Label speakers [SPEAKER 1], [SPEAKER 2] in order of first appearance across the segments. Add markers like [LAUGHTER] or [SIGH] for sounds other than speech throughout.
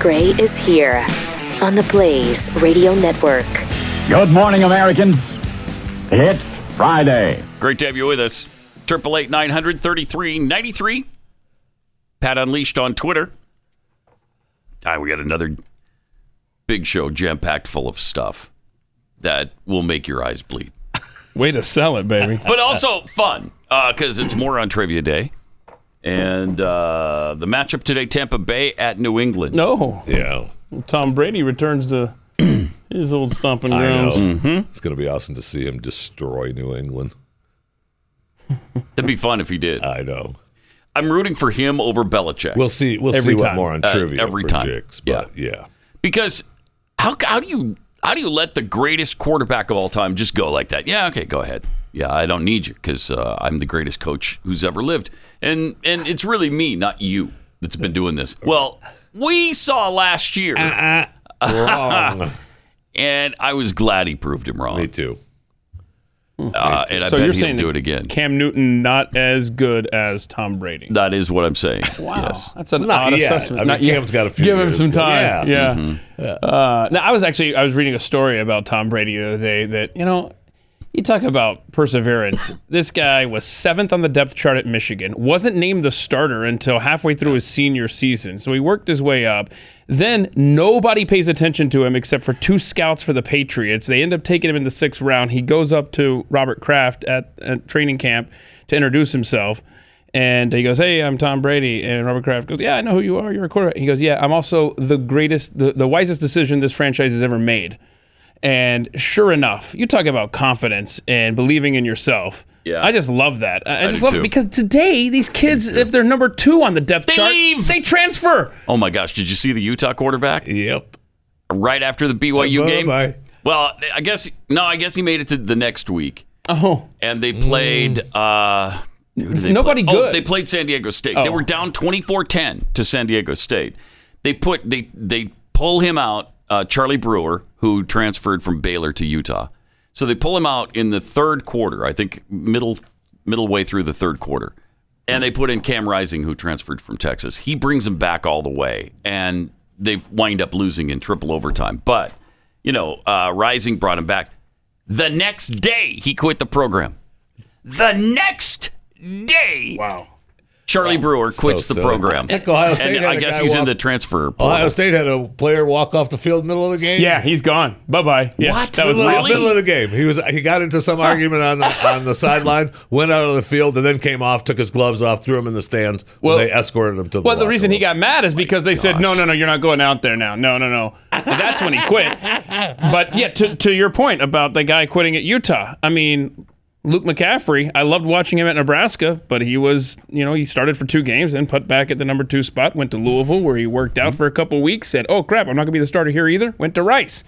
[SPEAKER 1] Gray is here on the Blaze Radio Network.
[SPEAKER 2] Good morning, Americans. It's Friday.
[SPEAKER 3] Great to have you with us. Triple eight nine hundred thirty three ninety three. Pat Unleashed on Twitter. Ah, we got another big show jam packed full of stuff that will make your eyes bleed,
[SPEAKER 4] Way to sell it, baby.
[SPEAKER 3] but also fun because it's more on Trivia Day. And uh, the matchup today: Tampa Bay at New England.
[SPEAKER 4] [LAUGHS] No.
[SPEAKER 5] Yeah,
[SPEAKER 4] Tom Brady returns [CLEARS THROAT] to his old stomping
[SPEAKER 5] I know.
[SPEAKER 4] grounds.
[SPEAKER 3] Mm-hmm.
[SPEAKER 5] It's going to be awesome to see him destroy New England.
[SPEAKER 3] That'd be fun if he did.
[SPEAKER 5] I know.
[SPEAKER 3] I'm rooting for him over Belichick
[SPEAKER 5] We'll see. We'll
[SPEAKER 4] Every
[SPEAKER 5] see what
[SPEAKER 4] time.
[SPEAKER 5] more on
[SPEAKER 3] Uh,
[SPEAKER 5] trivia
[SPEAKER 3] every time.
[SPEAKER 5] projects. But yeah.
[SPEAKER 3] because how how do you how do you let the greatest quarterback of all time just go like that? Yeah, okay, go ahead. Yeah, I don't need you because uh, I'm the greatest coach who's ever lived, and and it's really me, not you, that's been doing this. Well, we saw last year,
[SPEAKER 5] Wrong.
[SPEAKER 3] [LAUGHS] and I was glad he proved him wrong,
[SPEAKER 5] Me too.
[SPEAKER 3] uh, and I bet
[SPEAKER 4] So you're
[SPEAKER 3] he'll
[SPEAKER 4] saying
[SPEAKER 3] do
[SPEAKER 4] that
[SPEAKER 3] it again.
[SPEAKER 4] Cam Newton not as good as Tom Brady.
[SPEAKER 3] That is what I'm saying.
[SPEAKER 4] [LAUGHS] Wow,
[SPEAKER 3] Yes.
[SPEAKER 4] that's an
[SPEAKER 5] Not
[SPEAKER 4] odd
[SPEAKER 5] yet.
[SPEAKER 4] assessment.
[SPEAKER 5] I mean,
[SPEAKER 4] yet.
[SPEAKER 5] Cam's got a few
[SPEAKER 4] Give him
[SPEAKER 5] years
[SPEAKER 4] some
[SPEAKER 5] to go.
[SPEAKER 4] time. Yeah.
[SPEAKER 5] Yeah.
[SPEAKER 4] Uh, now, I was actually I was reading a story about Tom Brady the other day that you know, you talk about perseverance. this guy was seventh on the depth chart at Michigan. wasn't named the starter until halfway through his senior season. So he worked his way up. Then nobody pays attention to him except for two scouts for the Patriots. They end up taking him in the sixth round. He goes up to Robert Kraft at, at training camp to introduce himself. And he goes, "Hey, I'm Tom Brady." And Robert Kraft goes, "Yeah, I know who you are. You're a quarterback." He goes, "Yeah, I'm also the greatest, the, the wisest decision this franchise has ever made." And sure enough, you talk about confidence and believing in yourself.
[SPEAKER 3] Yeah.
[SPEAKER 4] I just love that. I, I
[SPEAKER 3] I
[SPEAKER 4] just
[SPEAKER 3] do
[SPEAKER 4] love
[SPEAKER 3] too.
[SPEAKER 4] it because today these kids, if they're number two on the depth chart,
[SPEAKER 3] leave!
[SPEAKER 4] they transfer.
[SPEAKER 3] Oh my gosh, did you see the Utah quarterback
[SPEAKER 5] Yep.
[SPEAKER 3] right after the BYU game?
[SPEAKER 5] Bye-bye.
[SPEAKER 3] Well, I guess no, I guess he made it to the next week.
[SPEAKER 4] Oh,
[SPEAKER 3] and they played uh who did they
[SPEAKER 4] Mm. Nobody
[SPEAKER 3] play? Oh,
[SPEAKER 4] good.
[SPEAKER 3] they played San Diego State. They
[SPEAKER 4] Oh.
[SPEAKER 3] were down 24-10 to San Diego State. They put they they pull him out uh, Charlie Brewer who transferred from Baylor to Utah. So they pull him out in the third quarter, I think middle middle way through the third quarter. And they put in Cam Rising who transferred from Texas. He brings him back all the way and they wind up losing in triple overtime. But, you know, uh, Rising brought him back. The next day, he quit the program. The next day,
[SPEAKER 4] wow.
[SPEAKER 3] Charlie Brewer quits
[SPEAKER 5] So
[SPEAKER 3] the
[SPEAKER 5] silly.
[SPEAKER 3] program.
[SPEAKER 5] Heck, Ohio State
[SPEAKER 3] and I
[SPEAKER 5] had a
[SPEAKER 3] guess
[SPEAKER 5] guy
[SPEAKER 3] he's in
[SPEAKER 5] walk-
[SPEAKER 3] the transfer portal.
[SPEAKER 5] Ohio State had a player walk off the field middle of the game.
[SPEAKER 4] Yeah, he's gone. Bye bye. Yeah,
[SPEAKER 3] What?
[SPEAKER 4] That was
[SPEAKER 5] Middle,
[SPEAKER 3] Really?
[SPEAKER 5] middle of the game, he was he got into some argument on the on the sideline, went out on the field, and then came off, took his gloves off, threw him in the stands. Well,
[SPEAKER 4] Well-
[SPEAKER 5] they escorted him to the.
[SPEAKER 4] Well, the
[SPEAKER 5] locker
[SPEAKER 4] reason he
[SPEAKER 5] room.
[SPEAKER 4] got mad
[SPEAKER 3] Oh
[SPEAKER 4] is because they said, no, no, no, you're not going out there now. No, no, no. So that's when he quit. But yeah, to, to your point about the guy quitting at Utah, I mean, Luke McCaffrey, I loved watching him at Nebraska, but he was, you know, he started for two games, then put back at the number two spot, went to Louisville where he worked
[SPEAKER 3] Mm-hmm.
[SPEAKER 4] out for a couple weeks, said, oh, crap, I'm not going to be the starter here either, went to Rice.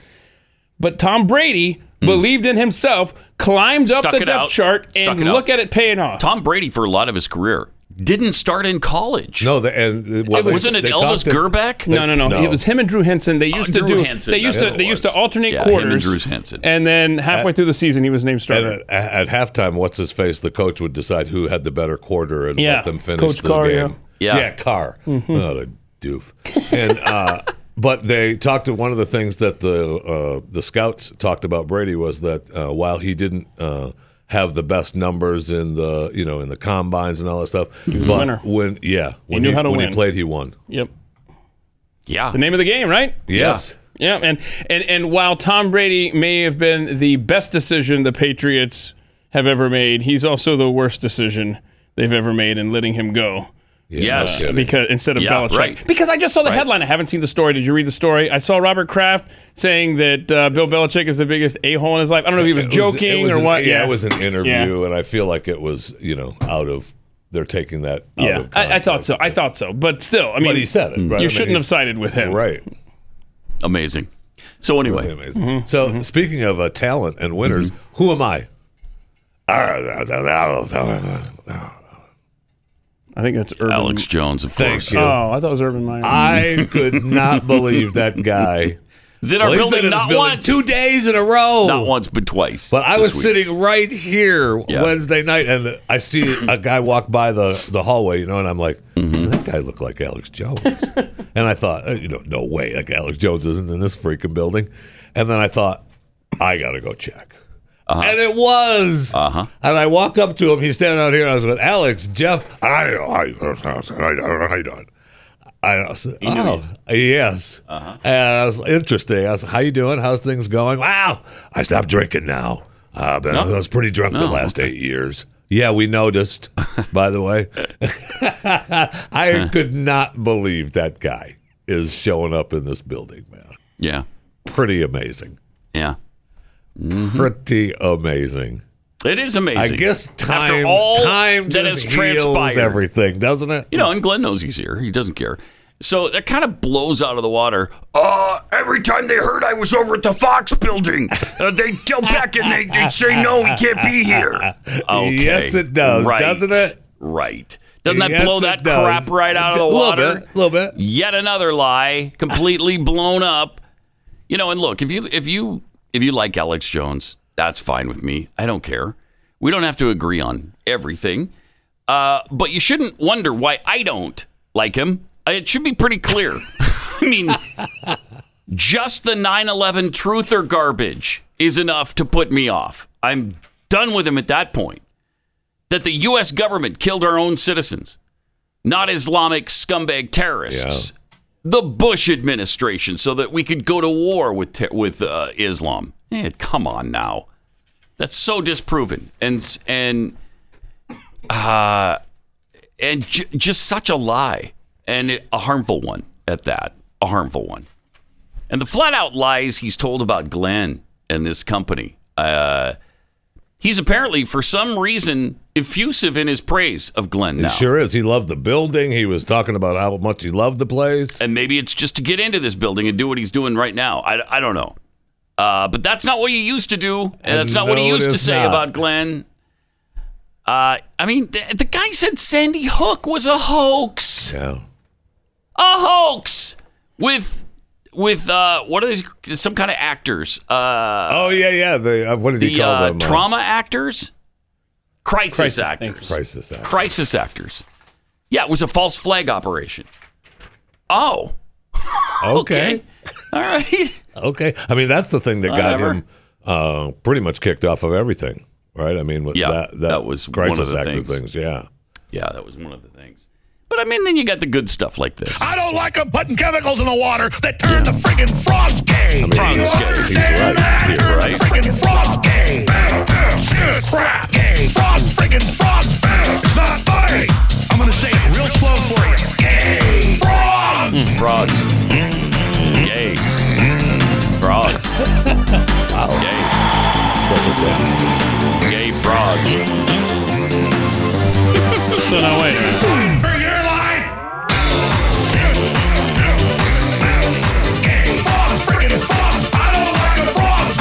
[SPEAKER 4] But Tom Brady believed in himself, climbed up
[SPEAKER 3] Mm. Stuck
[SPEAKER 4] the
[SPEAKER 3] it
[SPEAKER 4] depth
[SPEAKER 3] out.
[SPEAKER 4] chart,
[SPEAKER 3] Stuck
[SPEAKER 4] and
[SPEAKER 3] it out.
[SPEAKER 4] look at it paying off.
[SPEAKER 3] Tom Brady, for a lot of his career, didn't start in college. Uh,
[SPEAKER 5] no, the, and well, they-
[SPEAKER 3] Wasn't it
[SPEAKER 5] they
[SPEAKER 3] Elvis
[SPEAKER 5] talked to-
[SPEAKER 3] Gerback?
[SPEAKER 4] No, no, no,
[SPEAKER 5] No.
[SPEAKER 4] It was him and Drew Henson. They used to
[SPEAKER 3] Uh, Drew
[SPEAKER 4] do.
[SPEAKER 3] Henson,
[SPEAKER 4] They used
[SPEAKER 3] that's
[SPEAKER 4] to.
[SPEAKER 3] who it
[SPEAKER 4] They used to
[SPEAKER 3] was.
[SPEAKER 4] alternate
[SPEAKER 3] Yeah, him and
[SPEAKER 4] quarters.
[SPEAKER 3] Drew Henson. uh,
[SPEAKER 4] And then halfway through the season, he was named
[SPEAKER 5] And
[SPEAKER 4] starter.
[SPEAKER 5] at, at halftime, what's his face? The coach would decide who had the better quarter and
[SPEAKER 4] Yeah.
[SPEAKER 5] let them finish
[SPEAKER 4] Coach
[SPEAKER 5] the
[SPEAKER 4] Carr, Mm-hmm.
[SPEAKER 5] game.
[SPEAKER 3] yeah. Yeah.
[SPEAKER 5] Carr. What a doof. And uh, [LAUGHS] but they talked to one of the things that the uh, the scouts talked about Brady was that uh, while he didn't uh, have the best numbers in the you know in the combines and all that stuff, he was
[SPEAKER 4] a winner.
[SPEAKER 5] when yeah when
[SPEAKER 4] knew how to
[SPEAKER 5] when
[SPEAKER 4] win.
[SPEAKER 5] he played he won.
[SPEAKER 4] yep.
[SPEAKER 3] Yeah.
[SPEAKER 4] The name of the game, right?
[SPEAKER 5] Yes.
[SPEAKER 4] Yeah. And and and while Tom Brady may have been the best decision the Patriots have ever made, he's also the worst decision they've ever made in letting him go.
[SPEAKER 3] Yes.
[SPEAKER 5] Yeah.
[SPEAKER 4] because instead of
[SPEAKER 3] Yeah,
[SPEAKER 4] Belichick.
[SPEAKER 3] right.
[SPEAKER 4] Because I just saw the headline. I haven't seen the story. Did you read the story? I saw Robert Kraft saying that uh, Bill Belichick is the biggest a hole in his life. I don't know if he was
[SPEAKER 5] It
[SPEAKER 4] joking
[SPEAKER 5] it was
[SPEAKER 4] or
[SPEAKER 5] an-
[SPEAKER 4] what.
[SPEAKER 5] Yeah, it was an interview, and I feel like it was you know out of they're taking that. Out
[SPEAKER 4] Yeah,
[SPEAKER 5] of
[SPEAKER 4] I, I thought
[SPEAKER 5] context.
[SPEAKER 4] so. I thought so. But still, I mean,
[SPEAKER 5] But he said it. Right? I
[SPEAKER 4] you
[SPEAKER 5] mean,
[SPEAKER 4] shouldn't have
[SPEAKER 5] he's-
[SPEAKER 4] sided with him.
[SPEAKER 5] Right.
[SPEAKER 3] Amazing. So, anyway,
[SPEAKER 5] Amazing.
[SPEAKER 4] Mm-hmm.
[SPEAKER 5] So speaking of uh, talent and winners, who am I?
[SPEAKER 4] I think that's Urban.
[SPEAKER 3] Alex Jones, of
[SPEAKER 5] Thank
[SPEAKER 3] course.
[SPEAKER 5] you.
[SPEAKER 4] Oh, I thought it was Urban Meyer.
[SPEAKER 5] I could not believe
[SPEAKER 4] [LAUGHS]
[SPEAKER 5] that guy.
[SPEAKER 3] Is in our
[SPEAKER 5] Well, he's been
[SPEAKER 3] building
[SPEAKER 5] in this
[SPEAKER 3] not
[SPEAKER 5] building
[SPEAKER 3] once.
[SPEAKER 5] two days in a row.
[SPEAKER 3] Not once, but twice.
[SPEAKER 5] But I
[SPEAKER 3] this
[SPEAKER 5] was
[SPEAKER 3] week.
[SPEAKER 5] sitting right here
[SPEAKER 3] Yeah.
[SPEAKER 5] Wednesday night, and I see a guy walk by the, the hallway, you know, and I'm like, that guy looked like Alex Jones. and I thought, uh, you know, no way, like Alex Jones isn't in this freaking building. And then I thought, I gotta go check. And it was. Uh-huh. And I walk up to him. He's standing out here. I was like, Alex, Jeff, I, I, I, I, I, I was, oh, yes.
[SPEAKER 3] Uh-huh.
[SPEAKER 5] And I was interesting. I was, how you doing? How's things going? Wow. I stopped drinking now. Uh, but I was pretty drunk the last eight years. Yeah,
[SPEAKER 3] [LAUGHS]
[SPEAKER 5] we noticed, by the way. [LAUGHS] I could not believe that guy is showing up in this building, man.
[SPEAKER 3] Yeah.
[SPEAKER 5] Pretty amazing.
[SPEAKER 3] Yeah. Mm-hmm.
[SPEAKER 5] Pretty amazing.
[SPEAKER 3] It is amazing.
[SPEAKER 5] I guess time
[SPEAKER 3] After all
[SPEAKER 5] time
[SPEAKER 3] that
[SPEAKER 5] just
[SPEAKER 3] has
[SPEAKER 5] heals
[SPEAKER 3] transpired.
[SPEAKER 5] everything, doesn't it?
[SPEAKER 3] You know, and Glenn knows he's here. He doesn't care. So that kind of blows out of the water. Uh, every time they heard I was over at the Fox building, uh, they'd tell back and they, they'd say, no, he can't be here. Okay.
[SPEAKER 5] Yes, it does, doesn't it?
[SPEAKER 3] Right. Doesn't that
[SPEAKER 5] Yes,
[SPEAKER 3] blow
[SPEAKER 5] it
[SPEAKER 3] that
[SPEAKER 5] does.
[SPEAKER 3] crap right out of the
[SPEAKER 5] A little
[SPEAKER 3] water?
[SPEAKER 5] bit, A little bit.
[SPEAKER 3] yet another lie completely blown up you know and look if you if you if you like alex jones that's fine with me i don't care we don't have to agree on everything uh, but you shouldn't wonder why i don't like him Uh, it should be pretty clear i mean just the 9-11 truth or garbage is enough to put me off i'm done with him at that point that the us government killed our own citizens not islamic scumbag terrorists the Bush administration so that we could go to war with ter- with uh, Islam. Eh, come on now, that's so disproven and s- and uh, and j- just such a lie and it- a harmful one at that, a harmful one. And the flat out lies he's told about Glenn and this company. Uh, he's apparently for some reason effusive in his praise of Glenn now.
[SPEAKER 5] It sure is. He loved the building. He was talking about how much he loved the place.
[SPEAKER 3] and maybe it's just to get into this building and do what he's doing right now. I, I don't know. Uh, but that's not what you used to do, and, that's not what he
[SPEAKER 5] no, it
[SPEAKER 3] used to
[SPEAKER 5] is
[SPEAKER 3] say
[SPEAKER 5] not.
[SPEAKER 3] about Glenn. Uh, I mean, the, the guy said Sandy Hook was a hoax,
[SPEAKER 5] Yeah.
[SPEAKER 3] a hoax with with uh, what are these? Some kind of actors, uh,
[SPEAKER 5] Oh yeah, yeah. The uh, what did he
[SPEAKER 3] the
[SPEAKER 5] call
[SPEAKER 3] uh,
[SPEAKER 5] them? Uh,
[SPEAKER 3] trauma actors, crisis,
[SPEAKER 4] Crisis, thank you.
[SPEAKER 3] actors,
[SPEAKER 5] crisis act.
[SPEAKER 3] crisis actors. Yeah, it was a false flag operation. Oh,
[SPEAKER 5] Okay.
[SPEAKER 3] all right. [LAUGHS]
[SPEAKER 5] okay. I mean, that's the thing that got
[SPEAKER 3] Whatever.
[SPEAKER 5] him uh, pretty much kicked off of everything, right? I mean, with
[SPEAKER 3] Yeah,
[SPEAKER 5] that, that
[SPEAKER 3] that was one of
[SPEAKER 5] crisis
[SPEAKER 3] the
[SPEAKER 5] act
[SPEAKER 3] things.
[SPEAKER 5] things. Yeah.
[SPEAKER 3] Yeah, that was one of the things. But I mean, then you got the good stuff like this.
[SPEAKER 6] I don't like them putting chemicals in the water that turn the friggin' frogs gay.
[SPEAKER 3] Frogs gay. He's
[SPEAKER 5] right.
[SPEAKER 6] You understand that?
[SPEAKER 5] He's
[SPEAKER 6] Turn the
[SPEAKER 3] right.
[SPEAKER 6] Friggin' frogs gay. Shit, crap, gay. Frogs, friggin' frogs. It's not funny. I'm gonna say it real slow for you. Gay. Frogs.
[SPEAKER 3] Frogs. Yay. Frogs. Yay. Yay, frogs.
[SPEAKER 4] So now wait a minute.
[SPEAKER 6] For your life. Gay. Frogs, friggin' frogs. I don't like the frogs.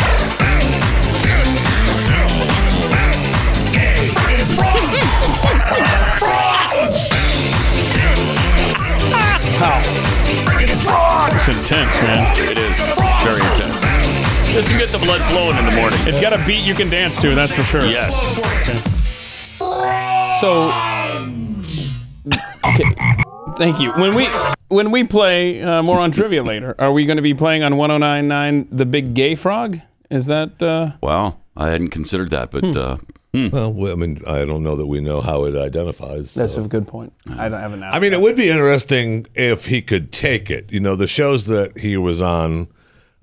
[SPEAKER 6] Gay. Friggin' frogs. Frogs. Friggin' frogs.
[SPEAKER 4] It's intense, man.
[SPEAKER 3] It is very intense. This will get the blood flowing in the morning.
[SPEAKER 4] It's got a beat you can dance to, that's for sure.
[SPEAKER 3] Yes.
[SPEAKER 4] So, okay, thank you. When we when we play uh, more on trivia later, are we going to be playing on 109.9 The Big Gay Frog? Is that uh,
[SPEAKER 3] Wow. I hadn't considered that, but uh,
[SPEAKER 5] Well, we- I mean, I don't know that we know how it identifies. so.
[SPEAKER 4] that's a good point? I don't have an.
[SPEAKER 5] I mean, it would be interesting if he could take it. You know, the shows that he was on,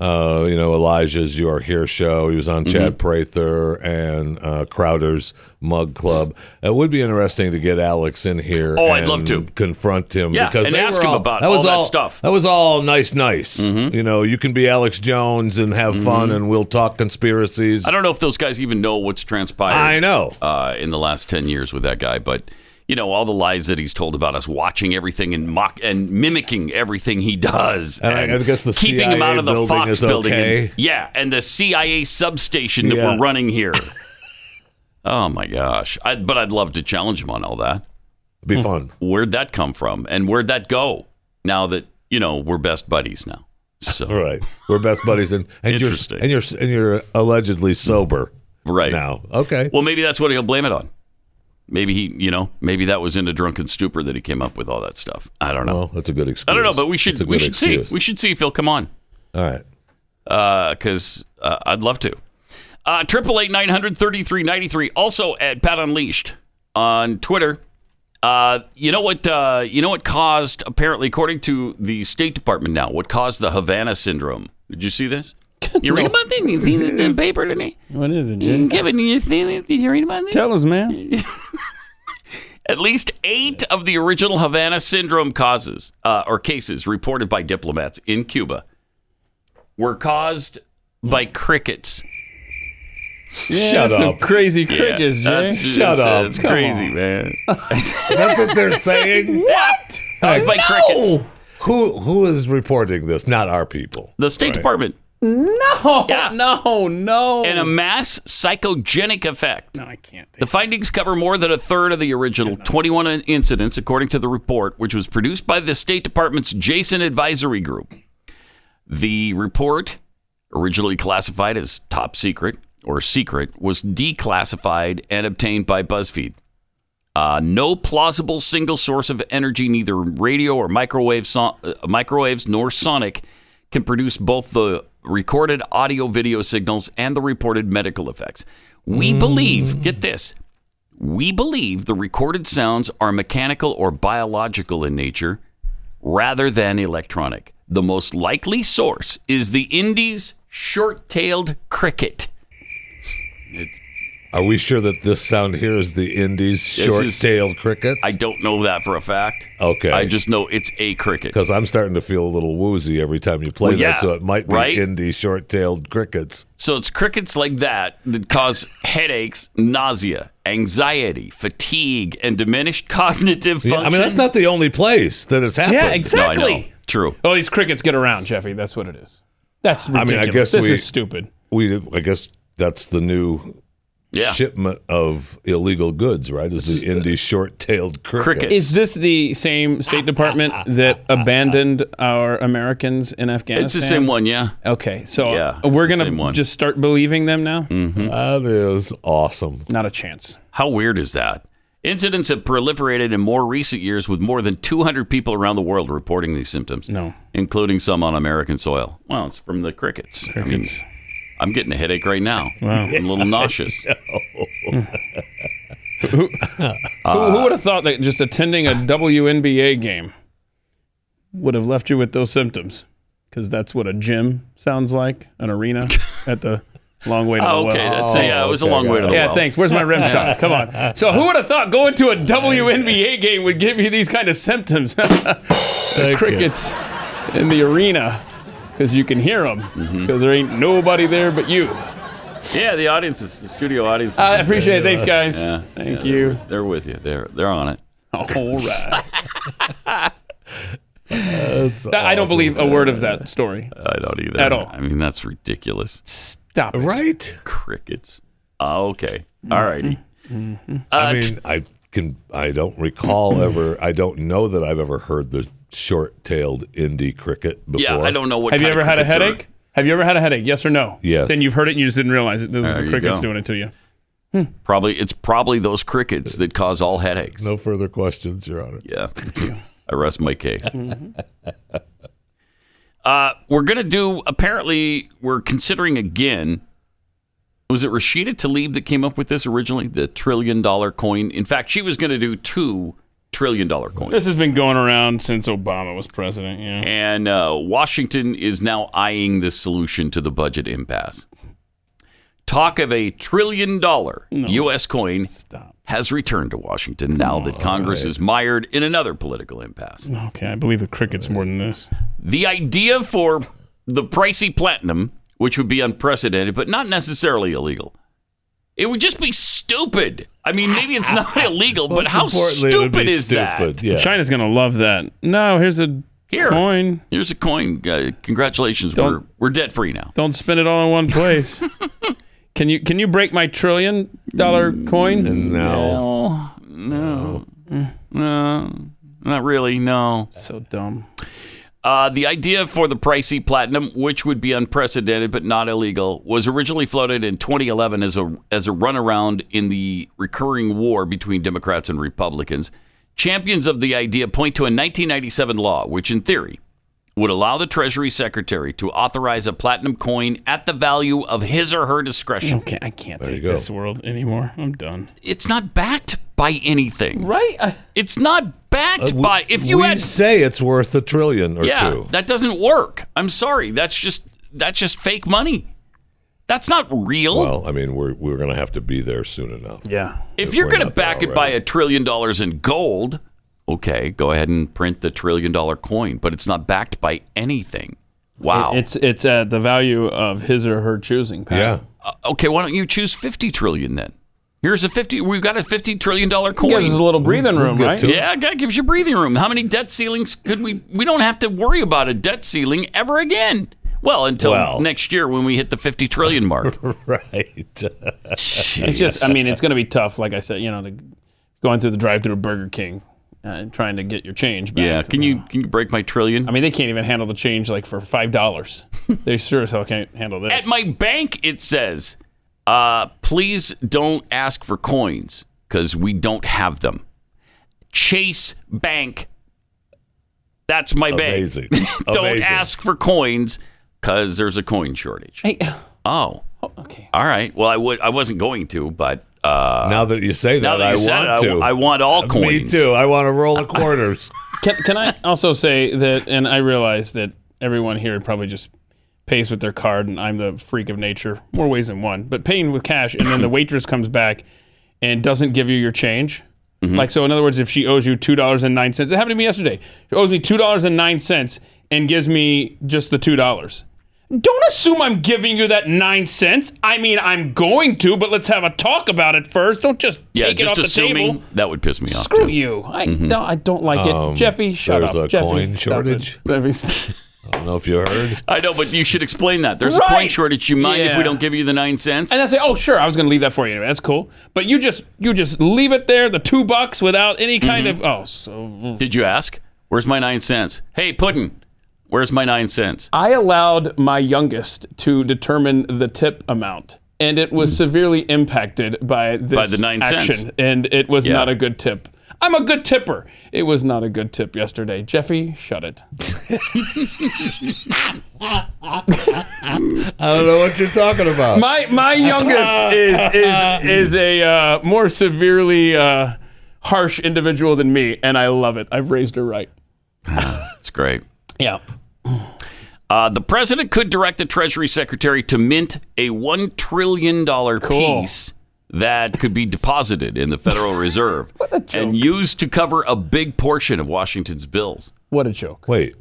[SPEAKER 5] uh, you know, Elijah's You Are Here show, he was on
[SPEAKER 3] Mm-hmm.
[SPEAKER 5] Chad Prather and uh, Crowder's Mug Club. It would be interesting to get Alex in here.
[SPEAKER 3] Oh, I'd
[SPEAKER 5] and
[SPEAKER 3] love to.
[SPEAKER 5] confront him
[SPEAKER 3] Yeah,
[SPEAKER 5] because
[SPEAKER 3] and
[SPEAKER 5] they
[SPEAKER 3] ask
[SPEAKER 5] were
[SPEAKER 3] him
[SPEAKER 5] all-
[SPEAKER 3] about
[SPEAKER 5] that was
[SPEAKER 3] all that stuff. Mm-hmm.
[SPEAKER 5] That was all nice, nice. You know, you can be Alex Jones and have fun, and we'll talk conspiracies.
[SPEAKER 3] I don't know if those guys even know what's transpired.
[SPEAKER 5] I know.
[SPEAKER 3] uh, in the last 10 years with that guy. But, you know, all the lies that he's told about us watching everything and mock and mimicking everything he does.
[SPEAKER 5] And I- I guess the
[SPEAKER 3] keeping him
[SPEAKER 5] CIA
[SPEAKER 3] out of the
[SPEAKER 5] building
[SPEAKER 3] Fox
[SPEAKER 5] is
[SPEAKER 3] building. and-
[SPEAKER 5] okay.
[SPEAKER 3] yeah. And the CIA substation that
[SPEAKER 5] Yeah.
[SPEAKER 3] we're running here. [LAUGHS] oh, my gosh. I, but I'd love to challenge him on all that.
[SPEAKER 5] It'd
[SPEAKER 3] Hmm.
[SPEAKER 5] be fun.
[SPEAKER 3] Where'd that come from? And where'd that go now that, you know, we're best buddies now? So,
[SPEAKER 5] All right, we're best buddies, and and you're
[SPEAKER 3] Interesting.
[SPEAKER 5] and you're and you're allegedly sober
[SPEAKER 3] right.
[SPEAKER 5] now. Okay.
[SPEAKER 3] Well, maybe that's what he'll blame it on. Maybe he, you know, maybe that was in a drunken stupor that he came up with all that stuff. I don't know.
[SPEAKER 5] Well, that's a good excuse.
[SPEAKER 3] I don't know, but we should
[SPEAKER 5] That's a
[SPEAKER 3] we
[SPEAKER 5] good
[SPEAKER 3] should
[SPEAKER 5] excuse.
[SPEAKER 3] see. We should see if he'll come on
[SPEAKER 5] All right.
[SPEAKER 3] because uh, I'd love to. Uh, Triple eight nine hundred thirty three ninety three. Also at Pat Unleashed on Twitter. Uh, you know what? Uh, you know what caused apparently, according to the State Department now, what caused the Havana syndrome? Did you see
[SPEAKER 5] [LAUGHS]
[SPEAKER 3] this? You read about this? You seen it in paper today?
[SPEAKER 4] What is it, Jay?
[SPEAKER 3] Kevin,
[SPEAKER 5] [LAUGHS]
[SPEAKER 3] you seen it? Did you read about this?
[SPEAKER 4] Tell us, man.
[SPEAKER 3] At least eight of the original Havana syndrome causes uh, or cases reported by diplomats in Cuba were caused by crickets.
[SPEAKER 5] Shut
[SPEAKER 4] That's Some
[SPEAKER 5] up.
[SPEAKER 4] crazy crickets,
[SPEAKER 3] Yeah,
[SPEAKER 4] Jay.
[SPEAKER 3] that's-
[SPEAKER 5] Shut
[SPEAKER 3] it's, uh,
[SPEAKER 5] up.
[SPEAKER 3] It's
[SPEAKER 5] Come
[SPEAKER 3] crazy, man.
[SPEAKER 5] That's what they're saying.
[SPEAKER 3] [LAUGHS] What? Caused by crickets.
[SPEAKER 5] Who who is reporting this? Not our people.
[SPEAKER 3] The State Department.
[SPEAKER 4] [LAUGHS] Oh,
[SPEAKER 3] Yeah.
[SPEAKER 4] no, no.
[SPEAKER 3] And a mass psychogenic effect.
[SPEAKER 4] no, I can't.
[SPEAKER 3] The findings cover more than a third of the original 21 incidents, according to the report, which was produced by the State Department's Jason Advisory Group. The report, originally classified as top secret or secret, was declassified and obtained by BuzzFeed. Uh, no plausible single source of energy, neither radio or microwave so- uh, microwaves nor sonic, can produce both the recorded audio video signals and the reported medical effects. We
[SPEAKER 5] Mm.
[SPEAKER 3] believe, get this, we believe the recorded sounds are mechanical or biological in nature rather than electronic. The most likely source is the Indies short tailed cricket.
[SPEAKER 5] Are we sure that this sound here is the Indies
[SPEAKER 3] This is-
[SPEAKER 5] short-tailed crickets?
[SPEAKER 3] I don't know that for a fact.
[SPEAKER 5] Okay.
[SPEAKER 3] I just know it's a cricket.
[SPEAKER 5] Because I'm starting to feel a little woozy every time you play
[SPEAKER 3] Well, yeah,
[SPEAKER 5] that, so it might be
[SPEAKER 3] right?
[SPEAKER 5] Indies short-tailed crickets.
[SPEAKER 3] So it's crickets like that that cause headaches, nausea, anxiety, fatigue, and diminished [LAUGHS] cognitive
[SPEAKER 5] Yeah,
[SPEAKER 3] function.
[SPEAKER 5] I mean, that's not the only place that it's happened.
[SPEAKER 4] Yeah,
[SPEAKER 3] No, I
[SPEAKER 4] exactly.
[SPEAKER 3] know. True.
[SPEAKER 4] Oh, these crickets get around, Jeffy. That's what it is. That's ridiculous.
[SPEAKER 5] mean, I guess
[SPEAKER 4] this
[SPEAKER 5] we-
[SPEAKER 4] is stupid.
[SPEAKER 5] We, I guess, that's the new
[SPEAKER 3] Yeah. uh,
[SPEAKER 5] shipment of illegal goods, right? Is the Indies short-tailed cricket?
[SPEAKER 3] Crickets.
[SPEAKER 4] Is this the same State Department that abandoned our Americans in Afghanistan?
[SPEAKER 3] It's the same one, yeah.
[SPEAKER 4] Okay, so uh,
[SPEAKER 3] Yeah,
[SPEAKER 4] we're
[SPEAKER 3] it's the
[SPEAKER 4] gonna
[SPEAKER 3] same one. Mm.
[SPEAKER 4] just start believing them now.
[SPEAKER 5] That is
[SPEAKER 3] [LAUGHS]
[SPEAKER 5] awesome.
[SPEAKER 4] Not a chance.
[SPEAKER 3] How weird is that? Incidents have proliferated in more recent years with more than 200 people around the world reporting these symptoms.
[SPEAKER 4] No.
[SPEAKER 3] Including some on American soil. Well, it's from the crickets.
[SPEAKER 4] Crickets.
[SPEAKER 3] I mean, I'm getting a headache right now. I'm a little nauseous. Uh,
[SPEAKER 4] who who would have thought that just attending a WNBA game would have left you with those symptoms? Because that's what a gym sounds like,
[SPEAKER 3] [LAUGHS]
[SPEAKER 4] an arena at the long way to the
[SPEAKER 3] Oh, okay,
[SPEAKER 4] well.
[SPEAKER 3] that's yeah, it was a long way to the
[SPEAKER 4] Yeah,
[SPEAKER 3] Oh, well.
[SPEAKER 4] thanks. Where's
[SPEAKER 3] [LAUGHS]
[SPEAKER 4] my rim shot? Come on. So, who would have thought going to a WNBA game would give you these kind of symptoms? [LAUGHS]
[SPEAKER 5] Thank you.
[SPEAKER 4] Crickets in the arena because you can hear them because
[SPEAKER 3] Mm-hmm.
[SPEAKER 4] there ain't nobody there but you.
[SPEAKER 3] Yeah, the audiences, the studio audiences.
[SPEAKER 4] I appreciate it. Thanks, guys.
[SPEAKER 3] Yeah,
[SPEAKER 4] Thank
[SPEAKER 3] yeah,
[SPEAKER 4] you.
[SPEAKER 3] They're, they're with you. They're they're on it.
[SPEAKER 4] All
[SPEAKER 3] [LAUGHS]
[SPEAKER 4] right.
[SPEAKER 5] That's
[SPEAKER 4] I don't
[SPEAKER 5] awesome.
[SPEAKER 4] believe a word of that story.
[SPEAKER 3] I don't either.
[SPEAKER 4] At all.
[SPEAKER 3] I mean, that's ridiculous.
[SPEAKER 4] Stop. It.
[SPEAKER 5] Right?
[SPEAKER 3] Crickets. Oh, okay. All righty. Uh,
[SPEAKER 5] I mean, I can. I
[SPEAKER 3] [CLEARS THROAT]
[SPEAKER 5] don't recall ever. I don't know that I've ever heard the short-tailed indie cricket before.
[SPEAKER 3] Yeah, I don't know what.
[SPEAKER 4] Have you
[SPEAKER 3] kind of
[SPEAKER 4] ever had a
[SPEAKER 3] crickets are-
[SPEAKER 4] headache? Have you ever had a headache? Yes or no?
[SPEAKER 5] Yes.
[SPEAKER 4] Then you've heard it and you just didn't realize it. Those
[SPEAKER 3] There
[SPEAKER 4] are
[SPEAKER 3] you
[SPEAKER 4] the crickets
[SPEAKER 3] go.
[SPEAKER 4] doing it to you.
[SPEAKER 3] Probably it's probably those crickets that cause all headaches.
[SPEAKER 5] No further questions, Your Honor.
[SPEAKER 4] [LAUGHS]
[SPEAKER 3] Yeah. I rest my case. uh, we're going to do, apparently, we're considering again. Was it Rashida Tlaib that came up with this originally? The trillion dollar coin. In fact, she was going to do two trillion dollar coins.
[SPEAKER 4] This has been going around since Obama was president. Yeah.
[SPEAKER 3] And uh, Washington is now eyeing the solution to the budget impasse. Talk of a trillion dollar U.S. coin
[SPEAKER 4] Stop.
[SPEAKER 3] has returned to Washington now that Congress is mired in another political impasse.
[SPEAKER 4] Okay, I believe the crickets more than this.
[SPEAKER 3] The idea for the pricey platinum, which would be unprecedented, but not necessarily illegal. It would just be stupid. I mean, maybe it's
[SPEAKER 5] [LAUGHS]
[SPEAKER 3] not illegal, but
[SPEAKER 5] Most
[SPEAKER 3] how
[SPEAKER 5] importantly, it would
[SPEAKER 3] stupid
[SPEAKER 5] be
[SPEAKER 3] is
[SPEAKER 5] stupid.
[SPEAKER 3] that?
[SPEAKER 5] Yeah.
[SPEAKER 4] China's gonna love that. No, here's a
[SPEAKER 3] Here.
[SPEAKER 4] coin.
[SPEAKER 3] Here's a coin. Uh, congratulations, we're
[SPEAKER 4] Don't-
[SPEAKER 3] we're debt free now.
[SPEAKER 4] Don't spend it all in one place. can you can you break my trillion dollar
[SPEAKER 5] Mm,
[SPEAKER 4] coin?
[SPEAKER 5] No.
[SPEAKER 3] Oh no, no, Mm. not really. No.
[SPEAKER 4] So dumb.
[SPEAKER 3] Uh, the idea for the pricey platinum, which would be unprecedented but not illegal, was originally floated in 2011 as a as a runaround in the recurring war between Democrats and Republicans. Champions of the idea point to a 1997 law, which in theory would allow the Treasury Secretary to authorize a platinum coin at the value of his or her discretion.
[SPEAKER 5] Mm.
[SPEAKER 4] Okay, I can't
[SPEAKER 5] you
[SPEAKER 4] take
[SPEAKER 5] go.
[SPEAKER 4] this world anymore. I'm done.
[SPEAKER 3] It's not backed by anything.
[SPEAKER 4] Right? I,
[SPEAKER 3] It's not backed
[SPEAKER 5] Uh, We-
[SPEAKER 3] by. If you
[SPEAKER 5] we
[SPEAKER 3] had
[SPEAKER 5] say it's worth a trillion or
[SPEAKER 3] yeah,
[SPEAKER 5] two.
[SPEAKER 3] that doesn't work. I'm sorry. That's just that's just fake money. That's not real.
[SPEAKER 5] Well, I mean, we're we're gonna have to be there soon enough.
[SPEAKER 4] yeah.
[SPEAKER 3] if you're
[SPEAKER 5] we're
[SPEAKER 3] going to
[SPEAKER 5] not there
[SPEAKER 3] back it by
[SPEAKER 5] already.
[SPEAKER 3] a trillion dollars in gold, okay, go ahead and print the trillion dollar coin, but it's not backed by anything. Wow.
[SPEAKER 4] It's it's at the value of his or her choosing. Pat.
[SPEAKER 5] Yeah. [LAUGHS]
[SPEAKER 3] okay, why don't you choose 50 trillion then? Here's a 50 we've got a 50 trillion dollar coin.
[SPEAKER 4] Gives us a little breathing room,
[SPEAKER 5] get
[SPEAKER 4] right?
[SPEAKER 5] to it.
[SPEAKER 3] yeah, God gives you breathing room. How many debt ceilings could we? We don't have to worry about a debt ceiling ever again. Well, until
[SPEAKER 5] Well.
[SPEAKER 3] next year when we hit the 50 trillion
[SPEAKER 4] [LAUGHS]
[SPEAKER 3] mark.
[SPEAKER 5] Right.
[SPEAKER 4] It's just, I mean, it's going to be tough. Like I said, you know, to, going through the drive-through Burger King uh, and trying to get your change back.
[SPEAKER 3] Yeah, can you can you break my trillion?
[SPEAKER 4] I mean, they can't even handle the change like for five
[SPEAKER 5] [LAUGHS]
[SPEAKER 4] dollars. they sure as hell can't handle this.
[SPEAKER 3] At my bank, it says, uh, "Please don't ask for coins because we don't have them." Chase Bank. That's my
[SPEAKER 5] Amazing.
[SPEAKER 3] bank. [LAUGHS] don't
[SPEAKER 5] Amazing.
[SPEAKER 3] ask for coins because there's a coin shortage.
[SPEAKER 4] hey,
[SPEAKER 3] Oh,
[SPEAKER 4] okay.
[SPEAKER 3] all right. Well, I would. I wasn't going to, but uh,
[SPEAKER 5] now that you say that,
[SPEAKER 3] now that you
[SPEAKER 5] I
[SPEAKER 3] said
[SPEAKER 5] want
[SPEAKER 3] it, I-
[SPEAKER 5] to.
[SPEAKER 3] I, want all coins.
[SPEAKER 5] Me too. I want a roll of quarters.
[SPEAKER 4] Can, can I also say that? And I realize that everyone here probably just pays with their card, and I'm the freak of nature, more ways than one. But paying with cash, and
[SPEAKER 3] [COUGHS]
[SPEAKER 4] then the waitress comes back and doesn't give you your change.
[SPEAKER 3] Mm-hmm.
[SPEAKER 4] Like so, in other words, if she owes you two dollars and nine cents, it happened to me yesterday. She owes me two dollars and nine cents and gives me just the two dollars. Don't assume I'm giving you that nine cents. I mean, I'm going to, but let's have a talk about it first. Don't just
[SPEAKER 3] Yeah,
[SPEAKER 4] take it off
[SPEAKER 3] just
[SPEAKER 4] the
[SPEAKER 3] assuming
[SPEAKER 4] table.
[SPEAKER 3] that would piss me off.
[SPEAKER 4] Screw
[SPEAKER 3] too.
[SPEAKER 4] you! I no, I don't like it. Jeffy, shut
[SPEAKER 5] there's
[SPEAKER 4] up.
[SPEAKER 5] a
[SPEAKER 4] Jeffy,
[SPEAKER 5] coin
[SPEAKER 4] stop it. [LAUGHS]
[SPEAKER 5] shortage.
[SPEAKER 4] Jeffy,
[SPEAKER 5] [LAUGHS] I don't know if you heard.
[SPEAKER 3] I know, but you should explain that. There's a
[SPEAKER 4] Right.
[SPEAKER 3] coin shortage. You mind if
[SPEAKER 4] Yeah.
[SPEAKER 3] we don't give you the nine cents?
[SPEAKER 4] and I say, oh sure, I was gonna leave that for you. Anyway. That's cool. But you just you just leave it there, the two bucks without any kind of oh. So
[SPEAKER 3] Did you ask? Where's my nine cents? Hey, Puddin', where's my nine cents?
[SPEAKER 4] I allowed my youngest to determine the tip amount, and it was severely impacted by this
[SPEAKER 3] the nine
[SPEAKER 4] action,
[SPEAKER 3] cents.
[SPEAKER 4] and it was
[SPEAKER 3] Yeah.
[SPEAKER 4] not a good tip. I'm a good tipper. It was not a good tip yesterday. Jeffy, shut it.
[SPEAKER 5] I don't know what you're talking about.
[SPEAKER 4] My
[SPEAKER 3] [LAUGHS]
[SPEAKER 4] my youngest is is is a uh, more severely uh, harsh individual than me, and I love it. I've raised her right.
[SPEAKER 3] That's great.
[SPEAKER 4] Yeah.
[SPEAKER 3] Uh, the president could direct the Treasury Secretary to mint a one trillion dollar
[SPEAKER 4] Cool.
[SPEAKER 3] piece that could be deposited in the Federal
[SPEAKER 4] [LAUGHS]
[SPEAKER 3] Reserve and used to cover a big portion of Washington's bills.
[SPEAKER 4] What a joke.
[SPEAKER 5] Wait.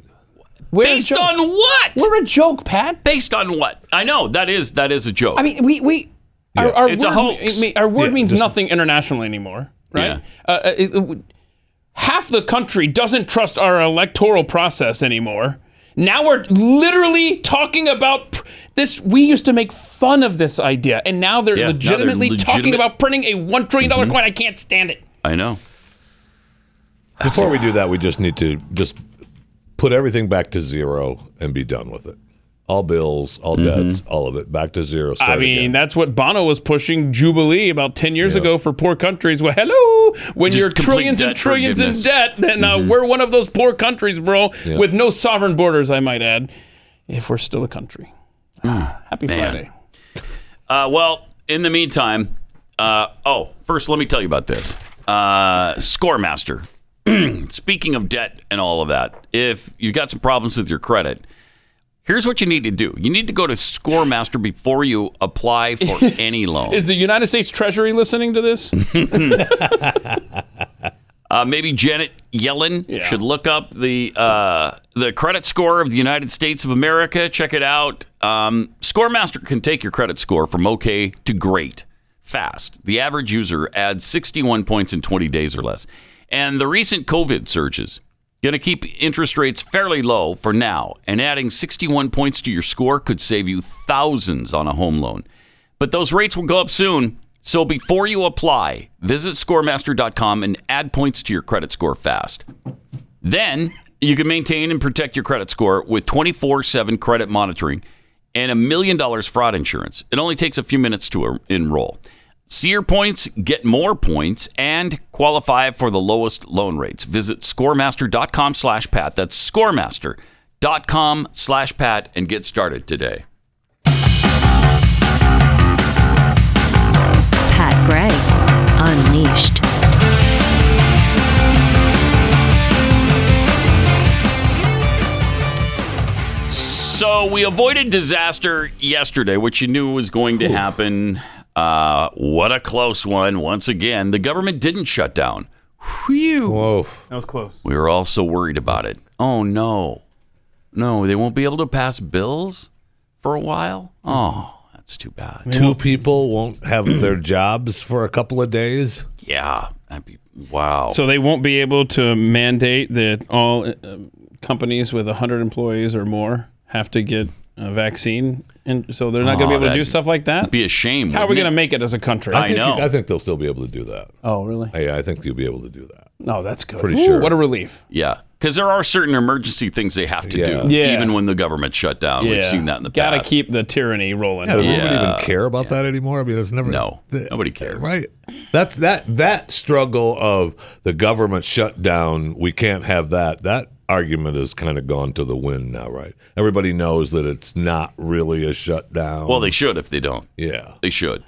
[SPEAKER 4] We're
[SPEAKER 3] Based
[SPEAKER 4] a joke.
[SPEAKER 3] on what?
[SPEAKER 4] we're a joke, Pat.
[SPEAKER 3] Based on what? I know that is that is a joke.
[SPEAKER 4] I mean, we we our, our
[SPEAKER 3] It's a
[SPEAKER 4] word,
[SPEAKER 3] hoax.
[SPEAKER 4] me- our word
[SPEAKER 5] Yeah,
[SPEAKER 4] means
[SPEAKER 5] just-
[SPEAKER 4] nothing internationally anymore,
[SPEAKER 3] Yeah.
[SPEAKER 4] right? Uh, Uh, it- it- half the country doesn't trust our electoral process anymore. Now we're literally talking about pr- this. We used to make fun of this idea, and now they're
[SPEAKER 3] Yeah, now they're
[SPEAKER 4] legitimately talking
[SPEAKER 3] legitimate- Mm-hmm.
[SPEAKER 4] about printing a one trillion dollar coin. I can't stand it.
[SPEAKER 3] I know.
[SPEAKER 5] Before we do that, we just need to just put everything back to zero and be done with it. All bills, all debts, all of it back to zero. Start
[SPEAKER 4] I mean,
[SPEAKER 5] again.
[SPEAKER 4] that's what Bono was pushing Jubilee about 10 years
[SPEAKER 5] Yeah.
[SPEAKER 4] ago for poor countries. Well, hello, when
[SPEAKER 3] Just
[SPEAKER 4] you're
[SPEAKER 3] complete
[SPEAKER 4] trillions and
[SPEAKER 3] debt
[SPEAKER 4] trillions in
[SPEAKER 3] forgiveness. Mm-hmm.
[SPEAKER 4] debt, then uh, we're one of those poor countries, bro,
[SPEAKER 5] Yeah.
[SPEAKER 4] with no sovereign borders, I might add, if we're still a country.
[SPEAKER 3] Hmm.
[SPEAKER 4] Ah, Happy Friday.
[SPEAKER 3] Uh, well, in the meantime, uh, oh, first let me tell you about this. Uh, Scoremaster. [CLEARS THROAT] Speaking of debt and all of that, if you've got some problems with your credit, here's what you need to do. You need to go to Scoremaster before you apply for any loan.
[SPEAKER 4] Is the United States Treasury listening to [LAUGHS] this?
[SPEAKER 3] Uh, maybe Janet Yellen should look up the uh, the credit score of the United States of America. Check it out. Um, Scoremaster can take your credit score from okay to great fast. The average user adds 61 points in 20 days or less. And the recent COVID surges going to keep interest rates fairly low for now. And adding 61 points to your score could save you thousands on a home loan but those rates will go up soon. So before you apply, visit scoremaster.com and add points to your credit score fast. Then You can maintain and protect your credit score with 24 7 credit monitoring and a million dollars fraud insurance. It only takes a few minutes to en- enroll. See your points, get more points, and qualify for the lowest loan rates. Visit scoremaster.com slash Pat. That's scoremaster.com slash Pat and get started today.
[SPEAKER 1] Pat Gray, Unleashed.
[SPEAKER 3] So we avoided disaster yesterday, which you knew was going to happen. Uh, what a close one. Once again, the government didn't shut down. Phew.
[SPEAKER 5] Whoa.
[SPEAKER 4] That was close.
[SPEAKER 3] We were all so worried about it. Oh no. No, they won't be able to pass bills for a while. Oh, that's too bad.
[SPEAKER 5] Two people won't [CLEARS THROAT] have their jobs for a couple of days.
[SPEAKER 3] Yeah. That'd be wow.
[SPEAKER 4] So they won't be able to mandate that all uh, companies with 100 employees or more have to get a vaccine, and so they're not going
[SPEAKER 3] Aw,
[SPEAKER 4] to be able to do
[SPEAKER 3] Oh, that'd
[SPEAKER 4] stuff like that.
[SPEAKER 3] It'd be a shame.
[SPEAKER 4] How are we
[SPEAKER 3] wouldn't
[SPEAKER 4] going to
[SPEAKER 3] it?
[SPEAKER 4] make it as a country?
[SPEAKER 5] think
[SPEAKER 3] know.
[SPEAKER 5] I think they'll still be able to do that.
[SPEAKER 4] oh, really?
[SPEAKER 5] I, I think you'll be able to do that.
[SPEAKER 4] No, that's good.
[SPEAKER 5] Pretty
[SPEAKER 4] Ooh,
[SPEAKER 5] sure.
[SPEAKER 4] What a relief.
[SPEAKER 3] Yeah. Because there are certain emergency things they have to do,
[SPEAKER 4] Yeah. Yeah.
[SPEAKER 3] even when the government shut down. We've seen that in the
[SPEAKER 4] Gotta
[SPEAKER 3] past.
[SPEAKER 4] keep the tyranny rolling.
[SPEAKER 5] Yeah, does anybody
[SPEAKER 3] Yeah.
[SPEAKER 5] even care about that anymore? I mean, it's never.
[SPEAKER 3] No,
[SPEAKER 5] th-
[SPEAKER 3] nobody cares.
[SPEAKER 5] Right. That's that that struggle of the government shutdown. We can't have that. That argument has kind of gone to the wind now, right? Everybody knows that it's not really a shutdown.
[SPEAKER 3] well, they should if they don't.
[SPEAKER 5] yeah.
[SPEAKER 3] They should.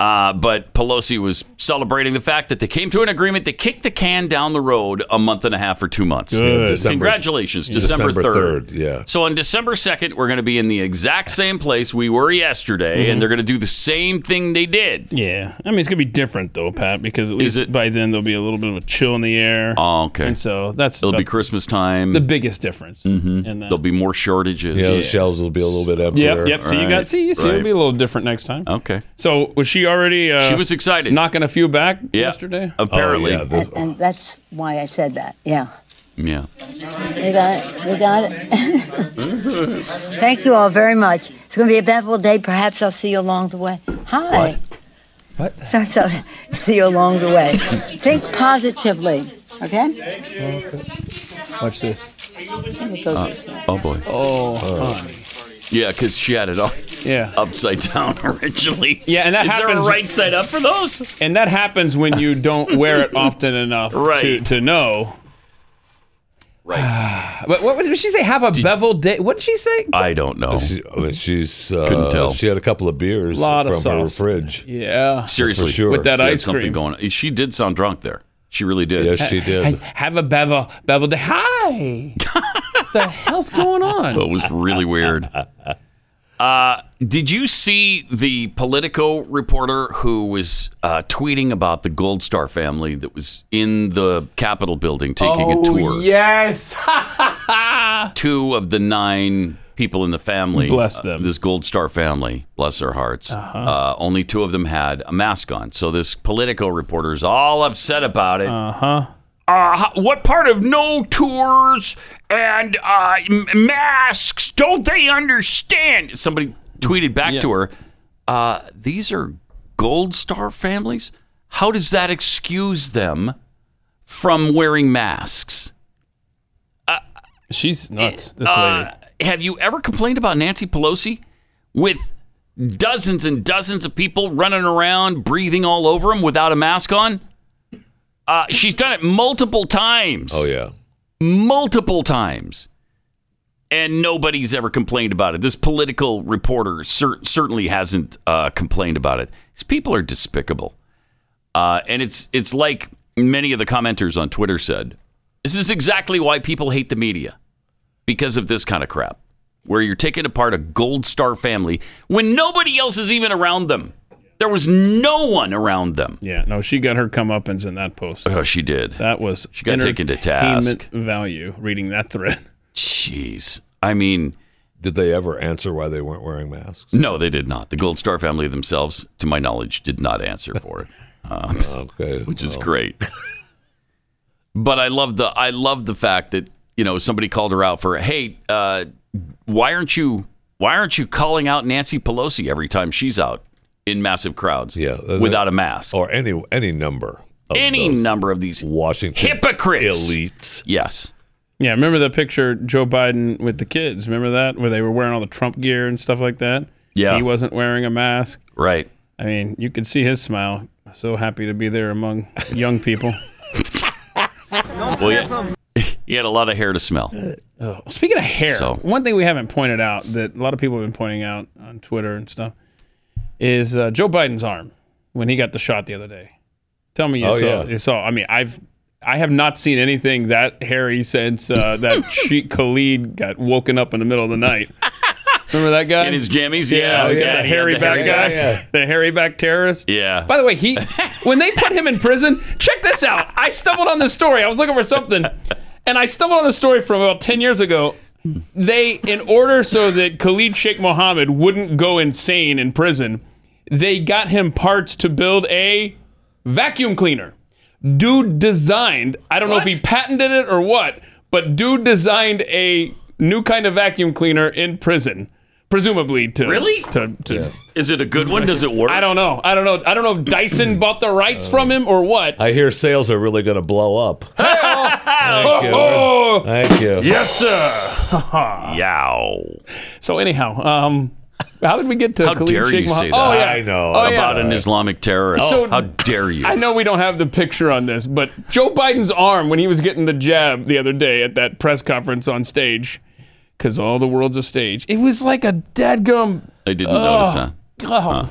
[SPEAKER 3] Uh, but Pelosi was celebrating the fact that they came to an agreement to kick the can down the road a month and a half or two months.
[SPEAKER 5] Yeah, December-
[SPEAKER 3] Congratulations, December,
[SPEAKER 5] December
[SPEAKER 3] 3rd.
[SPEAKER 5] 3rd, yeah.
[SPEAKER 3] So on December 2nd, we're going to be in the exact same place we were yesterday, and they're going to do the same thing they did.
[SPEAKER 4] Yeah, I mean it's gonna be different though, Pat, because at least
[SPEAKER 3] it-
[SPEAKER 4] by then there'll be a little bit of a chill in the air,
[SPEAKER 3] Oh, okay.
[SPEAKER 4] and so that's
[SPEAKER 3] It'll be mm-hmm.
[SPEAKER 4] about
[SPEAKER 3] Christmas time.
[SPEAKER 4] the biggest difference. And then,
[SPEAKER 3] There'll be more shortages.
[SPEAKER 5] Yeah, the shelves will be a little bit
[SPEAKER 4] yep,
[SPEAKER 5] emptier.
[SPEAKER 4] yep. So you
[SPEAKER 3] Right,
[SPEAKER 4] got see, see,
[SPEAKER 3] right.
[SPEAKER 4] it'll be a little different next time.
[SPEAKER 3] Okay.
[SPEAKER 4] So was she already? Uh,
[SPEAKER 3] She was excited.
[SPEAKER 4] knocking a few back
[SPEAKER 3] Yeah.
[SPEAKER 4] yesterday.
[SPEAKER 3] Apparently.
[SPEAKER 5] Oh, yeah, this-
[SPEAKER 7] And, and that's why I said that. Yeah.
[SPEAKER 3] yeah.
[SPEAKER 7] We got it. We got it. [LAUGHS] Thank you all very much. It's going to be a beautiful day. Perhaps I'll see you along the way. Hi.
[SPEAKER 3] What?
[SPEAKER 7] [LAUGHS] So, so, see you along the way. Think positively. Okay?
[SPEAKER 4] Watch this.
[SPEAKER 7] It goes this way.
[SPEAKER 3] Oh, boy.
[SPEAKER 4] Oh, honey.
[SPEAKER 3] Yeah, because she had it [LAUGHS] all
[SPEAKER 4] yeah.
[SPEAKER 3] upside down [LAUGHS] originally.
[SPEAKER 4] Yeah, and that
[SPEAKER 3] Is there
[SPEAKER 4] happens-
[SPEAKER 3] a right side up for those?
[SPEAKER 4] And that happens when you don't wear
[SPEAKER 3] [LAUGHS]
[SPEAKER 4] it often enough
[SPEAKER 3] Right.
[SPEAKER 4] to to know.
[SPEAKER 3] Right.
[SPEAKER 4] [SIGHS] But what did she say? Have a bevel day? What did she say?
[SPEAKER 3] I don't know.
[SPEAKER 5] She, I mean, she's uh,
[SPEAKER 3] Couldn't tell.
[SPEAKER 5] She had a couple of beers
[SPEAKER 4] Lot of
[SPEAKER 5] from her
[SPEAKER 4] sauce.
[SPEAKER 5] fridge.
[SPEAKER 4] yeah.
[SPEAKER 3] Seriously,
[SPEAKER 5] For sure.
[SPEAKER 4] With that
[SPEAKER 3] she had
[SPEAKER 4] ice
[SPEAKER 3] something
[SPEAKER 4] cream.
[SPEAKER 3] going. She did sound drunk there. She really did.
[SPEAKER 5] Yes, she did.
[SPEAKER 4] [LAUGHS] have a bevel bevel day.
[SPEAKER 3] [LAUGHS]
[SPEAKER 4] Hi. the hell's going
[SPEAKER 3] It
[SPEAKER 4] on?
[SPEAKER 3] was really
[SPEAKER 4] [LAUGHS]
[SPEAKER 3] weird. Uh, did you see the Politico reporter who was uh, tweeting about the Gold Star family that was in the Capitol building taking
[SPEAKER 4] Oh,
[SPEAKER 3] a tour?
[SPEAKER 4] Yes.
[SPEAKER 3] Two of the nine people in the family, uh,
[SPEAKER 4] Bless them. Uh-huh.
[SPEAKER 3] this Gold Star family, bless their hearts. uh only two of them had a mask on, so this Politico reporter is all upset about it.
[SPEAKER 4] Uh-huh.
[SPEAKER 3] uh, what part of no tours and uh, m- masks don't they understand? Somebody tweeted back to her, uh, These are Gold Star families. How does that excuse them from wearing masks?
[SPEAKER 4] She's nuts. This lady.
[SPEAKER 3] Uh, have you ever complained about Nancy Pelosi with dozens and dozens of people running around breathing all over them without a mask on? Uh, she's done it multiple times.
[SPEAKER 5] Oh yeah.
[SPEAKER 3] multiple times, and nobody's ever complained about it. This political reporter cer- certainly hasn't uh, complained about it. These people are despicable, uh, and it's it's like many of the commenters on Twitter said. This is exactly why people hate the media because of this kind of crap, where you're taking apart a gold star family when nobody else is even around them. There was no one around them.
[SPEAKER 4] Yeah. No, she got her comeuppance in that post.
[SPEAKER 3] Oh, she did.
[SPEAKER 4] That was
[SPEAKER 3] She got taken to task.
[SPEAKER 4] entertainment Value reading that thread.
[SPEAKER 3] Jeez. I mean.
[SPEAKER 5] Did they ever answer why they weren't wearing masks?
[SPEAKER 3] No, they did not. The Gold Star family themselves, to my knowledge, did not answer for it,
[SPEAKER 5] Okay.
[SPEAKER 3] which is great. but I love the I love the fact that you know somebody called her out for, hey, uh, why aren't you why aren't you calling out Nancy Pelosi every time she's out in massive crowds,
[SPEAKER 5] Yeah, uh,
[SPEAKER 3] without a mask?
[SPEAKER 5] or any any number of
[SPEAKER 3] Any
[SPEAKER 5] those
[SPEAKER 3] number of these
[SPEAKER 5] Washington
[SPEAKER 3] hypocrites.
[SPEAKER 5] elites.
[SPEAKER 3] Yes.
[SPEAKER 4] Yeah, remember the picture Joe Biden with the kids? Remember that where they were wearing all the Trump gear and stuff like that?
[SPEAKER 3] Yeah.
[SPEAKER 4] He wasn't wearing a mask.
[SPEAKER 3] Right.
[SPEAKER 4] I mean, you could see his smile. So happy to be there among young people.
[SPEAKER 3] Well, yeah. [LAUGHS] he had a lot of hair to smell.
[SPEAKER 4] Speaking of hair,
[SPEAKER 3] So-
[SPEAKER 4] one thing we haven't pointed out that a lot of people have been pointing out on Twitter and stuff is uh, Joe Biden's arm when he got the shot the other day. Tell me you
[SPEAKER 5] Oh,
[SPEAKER 4] saw.
[SPEAKER 5] yeah.
[SPEAKER 4] You saw. I mean, I've I have not seen anything that hairy since uh, that Sheik Khalid got woken up in the middle of the night. Remember that guy
[SPEAKER 3] In his jammies?
[SPEAKER 4] Oh,
[SPEAKER 3] Yeah.
[SPEAKER 4] Yeah,
[SPEAKER 5] yeah,
[SPEAKER 4] the
[SPEAKER 3] he had
[SPEAKER 4] hairy
[SPEAKER 3] the
[SPEAKER 4] back
[SPEAKER 3] hairy
[SPEAKER 4] guy,
[SPEAKER 5] back. Yeah.
[SPEAKER 4] the hairy back terrorist.
[SPEAKER 3] Yeah.
[SPEAKER 4] By the way, he when they put him in prison, check this out. I stumbled on this story. I was looking for something, and I stumbled on this story from about ten years ago. They, in order so that Khalid Sheikh Mohammed wouldn't go insane in prison, they got him parts to build a vacuum cleaner. Dude designed, I don't know if he patented it or what, but dude designed a new kind of vacuum cleaner in prison, presumably to
[SPEAKER 3] Really?
[SPEAKER 4] to, to
[SPEAKER 3] Is it a good one? Does it work?
[SPEAKER 4] I don't know. I don't know. I don't know if
[SPEAKER 5] [CLEARS THROAT]
[SPEAKER 4] Dyson bought the rights from him or what.
[SPEAKER 5] Uh, I hear sales are really going to blow
[SPEAKER 4] [LAUGHS]
[SPEAKER 5] up.
[SPEAKER 4] Thank oh,
[SPEAKER 5] Thank you.
[SPEAKER 4] yes, sir.
[SPEAKER 3] Yow.
[SPEAKER 4] So anyhow, um, how did we get to
[SPEAKER 3] How
[SPEAKER 4] Khalid
[SPEAKER 3] dare
[SPEAKER 4] Sheikh
[SPEAKER 3] you
[SPEAKER 4] Mohammed?
[SPEAKER 3] say that.
[SPEAKER 4] Oh yeah,
[SPEAKER 5] I know.
[SPEAKER 4] Oh, yeah.
[SPEAKER 3] About an Islamic terrorist.
[SPEAKER 4] So-
[SPEAKER 3] How dare you?
[SPEAKER 4] I know we don't have the picture on this, but Joe Biden's arm when he was getting the jab the other day at that press conference on stage, because all the world's a stage. It was like a dadgum.
[SPEAKER 3] I didn't notice that.
[SPEAKER 4] Oh,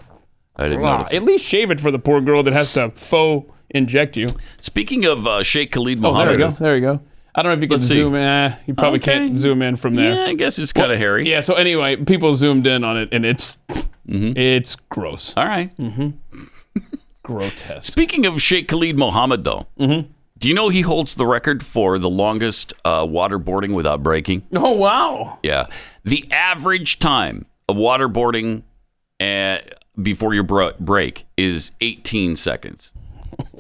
[SPEAKER 3] I didn't
[SPEAKER 4] ah,
[SPEAKER 3] notice
[SPEAKER 4] at
[SPEAKER 3] it.
[SPEAKER 4] least shave it for the poor girl that has to faux inject you.
[SPEAKER 3] Speaking of uh, Sheikh Khalid
[SPEAKER 4] Oh, there
[SPEAKER 3] Mohammed.
[SPEAKER 4] we go. There we go. I don't know if you can
[SPEAKER 3] Let's see.
[SPEAKER 4] zoom in. Eh, you probably
[SPEAKER 3] Okay.
[SPEAKER 4] can't zoom in from there.
[SPEAKER 3] Yeah, I guess it's kind of hairy.
[SPEAKER 4] Yeah, so anyway, people zoomed in on it and it's it's gross.
[SPEAKER 3] All right.
[SPEAKER 4] Mm-hmm. Grotesque.
[SPEAKER 3] Speaking of Sheikh Khalid Mohammed, though,
[SPEAKER 4] Mm-hmm.
[SPEAKER 3] do you know he holds the record for the longest uh, waterboarding without breaking?
[SPEAKER 4] [LAUGHS] Oh wow.
[SPEAKER 3] Yeah. The average time of waterboarding uh, before your bro- break is 18 seconds.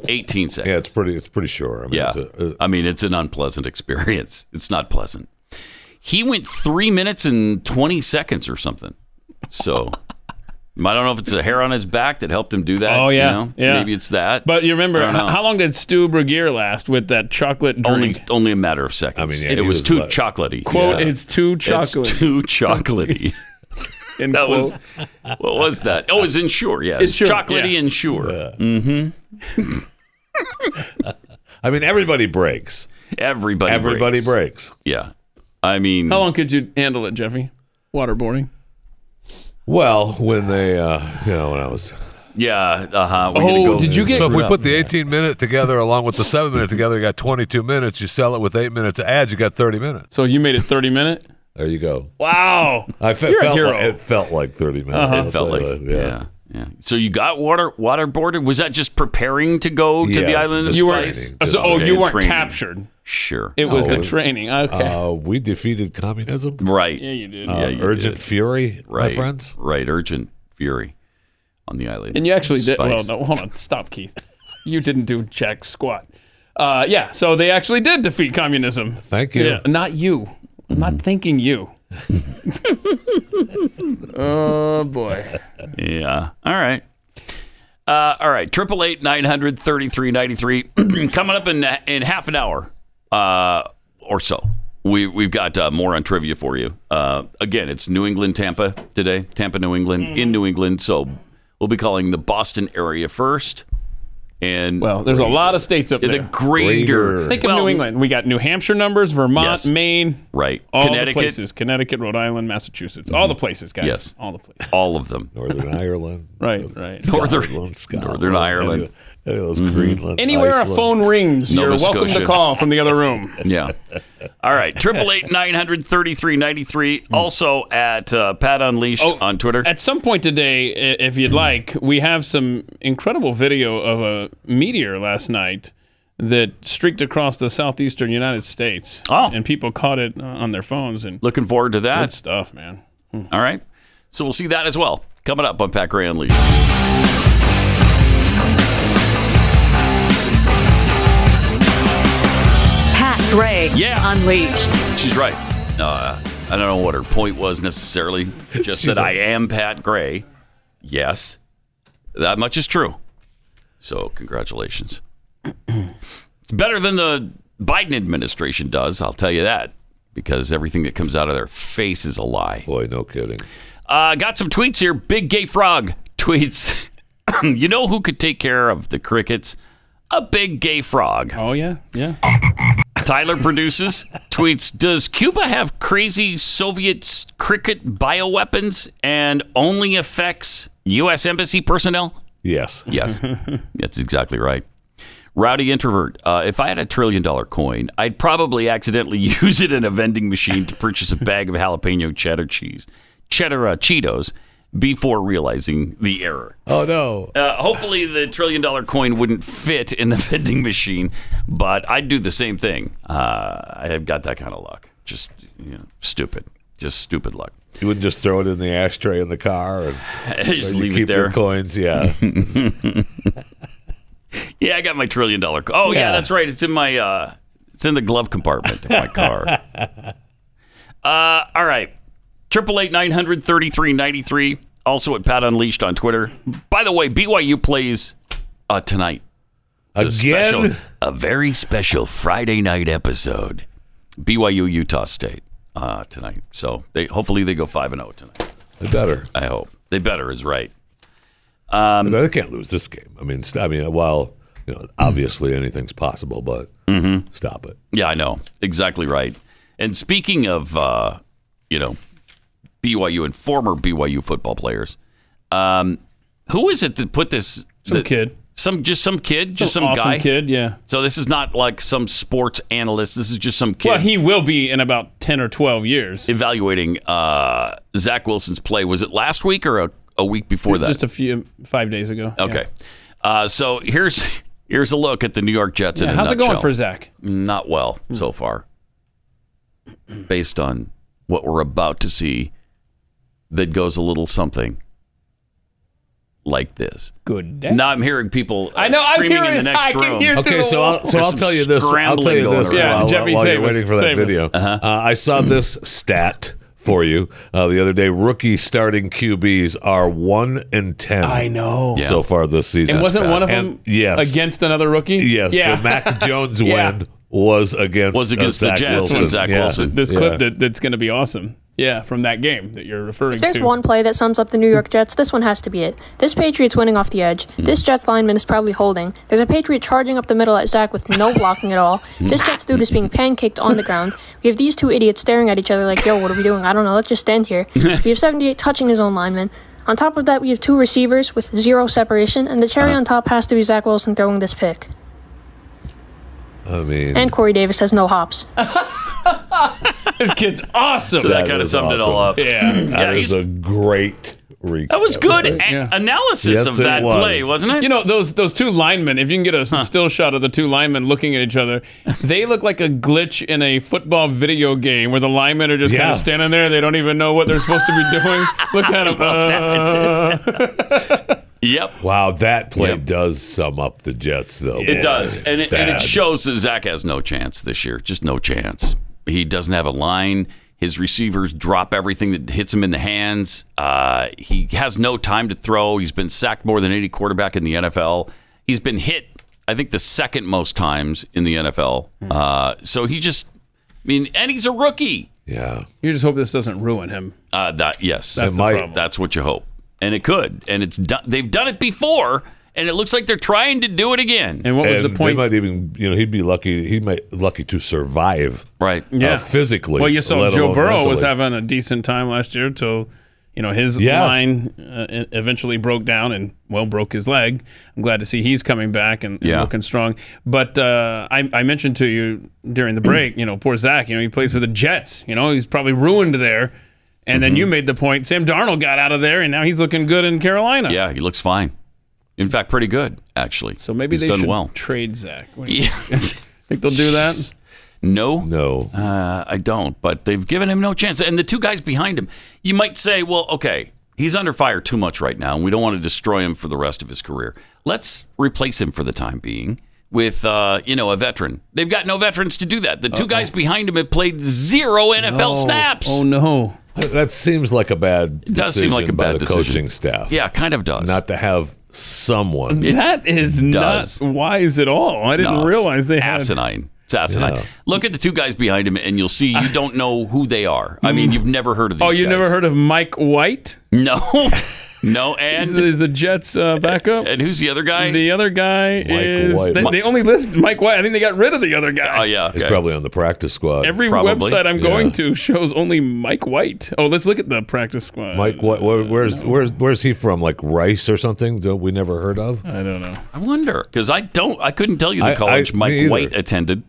[SPEAKER 3] 18 seconds.
[SPEAKER 5] Yeah, it's pretty. It's pretty sure. I mean,
[SPEAKER 3] Yeah.
[SPEAKER 5] it's a- a-
[SPEAKER 3] I mean, it's an unpleasant [LAUGHS] experience. It's not pleasant. He went three minutes and 20 seconds or something. So [LAUGHS] I don't know if it's the hair on his back that helped him do that.
[SPEAKER 4] Oh, yeah.
[SPEAKER 3] you know?
[SPEAKER 4] Yeah.
[SPEAKER 3] Maybe it's that.
[SPEAKER 4] But you remember
[SPEAKER 3] I don't know.
[SPEAKER 4] how long did Stu Bregeer last with that chocolate drink?
[SPEAKER 3] only, only a matter of seconds.
[SPEAKER 5] I mean, yeah,
[SPEAKER 3] it
[SPEAKER 5] he
[SPEAKER 3] was
[SPEAKER 5] was
[SPEAKER 3] too
[SPEAKER 5] like-
[SPEAKER 3] chocolatey.
[SPEAKER 4] Quote,
[SPEAKER 3] Yeah.
[SPEAKER 4] it's too chocolate.
[SPEAKER 3] It's [LAUGHS] too
[SPEAKER 4] [LAUGHS]
[SPEAKER 3] chocolatey. [LAUGHS]
[SPEAKER 4] end
[SPEAKER 3] That
[SPEAKER 4] quote.
[SPEAKER 3] was what was that? Oh, it's insure. Yeah, it's
[SPEAKER 4] Insure,
[SPEAKER 3] chocolatey
[SPEAKER 4] yeah.
[SPEAKER 3] insure.
[SPEAKER 5] I mean, everybody breaks.
[SPEAKER 3] Everybody,
[SPEAKER 5] Everybody
[SPEAKER 3] breaks.
[SPEAKER 5] breaks.
[SPEAKER 3] Yeah, I mean,
[SPEAKER 4] How long could you handle it, Jeffy? Waterboarding.
[SPEAKER 5] Well, when they, uh, you know, when I was
[SPEAKER 3] yeah. Uh huh.
[SPEAKER 4] Oh, did you get-
[SPEAKER 8] So if we
[SPEAKER 4] Screwed up.
[SPEAKER 8] put the 18 minute together along with the 7 minute together, you got 22 minutes. You sell it with 8 minutes of ads, you got 30 minutes.
[SPEAKER 4] So you made it 30 minute?
[SPEAKER 5] There you go.
[SPEAKER 4] Wow.
[SPEAKER 5] I fe-
[SPEAKER 4] You're a
[SPEAKER 5] felt
[SPEAKER 4] hero.
[SPEAKER 5] Like, it felt like thirty minutes. I'll
[SPEAKER 3] It Uh-huh. felt
[SPEAKER 5] tell
[SPEAKER 3] like
[SPEAKER 5] you that,
[SPEAKER 3] yeah. yeah. So you got water waterboarded? Was that just preparing to go to the
[SPEAKER 5] Yes,
[SPEAKER 3] island? of
[SPEAKER 5] just
[SPEAKER 3] you
[SPEAKER 5] You
[SPEAKER 3] were
[SPEAKER 5] were-
[SPEAKER 3] training,
[SPEAKER 5] just
[SPEAKER 4] So- oh,
[SPEAKER 3] okay,
[SPEAKER 4] you weren't
[SPEAKER 3] training.
[SPEAKER 4] captured.
[SPEAKER 3] sure.
[SPEAKER 4] It was
[SPEAKER 5] No.
[SPEAKER 4] the training. Okay.
[SPEAKER 5] Uh, we defeated communism.
[SPEAKER 3] right.
[SPEAKER 4] yeah, you did.
[SPEAKER 5] Uh,
[SPEAKER 3] you
[SPEAKER 5] urgent
[SPEAKER 3] did.
[SPEAKER 5] fury,
[SPEAKER 3] right,
[SPEAKER 5] my friends.
[SPEAKER 3] Right. Urgent fury on the island.
[SPEAKER 4] And you actually did.
[SPEAKER 3] Spice.
[SPEAKER 4] Well, no, hold on. Stop, Keith. You didn't do jack squat. Uh, yeah, so they actually did defeat communism.
[SPEAKER 5] Thank you.
[SPEAKER 4] Not you. I'm not thanking [LAUGHS] you. oh, boy.
[SPEAKER 3] Yeah. All right. Uh, all right. Triple eight nine hundred thirty three ninety three. [CLEARS THROAT] Coming up in in half an hour uh, or so. We we've got uh, more on trivia for you. Uh, again, it's New England Tampa today. Tampa New England in New England. So we'll be calling the Boston area first. And
[SPEAKER 4] Well, there's a lot of states up
[SPEAKER 3] the
[SPEAKER 4] there.
[SPEAKER 3] greater,
[SPEAKER 5] Greater.
[SPEAKER 4] Think of
[SPEAKER 3] well,
[SPEAKER 4] New England. We got New Hampshire numbers, Vermont,
[SPEAKER 3] Yes.
[SPEAKER 4] Maine,
[SPEAKER 3] right?
[SPEAKER 4] all the
[SPEAKER 3] Connecticut,
[SPEAKER 4] places. Connecticut, Rhode Island, Massachusetts. All the places, guys.
[SPEAKER 3] Yes.
[SPEAKER 4] All the places.
[SPEAKER 3] all of them. [LAUGHS]
[SPEAKER 5] Northern Ireland.
[SPEAKER 4] Right, right.
[SPEAKER 3] Northern,
[SPEAKER 5] Scotland,
[SPEAKER 3] Northern Ireland. Mm-hmm.
[SPEAKER 5] Any, any of those Greenland.
[SPEAKER 4] Anywhere a
[SPEAKER 5] Iceland.
[SPEAKER 4] phone rings,
[SPEAKER 3] Nova
[SPEAKER 4] you're welcome
[SPEAKER 3] Scotia.
[SPEAKER 4] to call from the other [LAUGHS] room.
[SPEAKER 3] Yeah. [LAUGHS] All right. Triple eight nine hundred thirty three ninety three. Also at uh, Pat Unleashed
[SPEAKER 4] Oh,
[SPEAKER 3] on Twitter.
[SPEAKER 4] At some point today, i- if you'd like, we have some incredible video of a meteor last night that streaked across the southeastern United States.
[SPEAKER 3] Oh.
[SPEAKER 4] And people caught it uh, on their phones and
[SPEAKER 3] Looking forward to
[SPEAKER 4] good
[SPEAKER 3] that.
[SPEAKER 4] stuff, man.
[SPEAKER 3] All right. So we'll see that as well coming up on Pat Gray Unleashed.
[SPEAKER 9] Pat Gray
[SPEAKER 3] Yeah.
[SPEAKER 9] Unleashed.
[SPEAKER 3] She's right. Uh, I don't know what her point was
[SPEAKER 4] [LAUGHS]
[SPEAKER 3] necessarily. Just that I am Pat Gray. Yes, that much is true. So congratulations. It's better than the Biden administration does. I'll tell you that because everything that comes out of their face is a lie.
[SPEAKER 5] Boy, no kidding.
[SPEAKER 3] Uh, got some tweets here. Big Gay Frog [LAUGHS] tweets. [COUGHS] you know who could take care of the crickets? A big gay frog.
[SPEAKER 4] Oh yeah, yeah.
[SPEAKER 3] Tyler produces tweets. Does Cuba have crazy Soviet cricket bioweapons and only affects U.S. embassy personnel?
[SPEAKER 5] Yes.
[SPEAKER 3] Yes, [LAUGHS] that's exactly right. Rowdy introvert. Uh, if I had a trillion dollar coin, I'd probably accidentally [LAUGHS] use it in a vending machine to purchase a bag of jalapeno cheddar cheese, cheddar uh, Cheetos, before realizing the error.
[SPEAKER 5] Oh no.
[SPEAKER 3] Uh, hopefully, the trillion dollar coin wouldn't fit in the [LAUGHS] vending machine, but I'd do the same thing. Uh, I have got that kind of luck. Just you know, stupid. Just stupid luck. [LAUGHS]
[SPEAKER 5] You wouldn't just throw it in the ashtray in the car and
[SPEAKER 3] Just
[SPEAKER 5] you
[SPEAKER 3] leave
[SPEAKER 5] keep
[SPEAKER 3] it there.
[SPEAKER 5] your coins.
[SPEAKER 3] [LAUGHS]
[SPEAKER 5] Yeah.
[SPEAKER 3] Yeah, I got my trillion dollar. co- Oh yeah,
[SPEAKER 5] Yeah.
[SPEAKER 3] that's right. It's in my uh, it's in the glove compartment of my car. uh, all right, triple eight nine hundred thirty three ninety three. Also at Pat Unleashed on Twitter. By the way, BYU plays uh, tonight. It's a
[SPEAKER 5] Again?
[SPEAKER 3] special- a very special Friday night episode. BYU Utah State uh, tonight. So they hopefully they go five and zero tonight.
[SPEAKER 5] Better.
[SPEAKER 3] I hope they better is right. Um,
[SPEAKER 5] But they can't lose this game. I mean, st- I mean, while you know, obviously anything's possible, but
[SPEAKER 3] Mm-hmm.
[SPEAKER 5] stop it.
[SPEAKER 3] Yeah, I know. Exactly right. And speaking of, uh, you know, BYU and former BYU football players, um, who is it that put this?
[SPEAKER 4] Some
[SPEAKER 3] that-
[SPEAKER 4] kid,
[SPEAKER 3] Some just some kid, just some,
[SPEAKER 4] awesome
[SPEAKER 3] guy.
[SPEAKER 4] kid. Yeah.
[SPEAKER 3] So this is not like some sports analyst. This is just some kid
[SPEAKER 4] Well, he will be in about ten or twelve years.
[SPEAKER 3] evaluating uh, Zach Wilson's play. Was it last week or a, a week before that?
[SPEAKER 4] Just a few five days ago. Yeah.
[SPEAKER 3] okay. Uh, so here's here's a look at the New York Jets. in
[SPEAKER 4] Yeah,
[SPEAKER 3] a
[SPEAKER 4] how's it going
[SPEAKER 3] nutshell.
[SPEAKER 4] for Zach?
[SPEAKER 3] not well
[SPEAKER 4] Hmm.
[SPEAKER 3] so far, based on what we're about to see, that goes a little something like this.
[SPEAKER 4] Good day.
[SPEAKER 3] Now I'm hearing people uh,
[SPEAKER 4] I know, I'm
[SPEAKER 3] screaming in
[SPEAKER 4] hearing-
[SPEAKER 3] the next
[SPEAKER 4] I can
[SPEAKER 3] room.
[SPEAKER 4] hear-
[SPEAKER 5] Okay, so I'll, so
[SPEAKER 3] There's
[SPEAKER 5] I'll
[SPEAKER 3] some
[SPEAKER 5] tell you this. I'll tell you
[SPEAKER 3] scrambling
[SPEAKER 5] this
[SPEAKER 3] going Uh-huh.
[SPEAKER 4] around.
[SPEAKER 5] while,
[SPEAKER 4] Yeah, Jeffy,
[SPEAKER 5] while you're
[SPEAKER 4] save us,
[SPEAKER 5] waiting for that
[SPEAKER 4] save us.
[SPEAKER 5] video. uh I saw this stat for you uh, the other day. Rookie starting QBs are one in ten. I know. So far this season,
[SPEAKER 4] and wasn't one of them
[SPEAKER 5] And yes,
[SPEAKER 4] against another rookie?
[SPEAKER 5] Yes,
[SPEAKER 4] Yeah.
[SPEAKER 5] the
[SPEAKER 4] [LAUGHS]
[SPEAKER 5] Mac Jones
[SPEAKER 4] Yeah.
[SPEAKER 5] win was against
[SPEAKER 3] Was against
[SPEAKER 5] uh,
[SPEAKER 3] the
[SPEAKER 5] Zach
[SPEAKER 3] Jets and
[SPEAKER 5] Wilson.
[SPEAKER 3] Zach Wilson.
[SPEAKER 4] this
[SPEAKER 5] Yeah.
[SPEAKER 4] clip that, that's going to be awesome. Yeah, from that game that you're referring
[SPEAKER 9] There's
[SPEAKER 4] to.
[SPEAKER 9] one play that sums up the New York Jets. This one has to be it. This Patriots winning off the edge.
[SPEAKER 3] Mm.
[SPEAKER 9] This Jets lineman is probably holding. There's a Patriot charging up the middle at Zach with
[SPEAKER 3] [LAUGHS]
[SPEAKER 9] no blocking at all. This Jets dude is being pancaked on the ground. We have these two idiots staring at each other like, yo, what are we doing? I don't know. Let's just stand
[SPEAKER 3] [LAUGHS]
[SPEAKER 9] here. We have 78 touching his own lineman. On top of that, we have two receivers with zero separation, and the cherry
[SPEAKER 3] Uh-huh.
[SPEAKER 9] on top has to be Zach Wilson throwing this pick.
[SPEAKER 5] I mean,
[SPEAKER 9] And Corey Davis has no hops.
[SPEAKER 4] This kid's awesome.
[SPEAKER 3] So that,
[SPEAKER 5] That
[SPEAKER 3] kind of
[SPEAKER 5] is
[SPEAKER 3] summed it all up.
[SPEAKER 5] awesome.
[SPEAKER 4] yeah.
[SPEAKER 5] that
[SPEAKER 3] yeah, he's-
[SPEAKER 5] is a great recap.
[SPEAKER 3] That was good
[SPEAKER 5] right?
[SPEAKER 3] a-
[SPEAKER 4] Yeah.
[SPEAKER 3] analysis
[SPEAKER 5] Yes,
[SPEAKER 3] of
[SPEAKER 5] it
[SPEAKER 3] that
[SPEAKER 5] was.
[SPEAKER 3] play, wasn't it?
[SPEAKER 4] You know those those two linemen. If you can get a s- still shot of the two linemen looking at each other, they look like a glitch in a football video game where the linemen are just kind
[SPEAKER 5] Yeah.
[SPEAKER 4] of standing there. They don't even know what they're supposed to be
[SPEAKER 5] [LAUGHS]
[SPEAKER 4] doing. Look at them.
[SPEAKER 3] yep.
[SPEAKER 5] Wow, that play
[SPEAKER 3] Yep.
[SPEAKER 5] does sum up the Jets, though.
[SPEAKER 3] It does, and it, and it shows that Zach has no chance this year. Just no chance. He doesn't have a line. His receivers drop everything that hits him in the hands. Uh, he has no time to throw. He's been sacked more than any quarterback in the NFL. He's been hit, I think, the second most times in the NFL.
[SPEAKER 5] Hmm.
[SPEAKER 3] Uh, so he just, I mean, and he's a rookie.
[SPEAKER 5] Yeah,
[SPEAKER 4] you just hope this doesn't ruin him.
[SPEAKER 3] Uh, that yes,
[SPEAKER 5] That's It the might. problem.
[SPEAKER 3] That's what you hope, and it could, and it's done. They've done it before, and it looks like they're trying to do it again.
[SPEAKER 4] And what was
[SPEAKER 5] and
[SPEAKER 4] the point?
[SPEAKER 5] They might even, you know, he'd be lucky. He might lucky to survive
[SPEAKER 3] right.
[SPEAKER 5] uh,
[SPEAKER 4] Yeah.
[SPEAKER 5] physically.
[SPEAKER 4] Well, you saw
[SPEAKER 5] let
[SPEAKER 4] Joe
[SPEAKER 5] alone
[SPEAKER 4] Burrow
[SPEAKER 5] mentally.
[SPEAKER 4] was having a decent time last year till you know his
[SPEAKER 5] Yeah.
[SPEAKER 4] line uh, e- eventually broke down and well broke his leg. I'm glad to see he's coming back and, and
[SPEAKER 3] Yeah.
[SPEAKER 4] looking strong. But uh, I, I mentioned to you during the break, you know, poor Zach. You know, he plays for the Jets. You know, he's probably ruined there. And
[SPEAKER 3] Mm-hmm.
[SPEAKER 4] then you made the point. Sam Darnold got out of there, and now he's looking good in Carolina.
[SPEAKER 3] Yeah, he looks fine. In fact, pretty good actually.
[SPEAKER 4] So maybe
[SPEAKER 3] he's
[SPEAKER 4] they
[SPEAKER 3] done
[SPEAKER 4] should [LAUGHS]
[SPEAKER 3] well.
[SPEAKER 4] trade Zach. What do you
[SPEAKER 3] Yeah.
[SPEAKER 4] think they'll do that?
[SPEAKER 3] no,
[SPEAKER 5] No,
[SPEAKER 3] uh, I don't. But they've given him no chance. And the two guys behind him, you might say, well, okay, he's under fire too much right now, and we don't want to destroy him for the rest of his career. Let's replace him for the time being with uh, you know a veteran. They've got no veterans to do that. The 2 guys behind him have played zero NFL snaps.
[SPEAKER 4] Oh no.
[SPEAKER 5] that seems like a bad. It
[SPEAKER 3] does seem like a
[SPEAKER 5] by
[SPEAKER 3] bad
[SPEAKER 5] the
[SPEAKER 3] decision.
[SPEAKER 5] coaching staff.
[SPEAKER 3] Yeah, kind of does.
[SPEAKER 5] not to have someone.
[SPEAKER 4] that is
[SPEAKER 3] does.
[SPEAKER 4] not wise at all. I didn't
[SPEAKER 3] No, it's
[SPEAKER 4] realize they had
[SPEAKER 3] asinine. Sass and I. Look at the two guys behind him, and you'll see
[SPEAKER 4] [SIGHS]
[SPEAKER 3] you don't know who they are. I mean, you've never heard of these
[SPEAKER 4] Oh, you
[SPEAKER 3] guys.
[SPEAKER 4] never heard of Mike White?
[SPEAKER 3] No. [LAUGHS] no,
[SPEAKER 4] He's
[SPEAKER 3] and
[SPEAKER 4] the, he's the Jets
[SPEAKER 3] [LAUGHS]
[SPEAKER 4] uh, backup.
[SPEAKER 3] and who's the other guy?
[SPEAKER 4] The other guy is
[SPEAKER 5] White.
[SPEAKER 4] They,
[SPEAKER 5] Mi-
[SPEAKER 4] they only list Mike White. I think they got rid of the other guy.
[SPEAKER 3] oh, yeah.
[SPEAKER 5] He's
[SPEAKER 3] okay.
[SPEAKER 5] probably on the practice squad.
[SPEAKER 4] Every
[SPEAKER 3] Probably.
[SPEAKER 4] website I'm
[SPEAKER 5] Yeah.
[SPEAKER 4] going to shows only Mike White. Oh, let's look at the practice squad.
[SPEAKER 5] Mike, what, where, where's where's where's he from? Like Rice or something that we never heard of.
[SPEAKER 4] I don't know.
[SPEAKER 3] I wonder because I don't. I couldn't tell you the
[SPEAKER 5] I- I-
[SPEAKER 3] college
[SPEAKER 5] me
[SPEAKER 3] Mike
[SPEAKER 5] either.
[SPEAKER 3] White attended.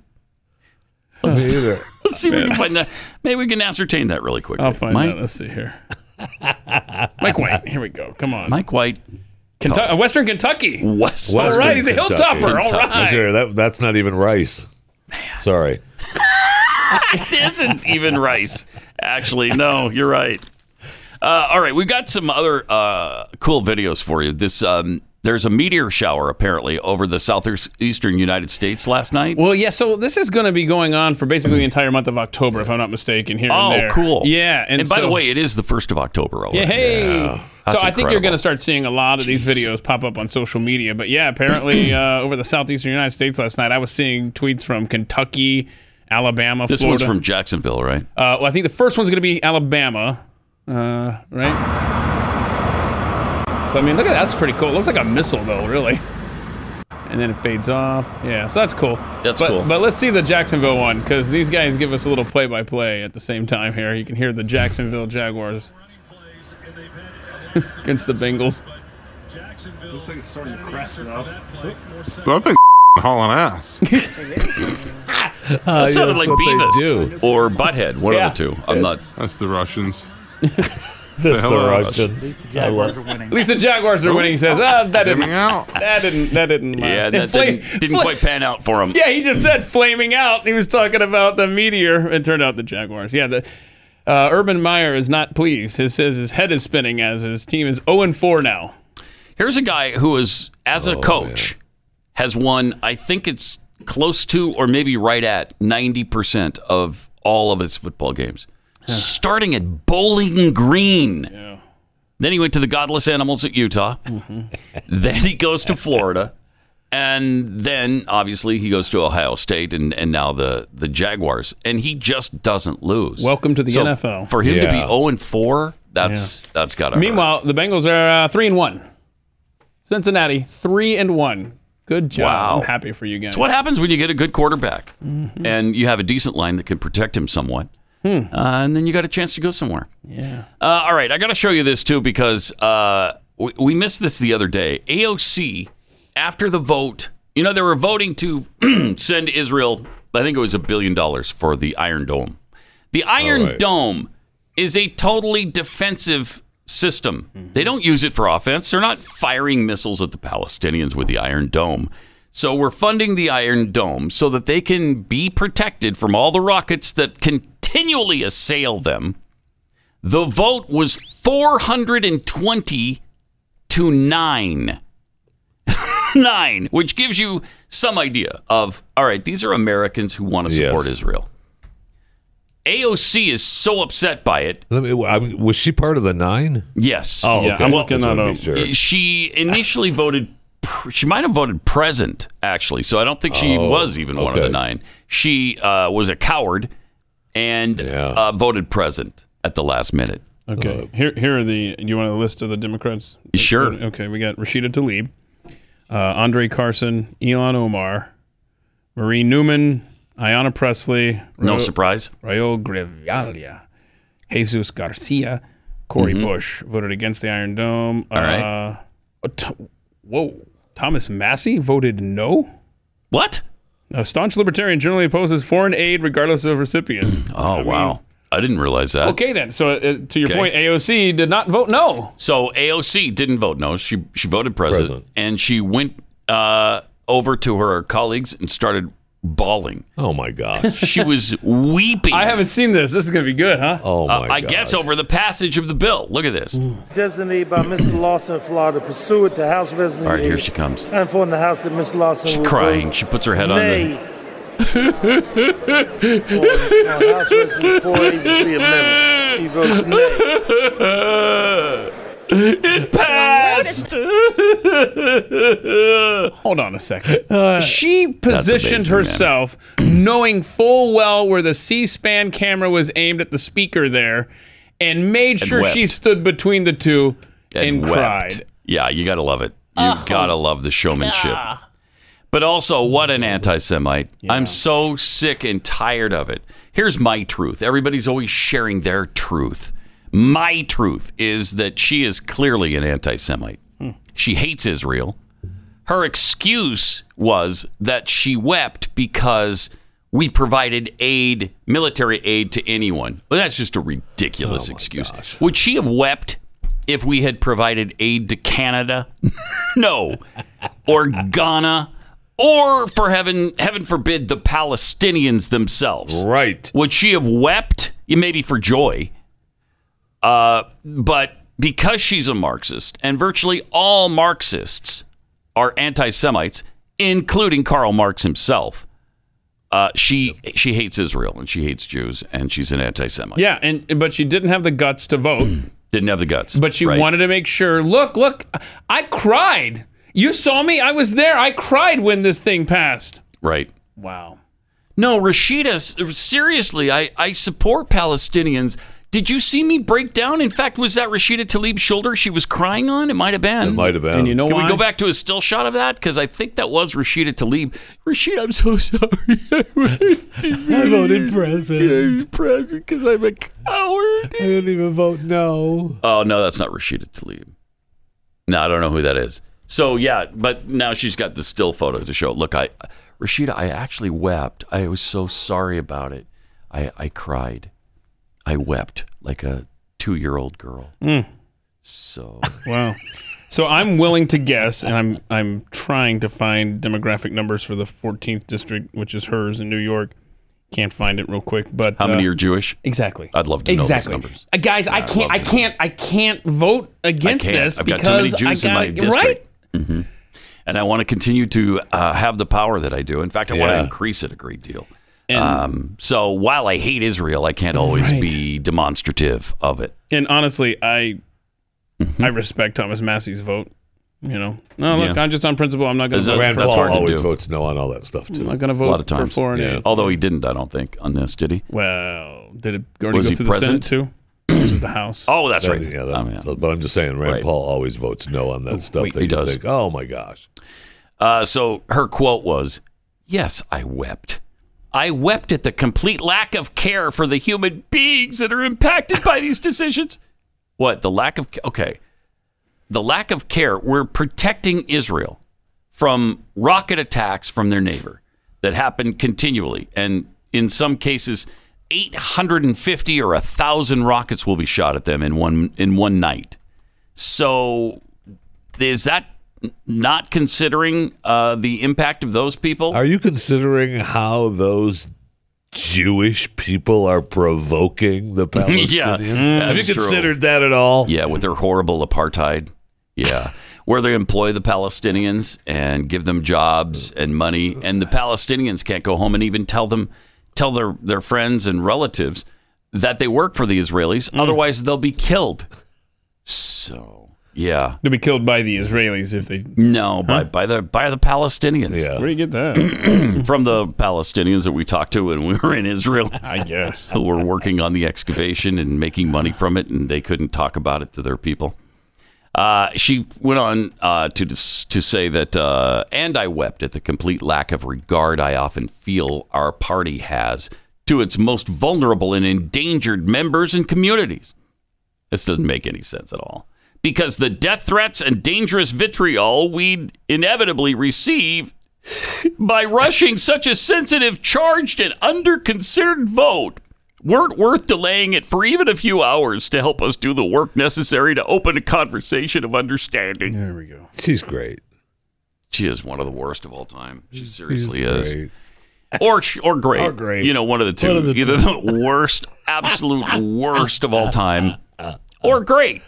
[SPEAKER 5] Me either.
[SPEAKER 3] Let's see if we can find that. Maybe we can ascertain that really quick.
[SPEAKER 4] I'll find
[SPEAKER 3] Mike,
[SPEAKER 4] out. Let's
[SPEAKER 3] [LAUGHS]
[SPEAKER 4] see here. Mike White. Here we go. Come on.
[SPEAKER 3] Mike White,
[SPEAKER 4] Kentu- uh, Western Kentucky.
[SPEAKER 3] West.
[SPEAKER 4] All
[SPEAKER 5] Western
[SPEAKER 4] right, he's a
[SPEAKER 5] Kentucky.
[SPEAKER 4] hilltopper. All
[SPEAKER 3] Kentucky.
[SPEAKER 5] He's
[SPEAKER 4] right.
[SPEAKER 5] there. That, that's not even Rice. Sorry.
[SPEAKER 3] It isn't even rice. Actually, no, you're right. Uh, all right, we've got some other uh, cool videos for you. This um, there's a meteor shower apparently over the southeastern United States last night.
[SPEAKER 4] Well, yeah. So this is going to be going on for basically the entire month of October, if I'm not mistaken. Here.
[SPEAKER 3] Oh,
[SPEAKER 4] and there.
[SPEAKER 3] cool.
[SPEAKER 4] Yeah.
[SPEAKER 3] And, by
[SPEAKER 4] so-
[SPEAKER 3] the way, it is the first of October already.
[SPEAKER 4] Yeah, hey. So
[SPEAKER 3] That's
[SPEAKER 4] I think you're
[SPEAKER 3] incredible.
[SPEAKER 4] going to start seeing a lot of these videos pop up on social media. But yeah, apparently
[SPEAKER 3] [CLEARS THROAT]
[SPEAKER 4] uh, over the southeastern United States last night, I was seeing tweets from Kentucky, Alabama,
[SPEAKER 3] This
[SPEAKER 4] Florida.
[SPEAKER 3] one's from Jacksonville, right?
[SPEAKER 4] Uh, well, I think the first one's going to be Alabama, uh, right? So I mean, look at that. That's pretty cool. It looks like a missile, though, really. And then it fades off. Yeah, so that's cool.
[SPEAKER 3] That's
[SPEAKER 4] but,
[SPEAKER 3] cool.
[SPEAKER 4] But let's see the Jacksonville one because these guys give us a little play-by-play at the same time here. You can hear the Jacksonville Jaguars [LAUGHS] against the Bengals.
[SPEAKER 10] I've been [LAUGHS] hauling ass.
[SPEAKER 5] Uh,
[SPEAKER 3] That sounded
[SPEAKER 5] that's
[SPEAKER 3] like
[SPEAKER 5] what they
[SPEAKER 3] Beavis
[SPEAKER 5] do.
[SPEAKER 3] or Butthead, one
[SPEAKER 4] Yeah.
[SPEAKER 3] of the two. I'm not.
[SPEAKER 10] That's the Russians.
[SPEAKER 5] That's the
[SPEAKER 10] Hello,
[SPEAKER 5] Russian. I love-
[SPEAKER 4] At least the Jaguars are winning. He says, "Ah, that
[SPEAKER 10] Coming
[SPEAKER 4] didn't.
[SPEAKER 10] out.
[SPEAKER 4] That didn't. That didn't last."
[SPEAKER 3] Yeah,
[SPEAKER 4] And
[SPEAKER 3] that
[SPEAKER 4] fla-
[SPEAKER 3] didn't, didn't
[SPEAKER 4] fla-
[SPEAKER 3] quite pan out for him.
[SPEAKER 4] [LAUGHS] Yeah, he just said flaming out. He was talking about the meteor. It turned out the Jaguars. Yeah, the uh, Urban Meyer is not pleased. He says his head is spinning as his team is 0 4 now.
[SPEAKER 3] Here's a guy who is, as a coach, has won, I think it's close to or maybe right at 90% of all of his football games. Starting at Bowling Green. Then he went to the Godless Animals at Utah.
[SPEAKER 4] Mm-hmm.
[SPEAKER 3] then he goes to Florida. And then obviously he goes to Ohio State and, and now the, the Jaguars. And he just doesn't lose.
[SPEAKER 4] Welcome to the
[SPEAKER 3] So
[SPEAKER 4] NFL.
[SPEAKER 3] For him to be
[SPEAKER 5] Yeah.
[SPEAKER 3] 0 and 4, that's that's gotta hurt.
[SPEAKER 4] Meanwhile, the Bengals are uh, 3 and 1. Cincinnati, 3 and 1. Good job.
[SPEAKER 3] Wow.
[SPEAKER 4] I'm happy for you guys.
[SPEAKER 3] It's what happens when you get a good quarterback and you have a decent line that can protect him somewhat. Uh, and then you got a chance to go somewhere. Yeah. Uh, all right. I got to show you this, too, because uh, we, we missed this the other day. AOC, after the vote, you know, they were voting to [CLEARS THROAT] send Israel, I think it was a billion dollars for the Iron Dome. The Iron
[SPEAKER 5] All right.
[SPEAKER 3] Dome is a totally defensive system. They don't use it for offense. They're not firing missiles at the Palestinians with the Iron Dome. So we're funding the Iron Dome so that they can be protected from all the rockets that continually assail them. The vote was 420 to [LAUGHS] 9. 9, which gives you some idea of all right, these are Americans who want to support
[SPEAKER 5] Yes.
[SPEAKER 3] Israel. AOC is so upset by it.
[SPEAKER 5] Let me, I, was she part of the nine?
[SPEAKER 3] Yes.
[SPEAKER 4] Yeah, I'm looking
[SPEAKER 5] Just
[SPEAKER 4] that
[SPEAKER 5] wanna
[SPEAKER 4] up.
[SPEAKER 5] be sure.
[SPEAKER 3] She initially voted, pr- she might have voted present, actually. So I don't think she was even one of the
[SPEAKER 5] okay.
[SPEAKER 3] nine. She uh, was a coward and
[SPEAKER 5] Yeah.
[SPEAKER 3] uh, voted present at the last minute.
[SPEAKER 4] Okay.
[SPEAKER 3] Uh,
[SPEAKER 4] Here, here are the. Do you want a list of the Democrats?
[SPEAKER 3] Sure.
[SPEAKER 4] Okay. We got Rashida Tlaib, uh, Andre Carson, Elon Omar, Marie Newman, Ayanna Presley,
[SPEAKER 3] No
[SPEAKER 4] Raul-
[SPEAKER 3] surprise.
[SPEAKER 4] Raul Grevalia, Jesus Garcia, Corey Bush voted against the Iron Dome.
[SPEAKER 3] Mm-hmm. All right.
[SPEAKER 4] Uh, uh, Th- whoa. Thomas Massey voted no.
[SPEAKER 3] What?
[SPEAKER 4] A staunch libertarian generally opposes foreign aid regardless of recipients.
[SPEAKER 3] Oh, wow. I didn't realize that.
[SPEAKER 4] okay, then. So, uh, to your
[SPEAKER 3] Okay.
[SPEAKER 4] point, AOC did not vote no.
[SPEAKER 3] So AOC didn't vote no. She she voted president,
[SPEAKER 5] President.
[SPEAKER 3] and she went uh, over to her colleagues and started bawling.
[SPEAKER 5] [LAUGHS] Oh
[SPEAKER 3] [LAUGHS]
[SPEAKER 5] my gosh.
[SPEAKER 3] She was weeping.
[SPEAKER 4] I haven't seen this. This is gonna be good, huh?
[SPEAKER 5] Oh my
[SPEAKER 3] uh, I
[SPEAKER 5] gosh.
[SPEAKER 3] guess over the passage of the bill. Look at this.
[SPEAKER 10] Designated by Mr. Lawson, Florida, pursue it to House President.
[SPEAKER 3] All right, here she comes.
[SPEAKER 10] I'm informed the House that Mr. Lawson
[SPEAKER 3] She's
[SPEAKER 10] will
[SPEAKER 3] crying.
[SPEAKER 10] vote
[SPEAKER 3] She puts her head on
[SPEAKER 10] nay
[SPEAKER 3] the.
[SPEAKER 10] on- on House Resolution 483 amendment. He votes nay.
[SPEAKER 4] [LAUGHS] It passed. Hold on a second. she
[SPEAKER 6] That's
[SPEAKER 4] positioned
[SPEAKER 6] amazing, man.
[SPEAKER 4] herself knowing full well where the C SPAN camera was aimed at the speaker there and made
[SPEAKER 3] And
[SPEAKER 4] sure she
[SPEAKER 3] wept.
[SPEAKER 4] stood between the two and,
[SPEAKER 3] wept.
[SPEAKER 4] cried.
[SPEAKER 3] Yeah, you got to love it. You got to love the showmanship. But also, what an anti Semite. I'm so sick and tired of it. Here's my truth. Everybody's always sharing their truth. My truth is that she is clearly an anti Semite.
[SPEAKER 4] Hmm.
[SPEAKER 3] She hates Israel. Her excuse was that she wept because we provided aid, military aid to anyone. Well, that's just a ridiculous excuse. Would she have wept if we had provided aid to Canada? [LAUGHS] no. Or Ghana? Or for heaven heaven forbid the Palestinians themselves.
[SPEAKER 5] Right.
[SPEAKER 3] Would she have wept? Maybe for joy. Uh, but because she's a Marxist, and virtually all Marxists are anti Semites, including Karl Marx himself, uh, she she hates Israel and she hates Jews and she's an anti Semite.
[SPEAKER 4] Yeah, and but she didn't have the guts to vote.
[SPEAKER 3] Didn't have the guts.
[SPEAKER 4] But she
[SPEAKER 3] right?
[SPEAKER 4] wanted to make sure. Look, look, I cried. You saw me. I was there. I cried when this thing passed.
[SPEAKER 3] Right.
[SPEAKER 4] Wow.
[SPEAKER 3] No, Rashida, s- seriously, I, I support Palestinians. Did you see me break down? In fact, was that Rashida Tlaib's shoulder she was crying on? It might have been. It
[SPEAKER 5] might have been.
[SPEAKER 4] And you know
[SPEAKER 3] Can
[SPEAKER 4] why?
[SPEAKER 3] we go back to a still shot of that? Because I think that was Rashida Tlaib. Rashida, I'm so [LAUGHS] sorry.
[SPEAKER 6] I voted present.
[SPEAKER 3] Present because I'm a coward.
[SPEAKER 6] I didn't even vote no.
[SPEAKER 3] Oh no, that's not Rashida Tlaib. No, I don't know who that is. So yeah, but now she's got the still photo to show. Look, I Rashida, I actually wept. I was so sorry about it. I, I cried. I wept like a two year old girl.
[SPEAKER 4] Mm.
[SPEAKER 3] So
[SPEAKER 4] Wow. So I'm willing to guess, and I'm I'm trying to find demographic numbers for the 14th district, which is hers in New York. Can't find it real quick, but
[SPEAKER 3] how many
[SPEAKER 4] uh,
[SPEAKER 3] are Jewish?
[SPEAKER 4] Exactly.
[SPEAKER 3] I'd love to
[SPEAKER 4] Exactly.
[SPEAKER 3] know those numbers.
[SPEAKER 4] Uh, guys, I
[SPEAKER 3] I'd
[SPEAKER 4] can't,
[SPEAKER 3] love
[SPEAKER 4] I
[SPEAKER 3] to know.
[SPEAKER 4] can't, I can't vote against
[SPEAKER 3] I can't.
[SPEAKER 4] this
[SPEAKER 3] I've got
[SPEAKER 4] because
[SPEAKER 3] too many
[SPEAKER 4] I
[SPEAKER 3] Jews in
[SPEAKER 4] gotta-
[SPEAKER 3] my district.
[SPEAKER 4] Right?
[SPEAKER 3] hmm And I want to continue to uh, have the power that I do. In fact, I want to
[SPEAKER 4] Yeah.
[SPEAKER 3] increase it a great deal.
[SPEAKER 4] And-
[SPEAKER 3] um, so while I hate Israel, I can't always
[SPEAKER 4] Right.
[SPEAKER 3] be demonstrative of it.
[SPEAKER 4] And honestly, I, I respect Thomas Massey's vote. You know, no, look,
[SPEAKER 3] Mm-hmm. Yeah.
[SPEAKER 4] I'm just on principle. I'm not going to vote.
[SPEAKER 5] Rand
[SPEAKER 4] for-
[SPEAKER 5] Paul
[SPEAKER 3] hard to
[SPEAKER 5] always
[SPEAKER 3] do.
[SPEAKER 5] votes no on all that stuff too.
[SPEAKER 4] I'm not going to
[SPEAKER 3] A lot of
[SPEAKER 4] vote for
[SPEAKER 3] times,
[SPEAKER 4] foreign aid.
[SPEAKER 3] although he didn't, I don't think, on this, did he?
[SPEAKER 4] Well, did it already
[SPEAKER 3] Was
[SPEAKER 4] go
[SPEAKER 3] he
[SPEAKER 4] through the
[SPEAKER 3] [CLEARS THROAT]
[SPEAKER 4] Senate too? This is the House.
[SPEAKER 3] Oh, that's right.
[SPEAKER 5] Yeah, that- so- but I'm just saying, Rand Paul always votes no on that stuff. that
[SPEAKER 3] he
[SPEAKER 5] you
[SPEAKER 3] does.
[SPEAKER 5] think, oh my gosh,
[SPEAKER 3] Uh, so her quote was, "Yes, I wept. I wept at the complete lack of care for the human beings that are impacted by these decisions." What the lack of okay, the lack of care. We're protecting Israel from rocket attacks from their neighbor that happen continually, and in some cases, 850 or thousand rockets will be shot at them in one in one night. So is that not considering uh, the impact of those people?
[SPEAKER 5] are you considering how those Jewish people are provoking the
[SPEAKER 3] [LAUGHS]
[SPEAKER 5] Palestinians?
[SPEAKER 3] yeah,
[SPEAKER 5] Have you
[SPEAKER 3] that's true.
[SPEAKER 5] considered that at all?
[SPEAKER 3] Yeah, with their horrible apartheid. Yeah. Where they employ the Palestinians and give them jobs and money, and the Palestinians can't go home and even tell them, tell their, their friends and relatives that they work for the Israelis. Otherwise, they'll be killed. So, yeah.
[SPEAKER 4] They'll be killed by the Israelis if they.
[SPEAKER 3] No, by, by the by the Palestinians. Mm,
[SPEAKER 4] Where do you get that?
[SPEAKER 3] [CLEARS THROAT] From the Palestinians that we talked to when we were in Israel.
[SPEAKER 4] I guess.
[SPEAKER 3] who were working on the excavation and making money from it, and they couldn't talk about it to their people. Uh, she went on uh, to dis- to say that, uh, and I wept at the complete lack of regard I often feel our party has to its most vulnerable and endangered members and communities. This doesn't make any sense at all. Because the death threats and dangerous vitriol we inevitably receive by rushing such a sensitive, charged, and underconsidered vote weren't worth delaying it for even a few hours to help us do the work necessary to open a conversation of understanding.
[SPEAKER 4] There we go.
[SPEAKER 5] She's great.
[SPEAKER 3] She is one of the worst of all time. She seriously
[SPEAKER 5] She's
[SPEAKER 3] is.
[SPEAKER 5] great.
[SPEAKER 3] Or, sh- or great.
[SPEAKER 5] Or great.
[SPEAKER 3] You know, one of the two.
[SPEAKER 5] One of the
[SPEAKER 3] Either the worst, absolute worst of all
[SPEAKER 5] [LAUGHS]
[SPEAKER 3] time, or great.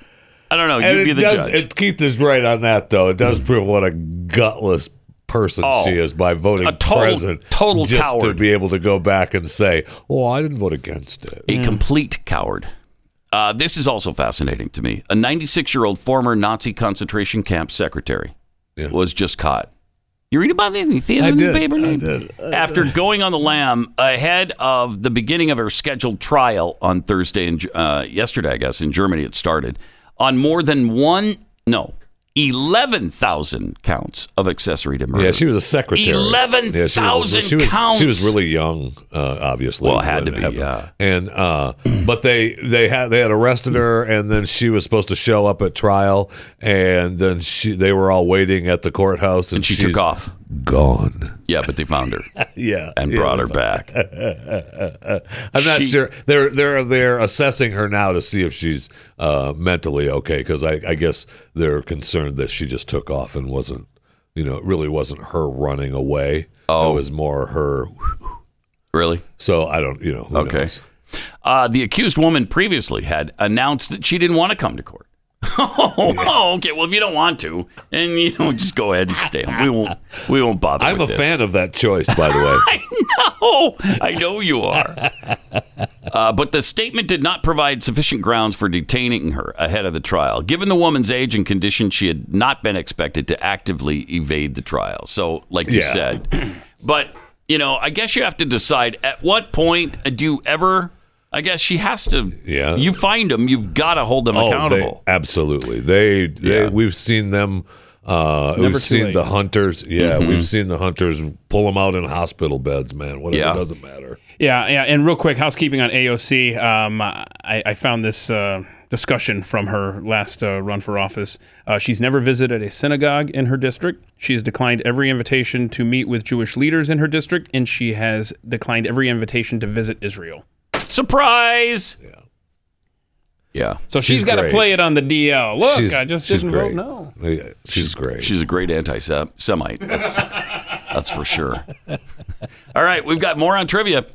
[SPEAKER 3] I don't know.
[SPEAKER 5] and
[SPEAKER 3] you be
[SPEAKER 5] it
[SPEAKER 3] the
[SPEAKER 5] does.
[SPEAKER 3] judge.
[SPEAKER 5] It, Keith is right on that, though. It does prove what a gutless person
[SPEAKER 3] Oh,
[SPEAKER 5] she is by voting
[SPEAKER 3] a total-
[SPEAKER 5] present,
[SPEAKER 3] total
[SPEAKER 5] just to
[SPEAKER 3] coward.
[SPEAKER 5] be able to go back and say, "Oh, I didn't vote against it."
[SPEAKER 3] a complete coward. Uh, this is also fascinating to me. A 96 year old former Nazi concentration camp secretary was just caught. You read about it? You see it
[SPEAKER 5] I
[SPEAKER 3] in the
[SPEAKER 5] did,
[SPEAKER 3] paper
[SPEAKER 5] I
[SPEAKER 3] news?
[SPEAKER 5] did, I [LAUGHS]
[SPEAKER 3] After going on the lam ahead of the beginning of her scheduled trial on Thursday and uh, yesterday, I guess, in Germany, it started on more than one, no, 11,000 counts of accessory to murder.
[SPEAKER 5] Yeah, she was a secretary.
[SPEAKER 3] Eleven
[SPEAKER 5] Yeah, she was-
[SPEAKER 3] thousand
[SPEAKER 5] she was-
[SPEAKER 3] counts.
[SPEAKER 5] She was really young, uh, obviously.
[SPEAKER 3] Well, had to
[SPEAKER 5] when
[SPEAKER 3] be,
[SPEAKER 5] it happened.
[SPEAKER 3] yeah.
[SPEAKER 5] And uh, but they they had they had arrested her, and then she was supposed to show up at trial, and then she they were all waiting at the courthouse, and,
[SPEAKER 3] and she
[SPEAKER 5] she's
[SPEAKER 3] took off.
[SPEAKER 5] Gone.
[SPEAKER 3] Yeah, but they found her
[SPEAKER 5] Yeah,
[SPEAKER 3] and
[SPEAKER 5] [LAUGHS] yeah,
[SPEAKER 3] brought her
[SPEAKER 5] that's-
[SPEAKER 3] back.
[SPEAKER 5] I'm not
[SPEAKER 3] She-
[SPEAKER 5] sure they're they're they're assessing her now to see if she's uh, mentally okay because I, I guess they're concerned that she just took off and wasn't you know it really wasn't her running away.
[SPEAKER 3] Oh.
[SPEAKER 5] it was more her.
[SPEAKER 3] Really?
[SPEAKER 5] So I don't you know who
[SPEAKER 3] Okay.
[SPEAKER 5] knows?
[SPEAKER 3] Uh, the accused woman previously had announced that she didn't want to come to court. [LAUGHS] oh, okay. Well, if you don't want to, and you know, just go ahead and stay home. We won't. We won't bother.
[SPEAKER 5] I'm a
[SPEAKER 3] with this.
[SPEAKER 5] fan of that choice by the way.
[SPEAKER 3] I know. Oh, I know you are. Uh, but the statement did not provide sufficient grounds for detaining her ahead of the trial. Given the woman's age and condition, she had not been expected to actively evade the trial. So, like you
[SPEAKER 5] Yeah.
[SPEAKER 3] said, but you know, I guess you have to decide at what point do you ever. I guess she has to.
[SPEAKER 5] Yeah. Oh,
[SPEAKER 3] You find them. You've got to hold them accountable.
[SPEAKER 5] They, absolutely. They, they we've seen them. Uh,
[SPEAKER 4] too
[SPEAKER 5] we've seen
[SPEAKER 4] late.
[SPEAKER 5] the hunters. Yeah, we've seen the hunters pull them out in hospital beds, man. Whatever
[SPEAKER 3] Yeah.
[SPEAKER 5] doesn't matter.
[SPEAKER 4] Yeah, yeah. And real quick, housekeeping on AOC. Um, I, I found this uh, discussion from her last uh, run for office. Uh, she's never visited a synagogue in her district. She has declined every invitation to meet with Jewish leaders in her district, and she has declined every invitation to visit Israel.
[SPEAKER 3] Surprise. Yeah. Yeah.
[SPEAKER 4] So
[SPEAKER 5] She's
[SPEAKER 4] she's got to
[SPEAKER 5] great.
[SPEAKER 4] play it on the DL. Look, I just
[SPEAKER 5] she's
[SPEAKER 4] didn't
[SPEAKER 5] great.
[SPEAKER 4] vote no.
[SPEAKER 5] Yeah, she's great.
[SPEAKER 3] She's a great anti-Semite. That's,
[SPEAKER 5] [LAUGHS]
[SPEAKER 3] that's for sure. All right, we've got more on trivia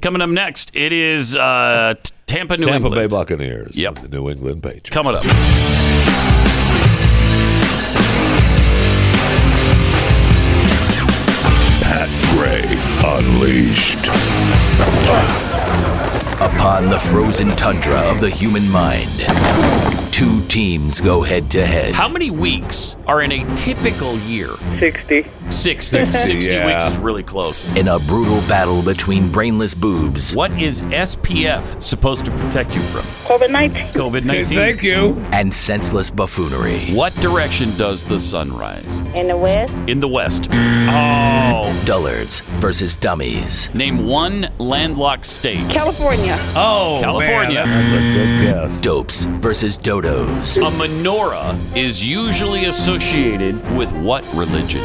[SPEAKER 3] coming up next. It is uh, T- Tampa, New
[SPEAKER 5] Tampa Bay
[SPEAKER 3] England.
[SPEAKER 5] Buccaneers.
[SPEAKER 3] Yep.
[SPEAKER 5] and The New England Patriots.
[SPEAKER 3] coming up.
[SPEAKER 5] Gray Unleashed.
[SPEAKER 11] Upon the frozen tundra of the human mind, [LAUGHS] two teams go head to head.
[SPEAKER 3] How many weeks are in a typical year?
[SPEAKER 10] 60.
[SPEAKER 3] 60. 60
[SPEAKER 5] yeah.
[SPEAKER 3] weeks is really close.
[SPEAKER 11] In a brutal battle between brainless boobs
[SPEAKER 3] What is SPF supposed to protect you from?
[SPEAKER 9] COVID 19.
[SPEAKER 3] COVID-19.
[SPEAKER 5] you.
[SPEAKER 11] and senseless buffoonery,
[SPEAKER 3] What direction does the sun rise?
[SPEAKER 9] In the West?
[SPEAKER 3] In the west. Oh.
[SPEAKER 11] dullards versus dummies.
[SPEAKER 3] Name one landlocked state.
[SPEAKER 9] California.
[SPEAKER 3] Oh, California.
[SPEAKER 5] That's a good guess.
[SPEAKER 11] Dopes versus dodos.
[SPEAKER 9] Oh,
[SPEAKER 3] A menorah is usually associated with what religion?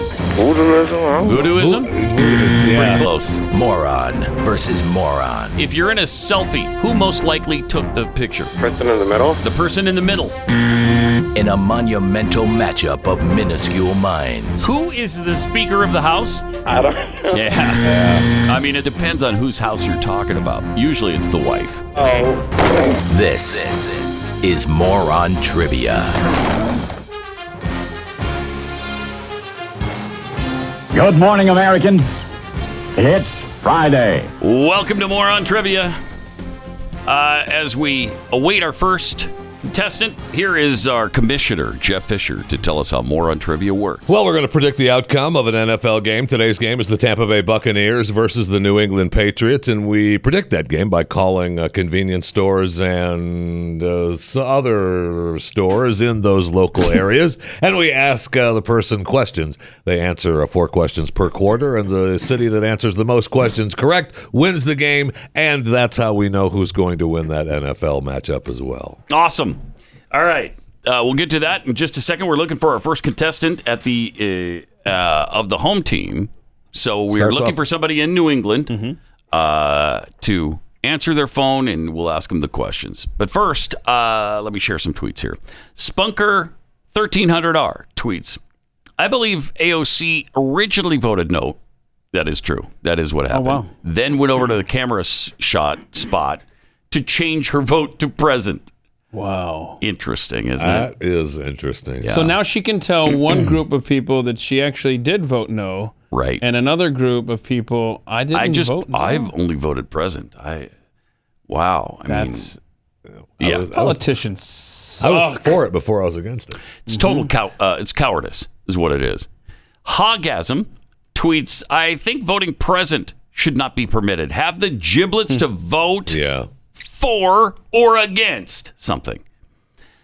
[SPEAKER 3] Voodooism. Voodooism?
[SPEAKER 5] Yeah.
[SPEAKER 3] Close.
[SPEAKER 11] Moron versus moron.
[SPEAKER 3] If you're in a selfie, who most likely took the picture?
[SPEAKER 10] Person in the middle.
[SPEAKER 3] The person in the middle.
[SPEAKER 11] In a monumental matchup of minuscule minds.
[SPEAKER 3] Who is the Speaker of the House?
[SPEAKER 10] I don't know.
[SPEAKER 3] Yeah. I mean, it depends on whose house you're talking about. Usually it's the wife.
[SPEAKER 10] Oh.
[SPEAKER 11] This is Moron Trivia.
[SPEAKER 2] Good morning, Americans. It's Friday.
[SPEAKER 3] Welcome to more on Trivia. Uh, as we await our first contestant, here is our commissioner, Jeff Fisher, to tell us how more on Trivia works.
[SPEAKER 5] Well, we're going to predict the outcome of an NFL game. Today's game is the Tampa Bay Buccaneers versus the New England Patriots, and we predict that game by calling uh, convenience stores and uh, s- other stores in those local areas, and we ask uh, the person questions. They answer uh, four questions per quarter, and the city that answers the most questions correct wins the game, and that's how we know who's going to win that NFL matchup as well.
[SPEAKER 3] Awesome. All right. Uh, we'll get to that in just a second. We're looking for our first contestant at the uh, uh, of the home team. So we're
[SPEAKER 5] Starts
[SPEAKER 3] looking
[SPEAKER 5] off-
[SPEAKER 3] for somebody in New England uh, to answer their phone, and we'll ask them the questions. But first, uh, let me share some tweets here. Spunker thirteen hundred R tweets. I believe AOC originally voted no. That is true. That is what happened.
[SPEAKER 4] wow.
[SPEAKER 3] Then went over to the camera s- shot spot to change her vote to present
[SPEAKER 4] Wow.
[SPEAKER 3] interesting, isn't it?
[SPEAKER 5] That is interesting.
[SPEAKER 4] So now she can tell one [CLEARS THROAT] group of people that she actually did vote no,
[SPEAKER 3] Right.
[SPEAKER 4] and another group of people I didn't
[SPEAKER 3] I just
[SPEAKER 4] vote no.
[SPEAKER 3] I've only voted present. I wow. I
[SPEAKER 4] That's
[SPEAKER 5] I
[SPEAKER 3] Yeah.
[SPEAKER 5] was- I was-
[SPEAKER 3] Politicians
[SPEAKER 5] I was,
[SPEAKER 3] suck.
[SPEAKER 5] for it before I was against it.
[SPEAKER 3] It's
[SPEAKER 4] mm-hmm.
[SPEAKER 3] total cow. Uh, it's cowardice, is what it is. Hogasm tweets: I think voting present should not be permitted. Have the giblets
[SPEAKER 4] Hmm.
[SPEAKER 3] to vote for or against something.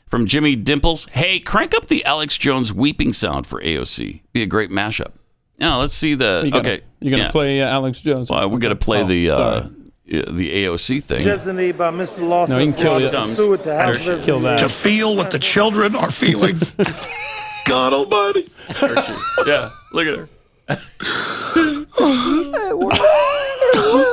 [SPEAKER 3] From Jimmy Dimples: Hey, crank up the Alex Jones weeping sound for AOC. Be a great mashup. Now let's see the
[SPEAKER 4] You gotta-
[SPEAKER 3] okay.
[SPEAKER 4] You're gonna
[SPEAKER 3] yeah.
[SPEAKER 4] play uh, Alex Jones.
[SPEAKER 3] Uh, we got to play
[SPEAKER 4] Oh,
[SPEAKER 3] the
[SPEAKER 4] sorry.
[SPEAKER 3] uh, the AOC thing.
[SPEAKER 10] Designated by Mr. Lawson.
[SPEAKER 3] No, you can kill
[SPEAKER 10] Florida
[SPEAKER 3] the-
[SPEAKER 10] pursuant to House
[SPEAKER 3] There she is. Kill that.
[SPEAKER 10] Resolution-
[SPEAKER 3] To
[SPEAKER 12] feel what the children are
[SPEAKER 5] [LAUGHS]
[SPEAKER 12] feeling. God Almighty.
[SPEAKER 3] yeah, look at her.
[SPEAKER 6] it works.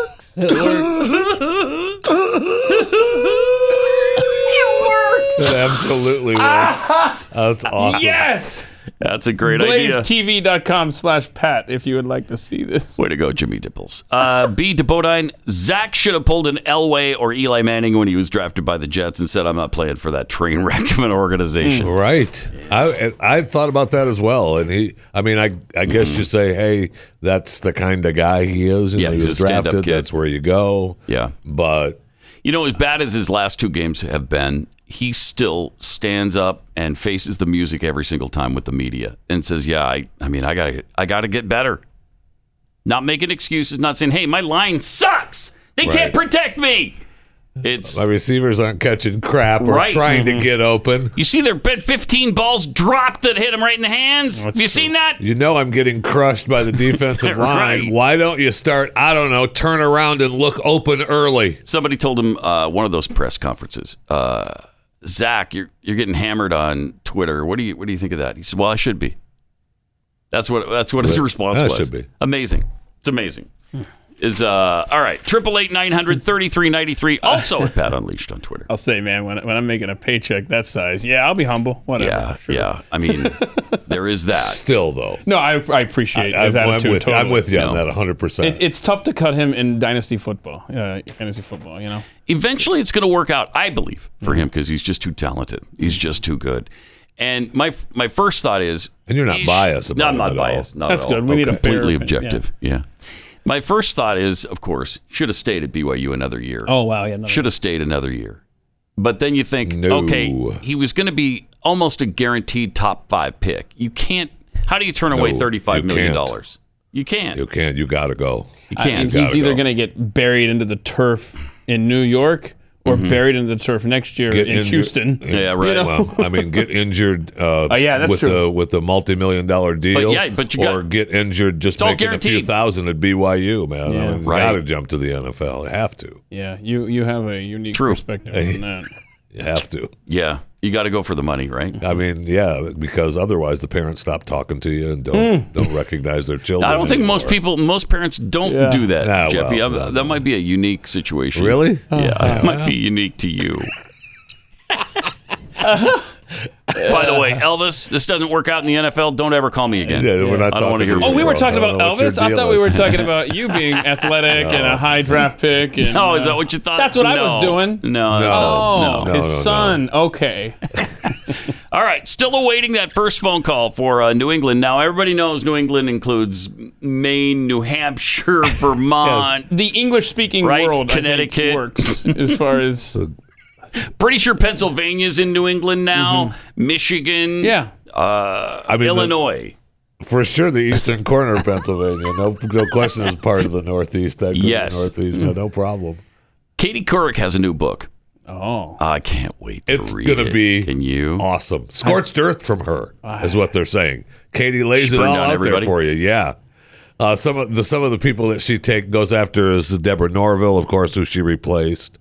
[SPEAKER 6] It
[SPEAKER 5] It absolutely
[SPEAKER 12] [LAUGHS]
[SPEAKER 5] was. That's awesome.
[SPEAKER 4] Yes.
[SPEAKER 3] That's a great idea.
[SPEAKER 4] BlazeTV.com slash Pat if you would like to see this.
[SPEAKER 3] Way to go, Jimmy Dipples. Uh, B. DeBodine, Zach should have pulled an Elway or Eli Manning when he was drafted by the Jets and said, I'm not playing for that train wreck of an organization.
[SPEAKER 5] Mm. Right. I I've thought about that as well. And he, I mean, I I guess you say, hey, that's the kind of guy he is. You
[SPEAKER 3] Mm-hmm. Yeah,
[SPEAKER 5] know,
[SPEAKER 3] he's
[SPEAKER 5] he
[SPEAKER 3] a
[SPEAKER 5] was
[SPEAKER 3] stand-up
[SPEAKER 5] drafted.
[SPEAKER 3] kid.
[SPEAKER 5] That's where you go.
[SPEAKER 3] Yeah.
[SPEAKER 5] But
[SPEAKER 3] You know, as bad as his last two games have been, he still stands up and faces the music every single time with the media and says, Yeah, I, I mean, I got to I gotta get better. Not making excuses, not saying, Hey, my line sucks. They can't protect me. It's
[SPEAKER 5] my receivers aren't catching crap or
[SPEAKER 3] Right.
[SPEAKER 5] trying
[SPEAKER 12] Mm-hmm.
[SPEAKER 5] to get open.
[SPEAKER 3] You see, there have been 15 balls dropped that hit him right in the hands. have you seen that?
[SPEAKER 5] You know I'm getting crushed by
[SPEAKER 12] [LAUGHS]
[SPEAKER 5] the defensive
[SPEAKER 3] Right.
[SPEAKER 5] line. Why don't you start? I don't know. Turn around and look open early.
[SPEAKER 3] Somebody told him uh, one of those press conferences, uh, Zach, you're you're getting hammered on Twitter. What do you what do you think of that? He said, Well, I should be. That's what that's what his
[SPEAKER 5] Right.
[SPEAKER 3] response
[SPEAKER 5] I
[SPEAKER 3] was.
[SPEAKER 5] should be.
[SPEAKER 3] amazing. It's amazing. Is uh all right. Triple eight nine hundred thirty three ninety three. Also at Pat Unleashed on Twitter.
[SPEAKER 5] Oh,
[SPEAKER 4] I'll say, man, when, when I'm making a paycheck that size, yeah, I'll be humble. Whatever.
[SPEAKER 3] Yeah, yeah. I mean, there is that.
[SPEAKER 5] [LAUGHS] Still though.
[SPEAKER 4] No, I, I appreciate
[SPEAKER 5] I,
[SPEAKER 4] his
[SPEAKER 5] am
[SPEAKER 4] attitude.
[SPEAKER 5] with, I'm
[SPEAKER 4] totally.
[SPEAKER 5] with you on
[SPEAKER 4] No.
[SPEAKER 5] that 100. percent
[SPEAKER 4] It, it's tough to cut him in dynasty football, uh, fantasy football. You know,
[SPEAKER 3] eventually it's going to work out, I believe, for him because he's just too talented. He's just too good. And my my first thought is,
[SPEAKER 5] and you're not biased about
[SPEAKER 3] I'm
[SPEAKER 5] him
[SPEAKER 3] not
[SPEAKER 5] at all.
[SPEAKER 3] biased. Not
[SPEAKER 4] That's
[SPEAKER 3] at all.
[SPEAKER 4] good. We need a fair
[SPEAKER 3] completely
[SPEAKER 4] opinion.
[SPEAKER 3] objective. Yeah. My first thought is, of course, should have stayed at BYU another year.
[SPEAKER 4] Oh, wow, yeah, another
[SPEAKER 3] should have stayed another year. But then you think, okay, he was going to be almost a guaranteed top five pick. You can't. How do you turn away
[SPEAKER 5] No,
[SPEAKER 3] thirty five
[SPEAKER 5] you
[SPEAKER 3] million
[SPEAKER 5] can't.
[SPEAKER 3] dollars? You can't.
[SPEAKER 5] You can't. You gotta go.
[SPEAKER 3] You
[SPEAKER 4] I-
[SPEAKER 3] can't.
[SPEAKER 4] and he's either going to get buried into the turf in New York or
[SPEAKER 3] Mm-hmm.
[SPEAKER 4] buried into the turf next year in
[SPEAKER 5] injured-
[SPEAKER 4] Houston.
[SPEAKER 3] Yeah, right.
[SPEAKER 4] You know?
[SPEAKER 5] Well, I mean, get injured. Uh,
[SPEAKER 4] Oh, yeah, that's
[SPEAKER 5] with
[SPEAKER 4] true.
[SPEAKER 5] the with the multi million dollar deal.
[SPEAKER 3] yeah, but you got-
[SPEAKER 5] or get injured just
[SPEAKER 3] It's all
[SPEAKER 5] making a few
[SPEAKER 3] guaranteed.
[SPEAKER 5] thousand at BYU, man.
[SPEAKER 4] Yeah.
[SPEAKER 5] I mean, you
[SPEAKER 3] Right.
[SPEAKER 5] Gotta jump to the NFL. You have to.
[SPEAKER 4] yeah, you you have a unique
[SPEAKER 3] True.
[SPEAKER 4] perspective on that.
[SPEAKER 5] You have to.
[SPEAKER 3] Yeah, you got to go for the money, right?
[SPEAKER 5] I mean, yeah, because otherwise the parents stop talking to you and don't don't recognize their children.
[SPEAKER 3] Hmm. I don't think most
[SPEAKER 5] anymore.
[SPEAKER 3] people, most parents don't
[SPEAKER 5] Yeah.
[SPEAKER 3] do that,
[SPEAKER 5] Ah, well,
[SPEAKER 3] Jeffy. I'm-
[SPEAKER 5] no,
[SPEAKER 3] That might be a unique situation.
[SPEAKER 5] Really?
[SPEAKER 3] Yeah,
[SPEAKER 5] Uh-huh.
[SPEAKER 3] it might be unique to you.
[SPEAKER 5] [LAUGHS]
[SPEAKER 3] By the way, Elvis, this doesn't work out in the NFL. Don't ever call me again.
[SPEAKER 5] Yeah, we're not
[SPEAKER 3] I don't want to
[SPEAKER 5] talking
[SPEAKER 3] hear.
[SPEAKER 4] [LAUGHS]
[SPEAKER 5] to
[SPEAKER 4] Oh,
[SPEAKER 3] from
[SPEAKER 4] we
[SPEAKER 3] you.
[SPEAKER 4] were talking
[SPEAKER 5] I don't
[SPEAKER 4] about
[SPEAKER 5] know what your
[SPEAKER 4] Elvis. I
[SPEAKER 5] deal
[SPEAKER 4] thought we were
[SPEAKER 3] [LAUGHS]
[SPEAKER 5] is.
[SPEAKER 4] talking about you being athletic and a high draft pick. And,
[SPEAKER 3] No, Oh, is
[SPEAKER 4] uh,
[SPEAKER 3] that what you thought?
[SPEAKER 4] That's what I
[SPEAKER 3] No.
[SPEAKER 4] was doing.
[SPEAKER 3] No, that's
[SPEAKER 4] Oh,
[SPEAKER 3] not- no.
[SPEAKER 4] his son. Okay.
[SPEAKER 3] All right, still awaiting that first phone call for uh, New England. Now everybody knows New England includes Maine, New
[SPEAKER 5] [LAUGHS]
[SPEAKER 3] Hampshire, Vermont,
[SPEAKER 4] The English speaking
[SPEAKER 3] Right,
[SPEAKER 4] world I think,
[SPEAKER 3] Connecticut. [LAUGHS]
[SPEAKER 4] works as far as
[SPEAKER 3] Pretty sure Pennsylvania's in New England now. Michigan.
[SPEAKER 4] Mm-hmm. Yeah.
[SPEAKER 3] Uh,
[SPEAKER 5] I mean, the-
[SPEAKER 3] Illinois.
[SPEAKER 5] For sure, the eastern corner of Pennsylvania. No, no question is part of the Northeast. That group of
[SPEAKER 3] Yes.
[SPEAKER 5] Northeast, no, no problem.
[SPEAKER 3] Katie Couric has a new book.
[SPEAKER 4] Oh.
[SPEAKER 3] I can't wait to
[SPEAKER 5] It's
[SPEAKER 3] read
[SPEAKER 5] gonna
[SPEAKER 3] it.
[SPEAKER 5] be
[SPEAKER 3] Can you?
[SPEAKER 5] awesome. Scorched earth from her is what they're saying. Katie lays
[SPEAKER 3] She
[SPEAKER 5] it all
[SPEAKER 3] burned down
[SPEAKER 5] out
[SPEAKER 3] everybody?
[SPEAKER 5] there for you. Yeah. Uh, some of the some of the people that she take goes after is Deborah Norville, of course, who she replaced.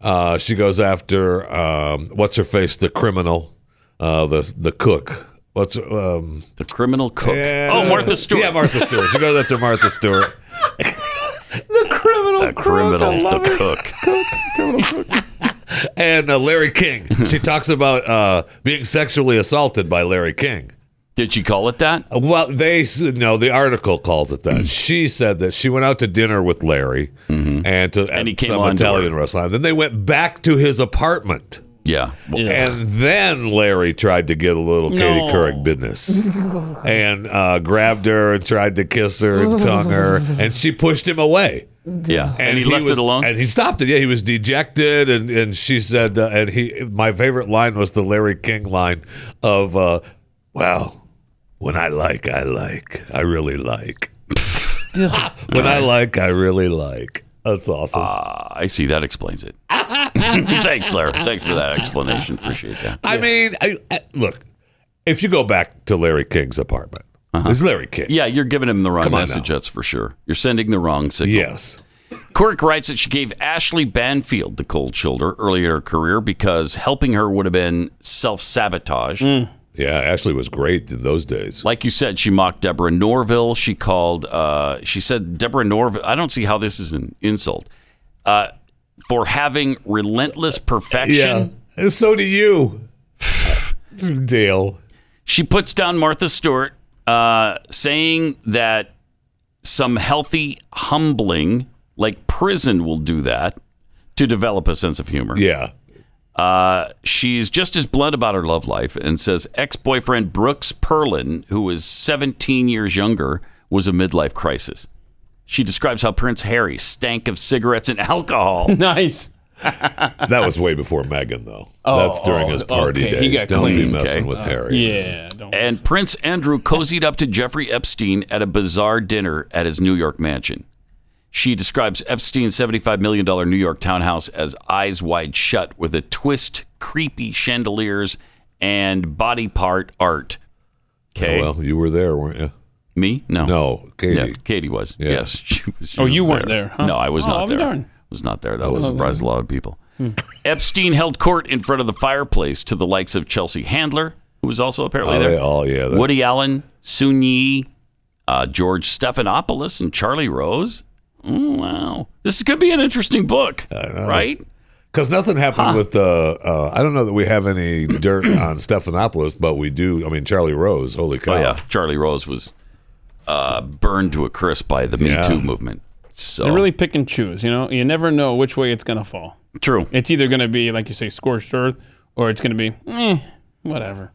[SPEAKER 5] Uh, she goes after um, what's her face, the criminal, uh, the the cook. What's um,
[SPEAKER 3] the criminal cook?
[SPEAKER 5] Yeah,
[SPEAKER 3] Oh, Martha Stewart.
[SPEAKER 5] Yeah, Martha Stewart. She goes after Martha Stewart.
[SPEAKER 4] the criminal.
[SPEAKER 3] The criminal, the cook.
[SPEAKER 5] and uh,
[SPEAKER 3] [LAUGHS]
[SPEAKER 5] Larry King. She talks about uh, being sexually assaulted by Larry King. Uh,
[SPEAKER 3] Did she call it that?
[SPEAKER 5] Well, they s- no, the article calls it
[SPEAKER 3] Mm-hmm.
[SPEAKER 5] that. she said that she went out to dinner with Larry and to
[SPEAKER 3] Mm-hmm. And he
[SPEAKER 5] at
[SPEAKER 3] came
[SPEAKER 5] some
[SPEAKER 3] on to
[SPEAKER 5] Italian
[SPEAKER 3] her.
[SPEAKER 5] restaurant. Then they went back to his apartment,
[SPEAKER 3] Yeah.
[SPEAKER 5] and then Larry tried to get a little Katie
[SPEAKER 3] No.
[SPEAKER 5] Couric
[SPEAKER 3] [LAUGHS]
[SPEAKER 5] business and uh, grabbed her and tried to kiss her and tongue her, and she pushed him away.
[SPEAKER 3] Yeah, and, he, left
[SPEAKER 5] was-
[SPEAKER 3] it alone.
[SPEAKER 5] And he stopped it. Yeah, he was dejected, and and she said, uh, and he. My favorite line was the Larry King line of, uh, "Well, when I like, I like. I really like. [LAUGHS] when I like, I really like." That's awesome.
[SPEAKER 3] I see. That explains it. [LAUGHS] Thanks, Larry. Thanks for that explanation. Appreciate that.
[SPEAKER 5] I mean, I, I, look, if you go back to Larry King's apartment, it's Larry King.
[SPEAKER 3] Uh-huh. Yeah, you're giving him the wrong
[SPEAKER 5] Come on
[SPEAKER 3] message. That's for sure. You're sending the wrong signal.
[SPEAKER 5] Yes.
[SPEAKER 3] Quirk writes that she gave Ashley Banfield the cold shoulder earlier in her career because helping her would have been self
[SPEAKER 5] Mm.
[SPEAKER 3] sabotage.
[SPEAKER 5] Yeah, Ashley was great in those days.
[SPEAKER 3] Like you said, she mocked Deborah Norville. She called, uh, she said, Deborah Norville, I don't see how this is an insult, uh, for having relentless perfection.
[SPEAKER 5] Yeah. So
[SPEAKER 3] [SIGHS]
[SPEAKER 5] do you, Dale.
[SPEAKER 3] She puts down Martha Stewart, uh, saying that some healthy humbling, like prison, will do that to develop a sense of humor.
[SPEAKER 5] Yeah.
[SPEAKER 3] Uh, she's just as blunt about her love life and says ex boyfriend Brooks Perlin, who was 17 years younger, was a midlife crisis. She describes how Prince Harry stank of cigarettes and [LAUGHS] alcohol.
[SPEAKER 4] nice.
[SPEAKER 5] That was way before Megan, though. That's during his party
[SPEAKER 3] Oh, okay, he
[SPEAKER 5] days.
[SPEAKER 3] got
[SPEAKER 5] Don't be
[SPEAKER 3] clean.
[SPEAKER 5] messing
[SPEAKER 3] Okay.
[SPEAKER 5] with
[SPEAKER 3] Uh,
[SPEAKER 5] Harry.
[SPEAKER 4] Yeah.
[SPEAKER 3] And Prince Andrew cozied up to Jeffrey Epstein at a bizarre dinner at his New York mansion. She describes Epstein's $75 million New York townhouse as eyes wide shut with a twist, creepy chandeliers, and body part art. Okay.
[SPEAKER 5] Oh, well, you were there, weren't you?
[SPEAKER 3] Me? No.
[SPEAKER 5] No, Katie.
[SPEAKER 3] Yeah, Katie was.
[SPEAKER 5] Yeah.
[SPEAKER 3] Yes, [LAUGHS] she was. she
[SPEAKER 4] Oh,
[SPEAKER 3] was
[SPEAKER 4] you weren't there, huh?
[SPEAKER 3] No, I was
[SPEAKER 4] Oh, Hmm. I'll
[SPEAKER 3] not
[SPEAKER 4] be
[SPEAKER 3] there.
[SPEAKER 4] darned.
[SPEAKER 3] Was not there. That would
[SPEAKER 4] wasn't
[SPEAKER 3] surprise a lot of people. Epstein held court in front of the fireplace to the likes of Chelsea Handler, who was also apparently
[SPEAKER 5] Oh,
[SPEAKER 3] there.
[SPEAKER 5] they all- yeah, they-
[SPEAKER 3] Woody Allen, Sun Yi, uh, George Stephanopoulos, and Charlie Rose. Mm, wow, this could be an interesting book, right?
[SPEAKER 5] Because nothing happened with. Uh, uh, I don't know that we have
[SPEAKER 3] [CLEARS THROAT]
[SPEAKER 5] any dirt on Stephanopoulos, but we do. I mean, Charlie Rose. Holy cow!
[SPEAKER 3] Oh yeah, Charlie Rose was uh, burned to a crisp by the
[SPEAKER 5] Yeah.
[SPEAKER 3] Me Too movement. So
[SPEAKER 4] They really pick and choose, you know? You never know which way it's going to fall.
[SPEAKER 3] True.
[SPEAKER 4] It's either going to be, like you say, scorched earth, or it's going to be, eh, whatever.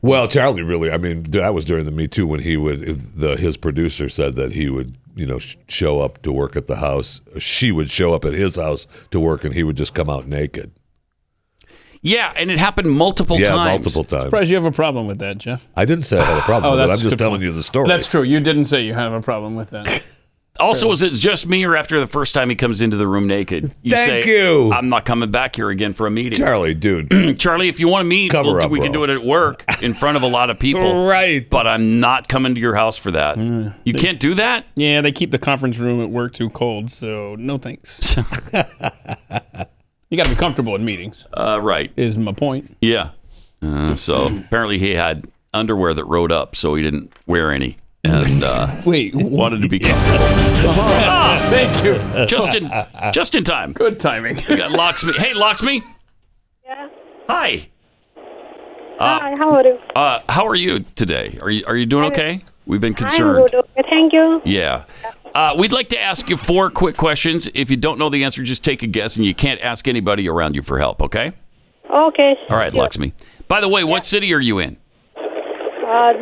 [SPEAKER 5] Well, Charlie really. I mean, that was during the Me Too when he would. The his producer said that he would. You know, sh- show up to work at the house. She would show up at his house to work, and he would just come out naked.
[SPEAKER 3] yeah, and it happened multiple
[SPEAKER 5] yeah,
[SPEAKER 3] times.
[SPEAKER 5] multiple times.
[SPEAKER 4] Surprised you have a problem with that, Jeff.
[SPEAKER 5] I didn't say I had a
[SPEAKER 3] [SIGHS]
[SPEAKER 4] Oh,
[SPEAKER 5] problem with it.
[SPEAKER 4] that's
[SPEAKER 5] I'm just
[SPEAKER 4] good
[SPEAKER 5] telling
[SPEAKER 4] point.
[SPEAKER 5] you the story.
[SPEAKER 4] That's true. You didn't say you have a problem with that.
[SPEAKER 3] Also, is it just me or after the first time he comes into the room naked? You
[SPEAKER 5] Thank
[SPEAKER 3] say,
[SPEAKER 5] you.
[SPEAKER 3] I'm not coming back here again for a meeting.
[SPEAKER 5] Charlie, dude.
[SPEAKER 3] Charlie, if [CLEARS THROAT] you want to meet,
[SPEAKER 5] Cover
[SPEAKER 3] we'll-
[SPEAKER 5] up,
[SPEAKER 3] we can
[SPEAKER 5] bro.
[SPEAKER 3] do it at work in front of a
[SPEAKER 5] [LAUGHS]
[SPEAKER 3] lot of people.
[SPEAKER 5] Right.
[SPEAKER 3] But I'm not coming to your house for that. You can't do that?
[SPEAKER 4] yeah, they keep the conference room at work too cold, so no
[SPEAKER 3] [LAUGHS]
[SPEAKER 4] thanks. you got to be comfortable in meetings,
[SPEAKER 3] Uh, right.
[SPEAKER 4] is my point.
[SPEAKER 3] Yeah. Uh, so apparently he had underwear that rode up, so he didn't wear any. And uh,
[SPEAKER 4] Wait,
[SPEAKER 3] wanted to
[SPEAKER 5] [LAUGHS]
[SPEAKER 3] be comfortable.
[SPEAKER 4] ah, thank you.
[SPEAKER 3] just, in, just in time.
[SPEAKER 4] Good timing. [LAUGHS]
[SPEAKER 3] We got Locksmith. Hey, Locksmith.
[SPEAKER 13] Yeah.
[SPEAKER 3] Hi. Ah.
[SPEAKER 13] Hi, how are you?
[SPEAKER 3] Uh, how are you today? Are you are you doing okay? We've been
[SPEAKER 13] I'm
[SPEAKER 3] concerned.
[SPEAKER 13] good. Okay, thank you.
[SPEAKER 3] Yeah. Uh, we'd like to ask you four quick questions. If you don't know the answer, just take a guess, and you can't ask anybody around you for help. Okay?
[SPEAKER 13] Okay.
[SPEAKER 3] All right, Luxme. By the way, what city are you in?
[SPEAKER 13] Uh,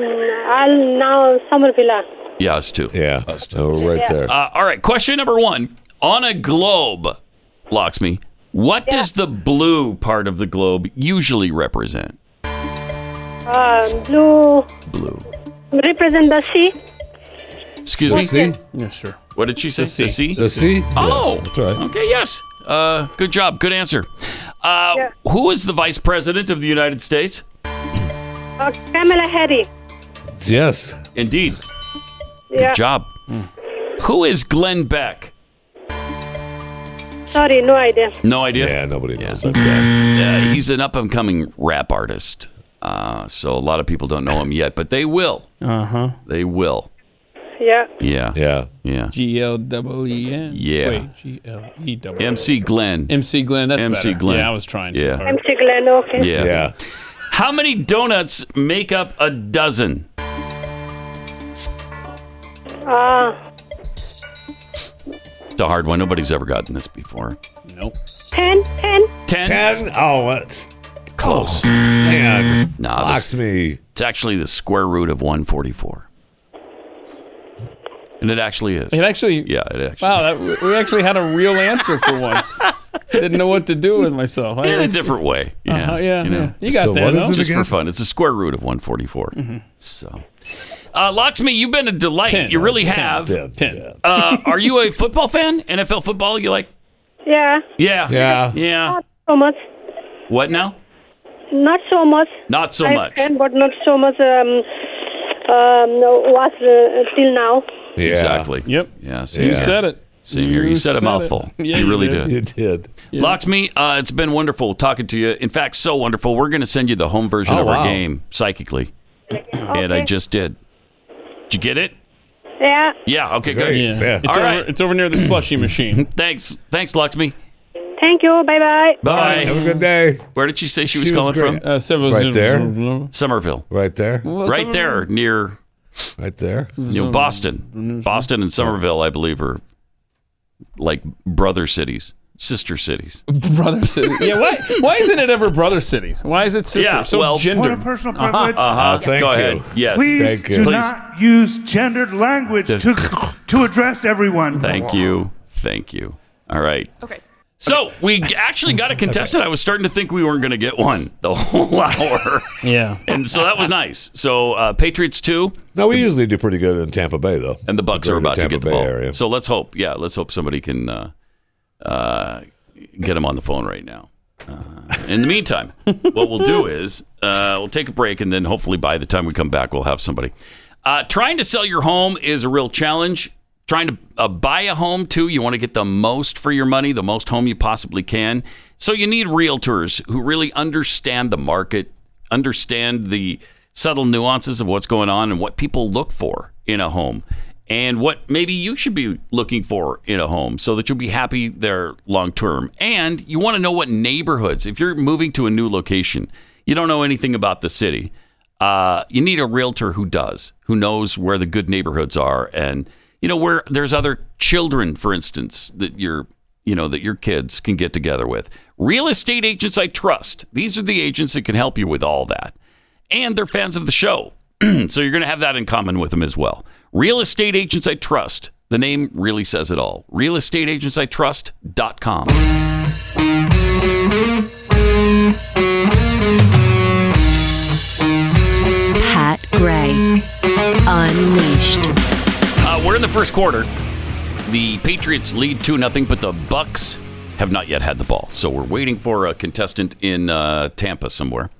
[SPEAKER 13] I'll now summer villa.
[SPEAKER 3] Yeah, us too.
[SPEAKER 5] Yeah. Oh, we're right there.
[SPEAKER 3] Uh, all right. Question number one: On a globe, Locksme, what does the blue part of the globe usually represent?
[SPEAKER 13] Uh, blue
[SPEAKER 3] Blue.
[SPEAKER 13] represent the sea.
[SPEAKER 3] Excuse
[SPEAKER 5] The
[SPEAKER 3] me.
[SPEAKER 5] sea.
[SPEAKER 4] Yeah, sure.
[SPEAKER 3] What did she say?
[SPEAKER 4] sea.
[SPEAKER 3] The sea.
[SPEAKER 5] The sea.
[SPEAKER 3] Oh,
[SPEAKER 5] Yes, that's right.
[SPEAKER 3] Okay, yes. Uh, good job. Good answer. Uh, Who is the vice president of the United States?
[SPEAKER 13] Uh, Kamala Harris.
[SPEAKER 5] Yes.
[SPEAKER 3] Indeed.
[SPEAKER 13] Yeah.
[SPEAKER 3] Good job. Who is Glenn Beck?
[SPEAKER 13] Sorry, no idea.
[SPEAKER 3] No idea.
[SPEAKER 5] Yeah, nobody knows that. guy.
[SPEAKER 3] Uh, he's an up and coming rap artist. Uh, so a lot of people don't know him yet, but they will.
[SPEAKER 4] Uh huh.
[SPEAKER 3] They will.
[SPEAKER 13] Yeah.
[SPEAKER 3] Yeah.
[SPEAKER 5] Yeah.
[SPEAKER 3] Yeah.
[SPEAKER 4] G L double E N.
[SPEAKER 3] Yeah.
[SPEAKER 4] Wait, G L E double.
[SPEAKER 3] MC Glenn.
[SPEAKER 4] MC Glenn. That's
[SPEAKER 3] MC
[SPEAKER 4] better.
[SPEAKER 3] Glenn.
[SPEAKER 4] Yeah, I was trying to.
[SPEAKER 3] Yeah.
[SPEAKER 13] I'm Glenn. Okay.
[SPEAKER 3] yeah.
[SPEAKER 5] Yeah.
[SPEAKER 3] How many donuts make up a dozen?
[SPEAKER 13] Uh,
[SPEAKER 3] It's a hard one. Nobody's ever gotten this before.
[SPEAKER 4] Nope.
[SPEAKER 13] pen, pen.
[SPEAKER 3] Ten.
[SPEAKER 5] Ten. Oh, that's
[SPEAKER 3] Close.
[SPEAKER 4] Oh.
[SPEAKER 5] man.
[SPEAKER 3] Nah, this-
[SPEAKER 5] Locks me.
[SPEAKER 3] It's actually the square root of 144. And it actually is.
[SPEAKER 4] It actually.
[SPEAKER 3] Yeah, it actually.
[SPEAKER 4] Wow, that, we actually had a real answer
[SPEAKER 3] [LAUGHS]
[SPEAKER 4] for once. Didn't know what to do with myself. I-
[SPEAKER 3] In a different way. Yeah.
[SPEAKER 4] Uh-huh, yeah,
[SPEAKER 3] You, know.
[SPEAKER 4] yeah. You got So that, what is though. it
[SPEAKER 3] Just
[SPEAKER 4] again? Mm-hmm.
[SPEAKER 3] for fun. It's the square root of 144. So. Uh, Locksmith, you've been a delight.
[SPEAKER 4] Ten.
[SPEAKER 3] you really have.
[SPEAKER 4] Ten.
[SPEAKER 3] Uh, are you a football fan? NFL football? You like?
[SPEAKER 13] Yeah.
[SPEAKER 3] Yeah.
[SPEAKER 13] Yeah.
[SPEAKER 3] Yeah.
[SPEAKER 13] Not so much.
[SPEAKER 3] What now?
[SPEAKER 13] Not so much.
[SPEAKER 3] Not so
[SPEAKER 13] I
[SPEAKER 3] much.
[SPEAKER 13] Can, but not so much. Um, um, was uh, till now.
[SPEAKER 3] Exactly.
[SPEAKER 4] Yep.
[SPEAKER 3] Yeah.
[SPEAKER 4] You said it.
[SPEAKER 3] Same here. You,
[SPEAKER 4] You
[SPEAKER 3] said a
[SPEAKER 4] said it.
[SPEAKER 3] mouthful.
[SPEAKER 4] [LAUGHS] Yeah,
[SPEAKER 3] you
[SPEAKER 4] you
[SPEAKER 3] really
[SPEAKER 4] did.
[SPEAKER 3] did.
[SPEAKER 4] You
[SPEAKER 5] did.
[SPEAKER 4] Yeah.
[SPEAKER 3] Locksmith, uh, it's been wonderful talking to you. In fact, so wonderful. We're going to send you the home version
[SPEAKER 5] Oh,
[SPEAKER 3] of our
[SPEAKER 5] wow.
[SPEAKER 3] game psychically. And I just did. Did you get it?
[SPEAKER 13] Yeah.
[SPEAKER 3] Yeah. Okay. Good.
[SPEAKER 4] Yeah. It's,
[SPEAKER 3] All
[SPEAKER 4] over,
[SPEAKER 3] right.
[SPEAKER 4] it's over near the slushy machine.
[SPEAKER 3] Thanks. Thanks, Locksmith.
[SPEAKER 13] Thank you. Bye bye.
[SPEAKER 3] Bye.
[SPEAKER 5] Have a good day.
[SPEAKER 3] Where did she say she was
[SPEAKER 5] She was
[SPEAKER 3] calling
[SPEAKER 5] great.
[SPEAKER 3] from?
[SPEAKER 4] Uh, so it was-
[SPEAKER 5] Right there.
[SPEAKER 3] Somerville.
[SPEAKER 5] Right there.
[SPEAKER 3] right there near
[SPEAKER 5] Right there.
[SPEAKER 3] you know, Boston. Boston and Somerville, I believe, are like brother cities, sister cities.
[SPEAKER 4] [LAUGHS] Brother City. Yeah, why, why isn't it ever Brother Cities? Why is it sister?
[SPEAKER 3] Yeah,
[SPEAKER 4] so
[SPEAKER 3] well-
[SPEAKER 4] gendered.
[SPEAKER 3] Point of personal privilege. Uh-huh. Thank Go you. ahead. Yes.
[SPEAKER 10] Please
[SPEAKER 3] Thank you.
[SPEAKER 10] do
[SPEAKER 3] Please.
[SPEAKER 10] not use gendered language to to address everyone.
[SPEAKER 3] Thank you. Thank you. All right. Okay. So we g- actually got a contestant. I was starting to think we weren't going to get one the [LAUGHS] whole hour.
[SPEAKER 4] Yeah.
[SPEAKER 3] And so that was nice. So uh, Patriots two.
[SPEAKER 5] No, we usually do pretty good in Tampa Bay, though.
[SPEAKER 3] And the Bucks are
[SPEAKER 5] Greater
[SPEAKER 3] about to
[SPEAKER 5] Tampa
[SPEAKER 3] get the
[SPEAKER 5] Bay
[SPEAKER 3] ball.
[SPEAKER 5] area.
[SPEAKER 3] So let's hope. Yeah, let's hope somebody can uh, uh, get him on the phone right now. Uh, in the
[SPEAKER 5] [LAUGHS]
[SPEAKER 3] meantime, what we'll do is uh, we'll take a break, and then hopefully by the time we come back, we'll have somebody. Uh, trying to sell your home is a real challenge. Trying to uh, buy a home too, you want to get the most for your money, the most home you possibly can. So you need realtors who really understand the market, understand the subtle nuances of what's going on and what people look for in a home and what maybe you should be looking for in a home so that you'll be happy there long term. And you want to know what neighborhoods, if you're moving to a new location, you don't know anything about the city. Uh, you need a realtor who does, who knows where the good neighborhoods are and you know where there's other children for instance that your you know that your kids can get together with. Real estate agents I trust. These are the agents that can help you with all that and they're fans of the show. [CLEARS THROAT] so you're going to have that in common with them as well. Real estate agents I trust. The name really says it all. Realestateagentsitrust.com.
[SPEAKER 1] Pat Gray. Unleashed.
[SPEAKER 3] Uh, we're in the first quarter. The Patriots lead 2 nothing, but the Bucks have not yet had the ball. So we're waiting for a contestant in uh, Tampa somewhere.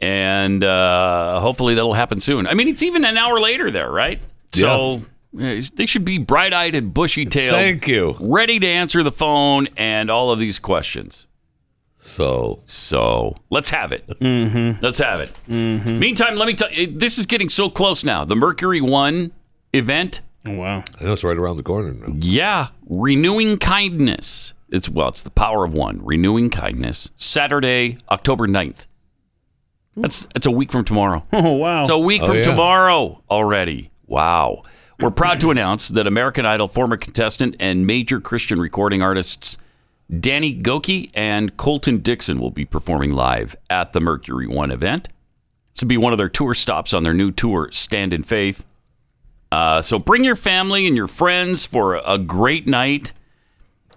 [SPEAKER 3] And uh, hopefully that'll happen soon. I mean, it's even an hour later there, right? So eh, they should be bright eyed and bushy tailed.
[SPEAKER 5] Thank you.
[SPEAKER 3] Ready to answer the phone and all of these questions.
[SPEAKER 5] So,
[SPEAKER 3] so let's have it. Mm-hmm. Let's have it. Meantime, let me tell you, this is getting so close now. The Mercury One event.
[SPEAKER 4] Wow.
[SPEAKER 5] I know it's right around the corner now.
[SPEAKER 3] Yeah, renewing kindness. It's well, it's the power of one. Renewing kindness. Saturday, October 9th. That's it's a week from tomorrow.
[SPEAKER 4] [LAUGHS] Oh, wow.
[SPEAKER 3] It's a week
[SPEAKER 4] Oh,
[SPEAKER 3] from
[SPEAKER 4] yeah.
[SPEAKER 3] tomorrow already. Wow. We're proud to announce that American Idol former contestant and major Christian recording artists Danny Goki and Colton Dixon will be performing live at the Mercury One event. This will be one of their tour stops on their new tour, Stand in Faith. Uh, so bring your family and your friends for a, a great night.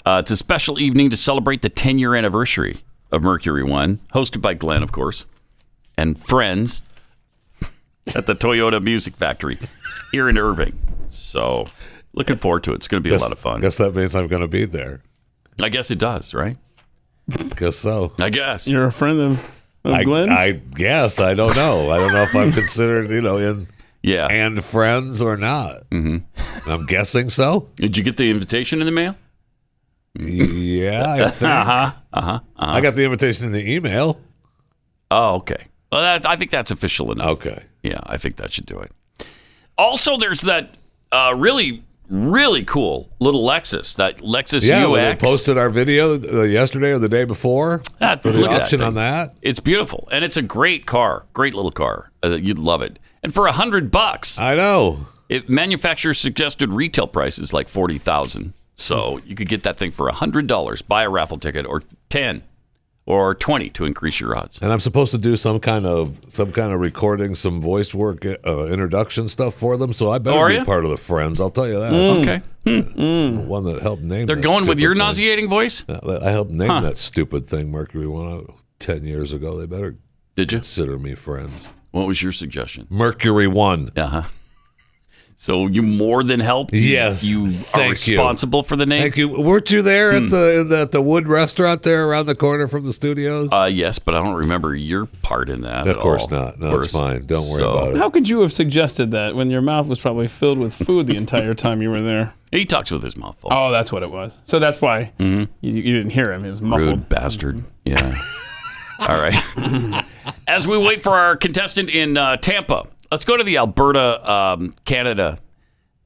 [SPEAKER 3] Uh, it's a special evening to celebrate the 10 year anniversary of Mercury One, hosted by Glenn, of course, and friends [LAUGHS] at the Toyota Music Factory here in Irving. So looking forward to it. It's going to be a lot of fun.
[SPEAKER 5] Guess that means I'm going to be there.
[SPEAKER 3] I guess it does, right?
[SPEAKER 5] Guess so.
[SPEAKER 3] I guess.
[SPEAKER 4] You're a friend of, of
[SPEAKER 5] I,
[SPEAKER 4] Glenn's?
[SPEAKER 5] I guess. I don't know. I don't know if I'm considered, you know, in
[SPEAKER 3] yeah
[SPEAKER 5] and friends or not. Mm-hmm. I'm guessing so.
[SPEAKER 3] Did you get the invitation in the mail?
[SPEAKER 5] Yeah, I think.
[SPEAKER 3] Uh-huh, uh-huh, uh-huh.
[SPEAKER 5] I got the invitation in the email.
[SPEAKER 3] Oh, okay. Well, that, I think that's official enough. Okay. Yeah, I think that should do it. Also, there's that uh, really, really cool little Lexus, that Lexus
[SPEAKER 5] yeah, when they
[SPEAKER 3] UX.
[SPEAKER 5] posted our video uh, yesterday or the day before
[SPEAKER 3] That-
[SPEAKER 5] for the
[SPEAKER 3] Ah, look at that
[SPEAKER 5] auction
[SPEAKER 3] thing.
[SPEAKER 5] on that.
[SPEAKER 3] It's beautiful, and it's a great car, great little car. Uh, you'd love it. And for a hundred bucks,
[SPEAKER 5] I know.
[SPEAKER 3] It manufacturer suggested retail price is like forty thousand, so you could get that thing for a hundred dollars. Buy a raffle ticket or ten, or 20 to increase your odds.
[SPEAKER 5] And I'm supposed to do some kind of some kind of recording, some voice work, uh, introduction stuff for them. So I better
[SPEAKER 3] Are
[SPEAKER 5] be
[SPEAKER 3] ya?
[SPEAKER 5] part of the friends. I'll tell you that.
[SPEAKER 3] Mm. Okay.
[SPEAKER 5] The one that helped name.
[SPEAKER 3] They're
[SPEAKER 5] that
[SPEAKER 3] going with
[SPEAKER 5] stupid
[SPEAKER 3] your
[SPEAKER 5] thing.
[SPEAKER 3] nauseating voice?
[SPEAKER 5] Yeah, that- I helped name
[SPEAKER 3] Huh.
[SPEAKER 5] that stupid thing Mercury went out ten years ago. They better
[SPEAKER 3] did you
[SPEAKER 5] consider me friends?
[SPEAKER 3] What was your suggestion?
[SPEAKER 5] Mercury one.
[SPEAKER 3] Uh huh. So you more than helped. You-
[SPEAKER 5] Yes,
[SPEAKER 3] You are
[SPEAKER 5] thank you.
[SPEAKER 3] responsible for the name.
[SPEAKER 5] Thank you. Weren't you there at the in the- at the Wood Restaurant there around the corner from the studios?
[SPEAKER 3] Uh, yes, but I don't remember your part in that. at
[SPEAKER 5] Of course
[SPEAKER 3] all.
[SPEAKER 5] not. No,
[SPEAKER 3] Of
[SPEAKER 5] it's fine. Don't worry about
[SPEAKER 4] How could you have suggested that when your mouth was probably filled with food the entire time you were there?
[SPEAKER 3] He talks with his mouth full.
[SPEAKER 4] Oh, that's what it was. So that's why you, you didn't hear him. He was muffled.
[SPEAKER 3] Rude bastard. Yeah.
[SPEAKER 4] Mm-hmm.
[SPEAKER 3] All
[SPEAKER 4] [LAUGHS]
[SPEAKER 3] right. As we wait for our contestant in uh, Tampa, let's go to the Alberta, um, Canada.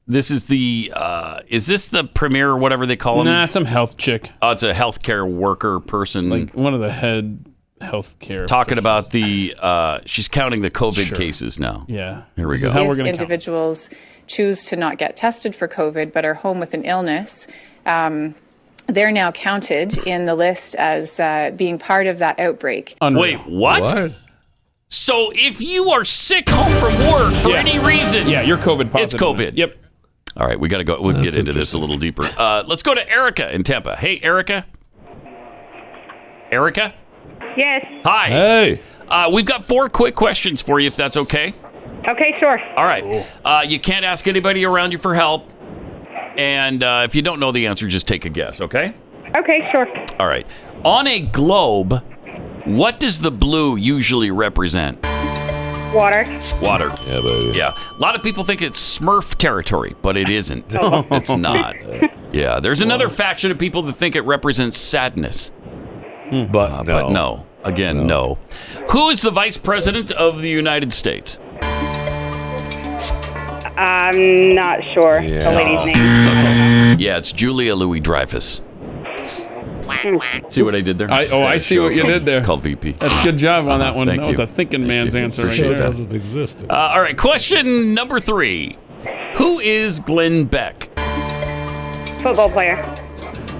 [SPEAKER 3] This is the uh, is this the premier or whatever they call him?
[SPEAKER 4] Nah, some health chick.
[SPEAKER 3] Oh, it's a healthcare worker person.
[SPEAKER 4] Like one of the head healthcare.
[SPEAKER 3] talking about the uh, she's counting the COVID cases now.
[SPEAKER 4] Yeah.
[SPEAKER 3] Here we
[SPEAKER 4] This
[SPEAKER 3] go.
[SPEAKER 4] is how we're
[SPEAKER 14] if individuals choose to not get tested for COVID but are home with an illness, um, they're now counted in the list as uh, being part of that outbreak.
[SPEAKER 3] Wait, what? So if you are sick home from work for any reason,
[SPEAKER 4] yeah, you're COVID
[SPEAKER 3] It's
[SPEAKER 4] positive.
[SPEAKER 3] COVID.
[SPEAKER 4] Yep.
[SPEAKER 3] All right, we got to go. We'll get into this a little deeper. Uh, let's go to Erica in Tampa. Hey, Erica. Erica.
[SPEAKER 15] Yes.
[SPEAKER 3] Hi. Hey. Uh, we've got four quick questions for you, if that's okay.
[SPEAKER 15] Okay, sure.
[SPEAKER 3] All right. Uh, you can't ask anybody around you for help, and uh, if you don't know the answer, just take a guess. Okay.
[SPEAKER 15] Okay, sure.
[SPEAKER 3] All right. On a globe, what does the blue usually represent?
[SPEAKER 15] Water.
[SPEAKER 3] Water. Yeah, baby. Yeah. A lot of people think it's Smurf territory, but it
[SPEAKER 4] [LAUGHS]
[SPEAKER 3] isn't.
[SPEAKER 15] Oh.
[SPEAKER 3] it's not. Yeah. There's another faction of people that think it represents sadness. no.
[SPEAKER 5] But,
[SPEAKER 3] but no. Again, no. Who is the vice president of the United States?
[SPEAKER 15] I'm not sure the lady's name.
[SPEAKER 3] Yeah, it's Julia Louis Dreyfus. See what I did there?
[SPEAKER 4] I- oh, I see what you
[SPEAKER 3] Called-
[SPEAKER 4] did there.
[SPEAKER 3] Called VP.
[SPEAKER 4] That's good job on that one.
[SPEAKER 3] Thank
[SPEAKER 4] that was
[SPEAKER 3] you.
[SPEAKER 4] a thinking man's answer right
[SPEAKER 3] Appreciate
[SPEAKER 4] there.
[SPEAKER 3] that.
[SPEAKER 5] exist.
[SPEAKER 3] Uh, all right, question number three. Who is Glenn Beck?
[SPEAKER 15] Football player.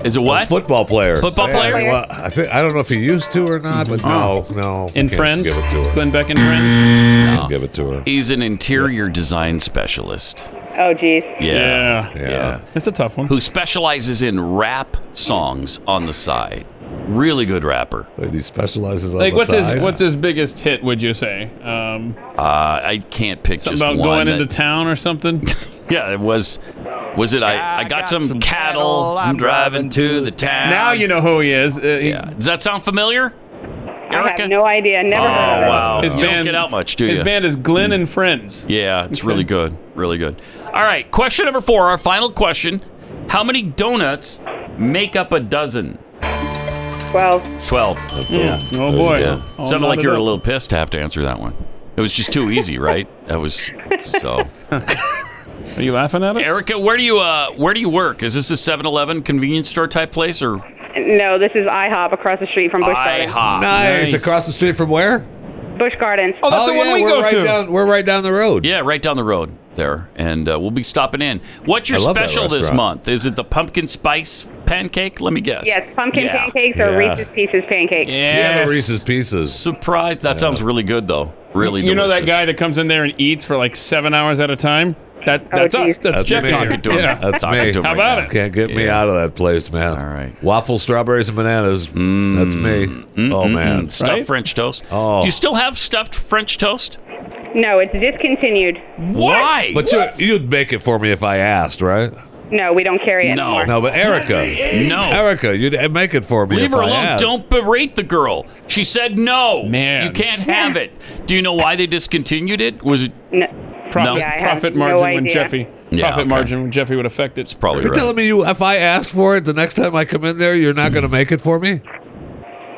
[SPEAKER 3] Is it what?
[SPEAKER 5] football player.
[SPEAKER 3] Football
[SPEAKER 5] Yeah,
[SPEAKER 3] player?
[SPEAKER 5] well, I think I don't know if he used to or not, but no, no.
[SPEAKER 4] In
[SPEAKER 5] we can't
[SPEAKER 4] Friends?
[SPEAKER 5] give it to her.
[SPEAKER 4] Glenn Beck and Friends?
[SPEAKER 5] Can't give it to her.
[SPEAKER 3] He's an interior design specialist.
[SPEAKER 15] Oh, geez.
[SPEAKER 3] Yeah.
[SPEAKER 4] Yeah. It's a tough one.
[SPEAKER 3] Who specializes in rap songs on the side. Really good rapper.
[SPEAKER 5] He specializes
[SPEAKER 4] Like, what's his what's his biggest hit? Would you say? Um,
[SPEAKER 3] uh, I can't pick
[SPEAKER 4] something
[SPEAKER 3] just
[SPEAKER 4] about
[SPEAKER 3] one.
[SPEAKER 4] going
[SPEAKER 3] that-
[SPEAKER 4] into town
[SPEAKER 3] [LAUGHS]
[SPEAKER 4] or something?
[SPEAKER 3] yeah, it was. Was it? I, I got, some, cattle. I'm driving to the town.
[SPEAKER 4] now you know who he is. Uh, he-
[SPEAKER 3] Does that sound familiar?
[SPEAKER 15] I have no idea. Never heard of
[SPEAKER 3] Oh, wow.
[SPEAKER 4] His
[SPEAKER 3] you don't
[SPEAKER 4] band-
[SPEAKER 3] get out much, do Hmm.
[SPEAKER 4] his
[SPEAKER 3] you?
[SPEAKER 4] band is Glenn and Friends.
[SPEAKER 3] Yeah, it's really good. Really good. All right, question number four, our final question. How many donuts make up a dozen?
[SPEAKER 15] it. Well,
[SPEAKER 3] 12.
[SPEAKER 4] Yeah. Oh, boy. All
[SPEAKER 3] Sounded like
[SPEAKER 4] knotted
[SPEAKER 3] you were a
[SPEAKER 4] up.
[SPEAKER 3] little pissed to have to answer that one. It was just too easy, right? That was [LAUGHS] so.
[SPEAKER 4] Are you laughing at us?
[SPEAKER 3] Erica, where do you uh, where do you work? Is this a 7-Eleven convenience store type place or
[SPEAKER 15] no, this is IHOP across the street from Bush Gardens.
[SPEAKER 3] IHOP?
[SPEAKER 5] Nice. Across the street from where?
[SPEAKER 15] Bush Gardens.
[SPEAKER 4] Oh, that's the one
[SPEAKER 5] yeah,
[SPEAKER 4] we
[SPEAKER 5] we're
[SPEAKER 4] go
[SPEAKER 5] right
[SPEAKER 4] to.
[SPEAKER 5] Down, we're right down the road.
[SPEAKER 3] Yeah, right down the road there, and uh, we'll be stopping in. What's your
[SPEAKER 5] I love that
[SPEAKER 3] special this
[SPEAKER 5] restaurant.
[SPEAKER 3] month? Is it the pumpkin spice pancake? Let me guess.
[SPEAKER 15] Yes, pumpkin
[SPEAKER 3] Yeah.
[SPEAKER 15] pancakes or
[SPEAKER 5] Yeah.
[SPEAKER 15] Reese's Pieces pancakes.
[SPEAKER 5] Yeah, the Reese's Pieces.
[SPEAKER 3] Surprise! That sounds really good though. Really,
[SPEAKER 4] You know that
[SPEAKER 3] delicious.
[SPEAKER 4] guy that comes in there and eats for like seven hours at a time? That
[SPEAKER 5] Oh,
[SPEAKER 4] that's us.
[SPEAKER 15] geez.
[SPEAKER 4] That's, Jeff
[SPEAKER 5] me.
[SPEAKER 4] talking to him. Yeah.
[SPEAKER 5] That's
[SPEAKER 3] Talking
[SPEAKER 5] me.
[SPEAKER 3] to him
[SPEAKER 4] How
[SPEAKER 3] right
[SPEAKER 4] about
[SPEAKER 3] now.
[SPEAKER 4] it?
[SPEAKER 5] Can't get me
[SPEAKER 3] Yeah.
[SPEAKER 5] out of that place, man. All
[SPEAKER 3] right.
[SPEAKER 5] Waffle, strawberries, and bananas. That's me. oh man.
[SPEAKER 3] Mm, Stuffed French toast.
[SPEAKER 5] Oh.
[SPEAKER 3] Do you still have stuffed French toast?
[SPEAKER 15] No, it's discontinued.
[SPEAKER 3] Why?
[SPEAKER 5] But you, you'd make it for me if I asked, right?
[SPEAKER 15] No, we don't carry it
[SPEAKER 3] No.
[SPEAKER 15] anymore.
[SPEAKER 5] No, but Erica.
[SPEAKER 3] No.
[SPEAKER 5] Erica, you'd make it for me.
[SPEAKER 3] Leave
[SPEAKER 5] if
[SPEAKER 3] her
[SPEAKER 5] I
[SPEAKER 3] alone.
[SPEAKER 5] Asked.
[SPEAKER 3] Don't berate the girl. She said no.
[SPEAKER 4] Man.
[SPEAKER 3] You can't have it. Do you know why they discontinued it? Was it
[SPEAKER 15] No.
[SPEAKER 4] Profit,
[SPEAKER 15] Yeah, I have
[SPEAKER 4] profit
[SPEAKER 15] no
[SPEAKER 4] margin when
[SPEAKER 15] idea.
[SPEAKER 4] Jeffy
[SPEAKER 3] Yeah,
[SPEAKER 4] profit
[SPEAKER 3] okay.
[SPEAKER 4] margin when Jeffy would affect it. It's
[SPEAKER 3] probably
[SPEAKER 5] You're
[SPEAKER 3] right.
[SPEAKER 5] telling me you if I ask for it the next time I come in there, you're not going to make it for me?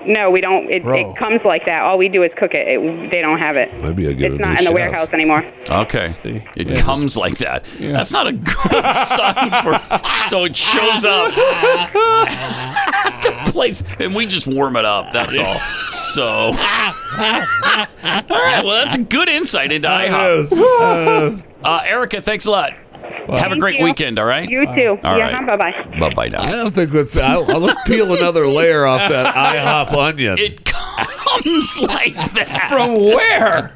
[SPEAKER 15] No, we don't. It,
[SPEAKER 5] Bro.
[SPEAKER 15] it comes like that. All we do is cook it. it they don't have it.
[SPEAKER 5] Maybe I get
[SPEAKER 15] It's not in the warehouse anymore.
[SPEAKER 3] Okay. It
[SPEAKER 4] Yeah,
[SPEAKER 3] comes like that. That's not a good [LAUGHS] sign for. So it shows up. [LAUGHS] the place, and we just warm it up. That's all. So. [LAUGHS] All right. Well, that's a good insight into IHOP. Uh, Erica, Uh, thanks a lot. Have a
[SPEAKER 15] Thank
[SPEAKER 3] great
[SPEAKER 15] you.
[SPEAKER 3] weekend, all right?
[SPEAKER 15] You too.
[SPEAKER 3] All
[SPEAKER 15] yeah,
[SPEAKER 3] right.
[SPEAKER 15] bye bye.
[SPEAKER 3] Bye bye now.
[SPEAKER 5] I don't think it's. I, I- let's peel another layer off that IHOP onion.
[SPEAKER 3] It comes [LAUGHS] like that.
[SPEAKER 4] From where?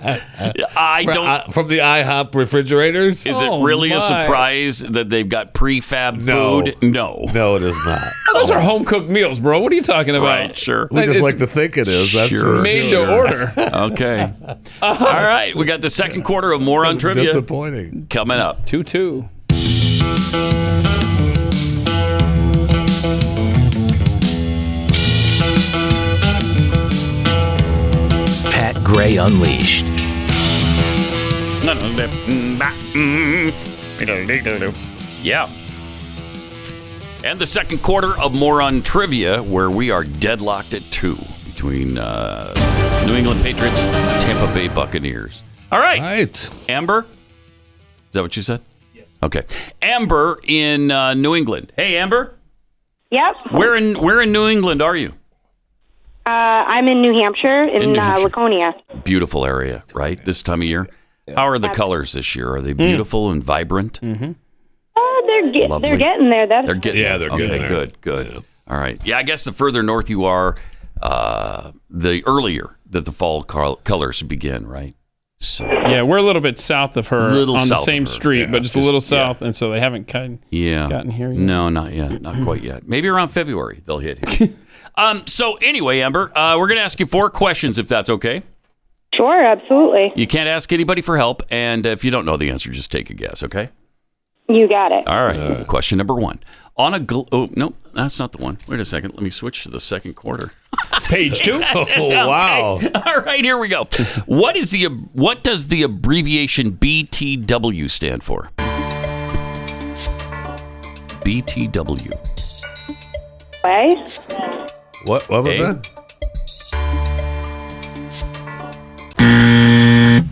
[SPEAKER 3] I
[SPEAKER 5] from,
[SPEAKER 3] don't-
[SPEAKER 5] uh, from the IHOP refrigerators.
[SPEAKER 3] Is
[SPEAKER 4] oh
[SPEAKER 3] it really a surprise that they've got prefab
[SPEAKER 5] No.
[SPEAKER 3] food? No.
[SPEAKER 5] No, it is not.
[SPEAKER 4] Oh, those are home cooked meals, bro. What are you talking about?
[SPEAKER 3] Right, sure.
[SPEAKER 5] We just
[SPEAKER 4] it's
[SPEAKER 5] like to think it is. That's
[SPEAKER 3] Sure.
[SPEAKER 5] for
[SPEAKER 4] made
[SPEAKER 5] sure.
[SPEAKER 4] to order.
[SPEAKER 3] [LAUGHS] Okay. All right. We got the second quarter of more on trivia.
[SPEAKER 5] Disappointing.
[SPEAKER 3] Coming up.
[SPEAKER 4] 2 2.
[SPEAKER 11] Pat Gray Unleashed.
[SPEAKER 3] Yeah. And the second quarter of more on trivia, where we are deadlocked at two between uh, New England Patriots and Tampa Bay Buccaneers. All right. Amber? Is that what you said? Yes. Okay. Amber in uh, New England. Hey, Amber.
[SPEAKER 15] Yep.
[SPEAKER 3] Where in where in New England are you?
[SPEAKER 15] Uh, I'm in New Hampshire in,
[SPEAKER 3] In New Hampshire.
[SPEAKER 15] Uh, Laconia.
[SPEAKER 3] Beautiful area, right? This time of year. How are the colors this year? Are they beautiful and vibrant? Mm-hmm.
[SPEAKER 15] Oh, Mm. they're get,
[SPEAKER 3] Lovely.
[SPEAKER 15] they're getting there. That's
[SPEAKER 3] They're getting
[SPEAKER 5] Yeah,
[SPEAKER 3] there.
[SPEAKER 5] they're
[SPEAKER 3] okay,
[SPEAKER 5] getting there.
[SPEAKER 3] good, good. All right. Yeah, I guess the further north you are, uh, the earlier that the fall col- colors begin, right? So
[SPEAKER 4] Yeah, we're a little bit south of her
[SPEAKER 3] Little
[SPEAKER 4] on the
[SPEAKER 3] south of
[SPEAKER 4] same
[SPEAKER 3] her.
[SPEAKER 4] street,
[SPEAKER 3] Yeah,
[SPEAKER 4] but just a
[SPEAKER 3] just-
[SPEAKER 4] little south, and so they haven't kind
[SPEAKER 3] yeah,
[SPEAKER 4] gotten here yet.
[SPEAKER 3] No, not yet,
[SPEAKER 4] [CLEARS THROAT]
[SPEAKER 3] not quite yet. Maybe around February they'll hit here. [LAUGHS] um. So anyway, Amber, uh, we're gonna ask you four questions if that's okay.
[SPEAKER 15] sure, absolutely.
[SPEAKER 3] You can't ask anybody for help, and if you don't know the answer, just take a guess. Okay.
[SPEAKER 15] You got it.
[SPEAKER 3] All right. Question number one. On a gl- oh no, that's not the one. Wait a second. Let me switch to the second quarter.
[SPEAKER 4] Page
[SPEAKER 3] [LAUGHS]
[SPEAKER 4] two.
[SPEAKER 5] Oh, wow.
[SPEAKER 3] All right, here we go. What is the ab- what does the abbreviation BTW stand for? BTW.
[SPEAKER 15] Way.
[SPEAKER 5] What? What was
[SPEAKER 3] Hey.
[SPEAKER 5] that?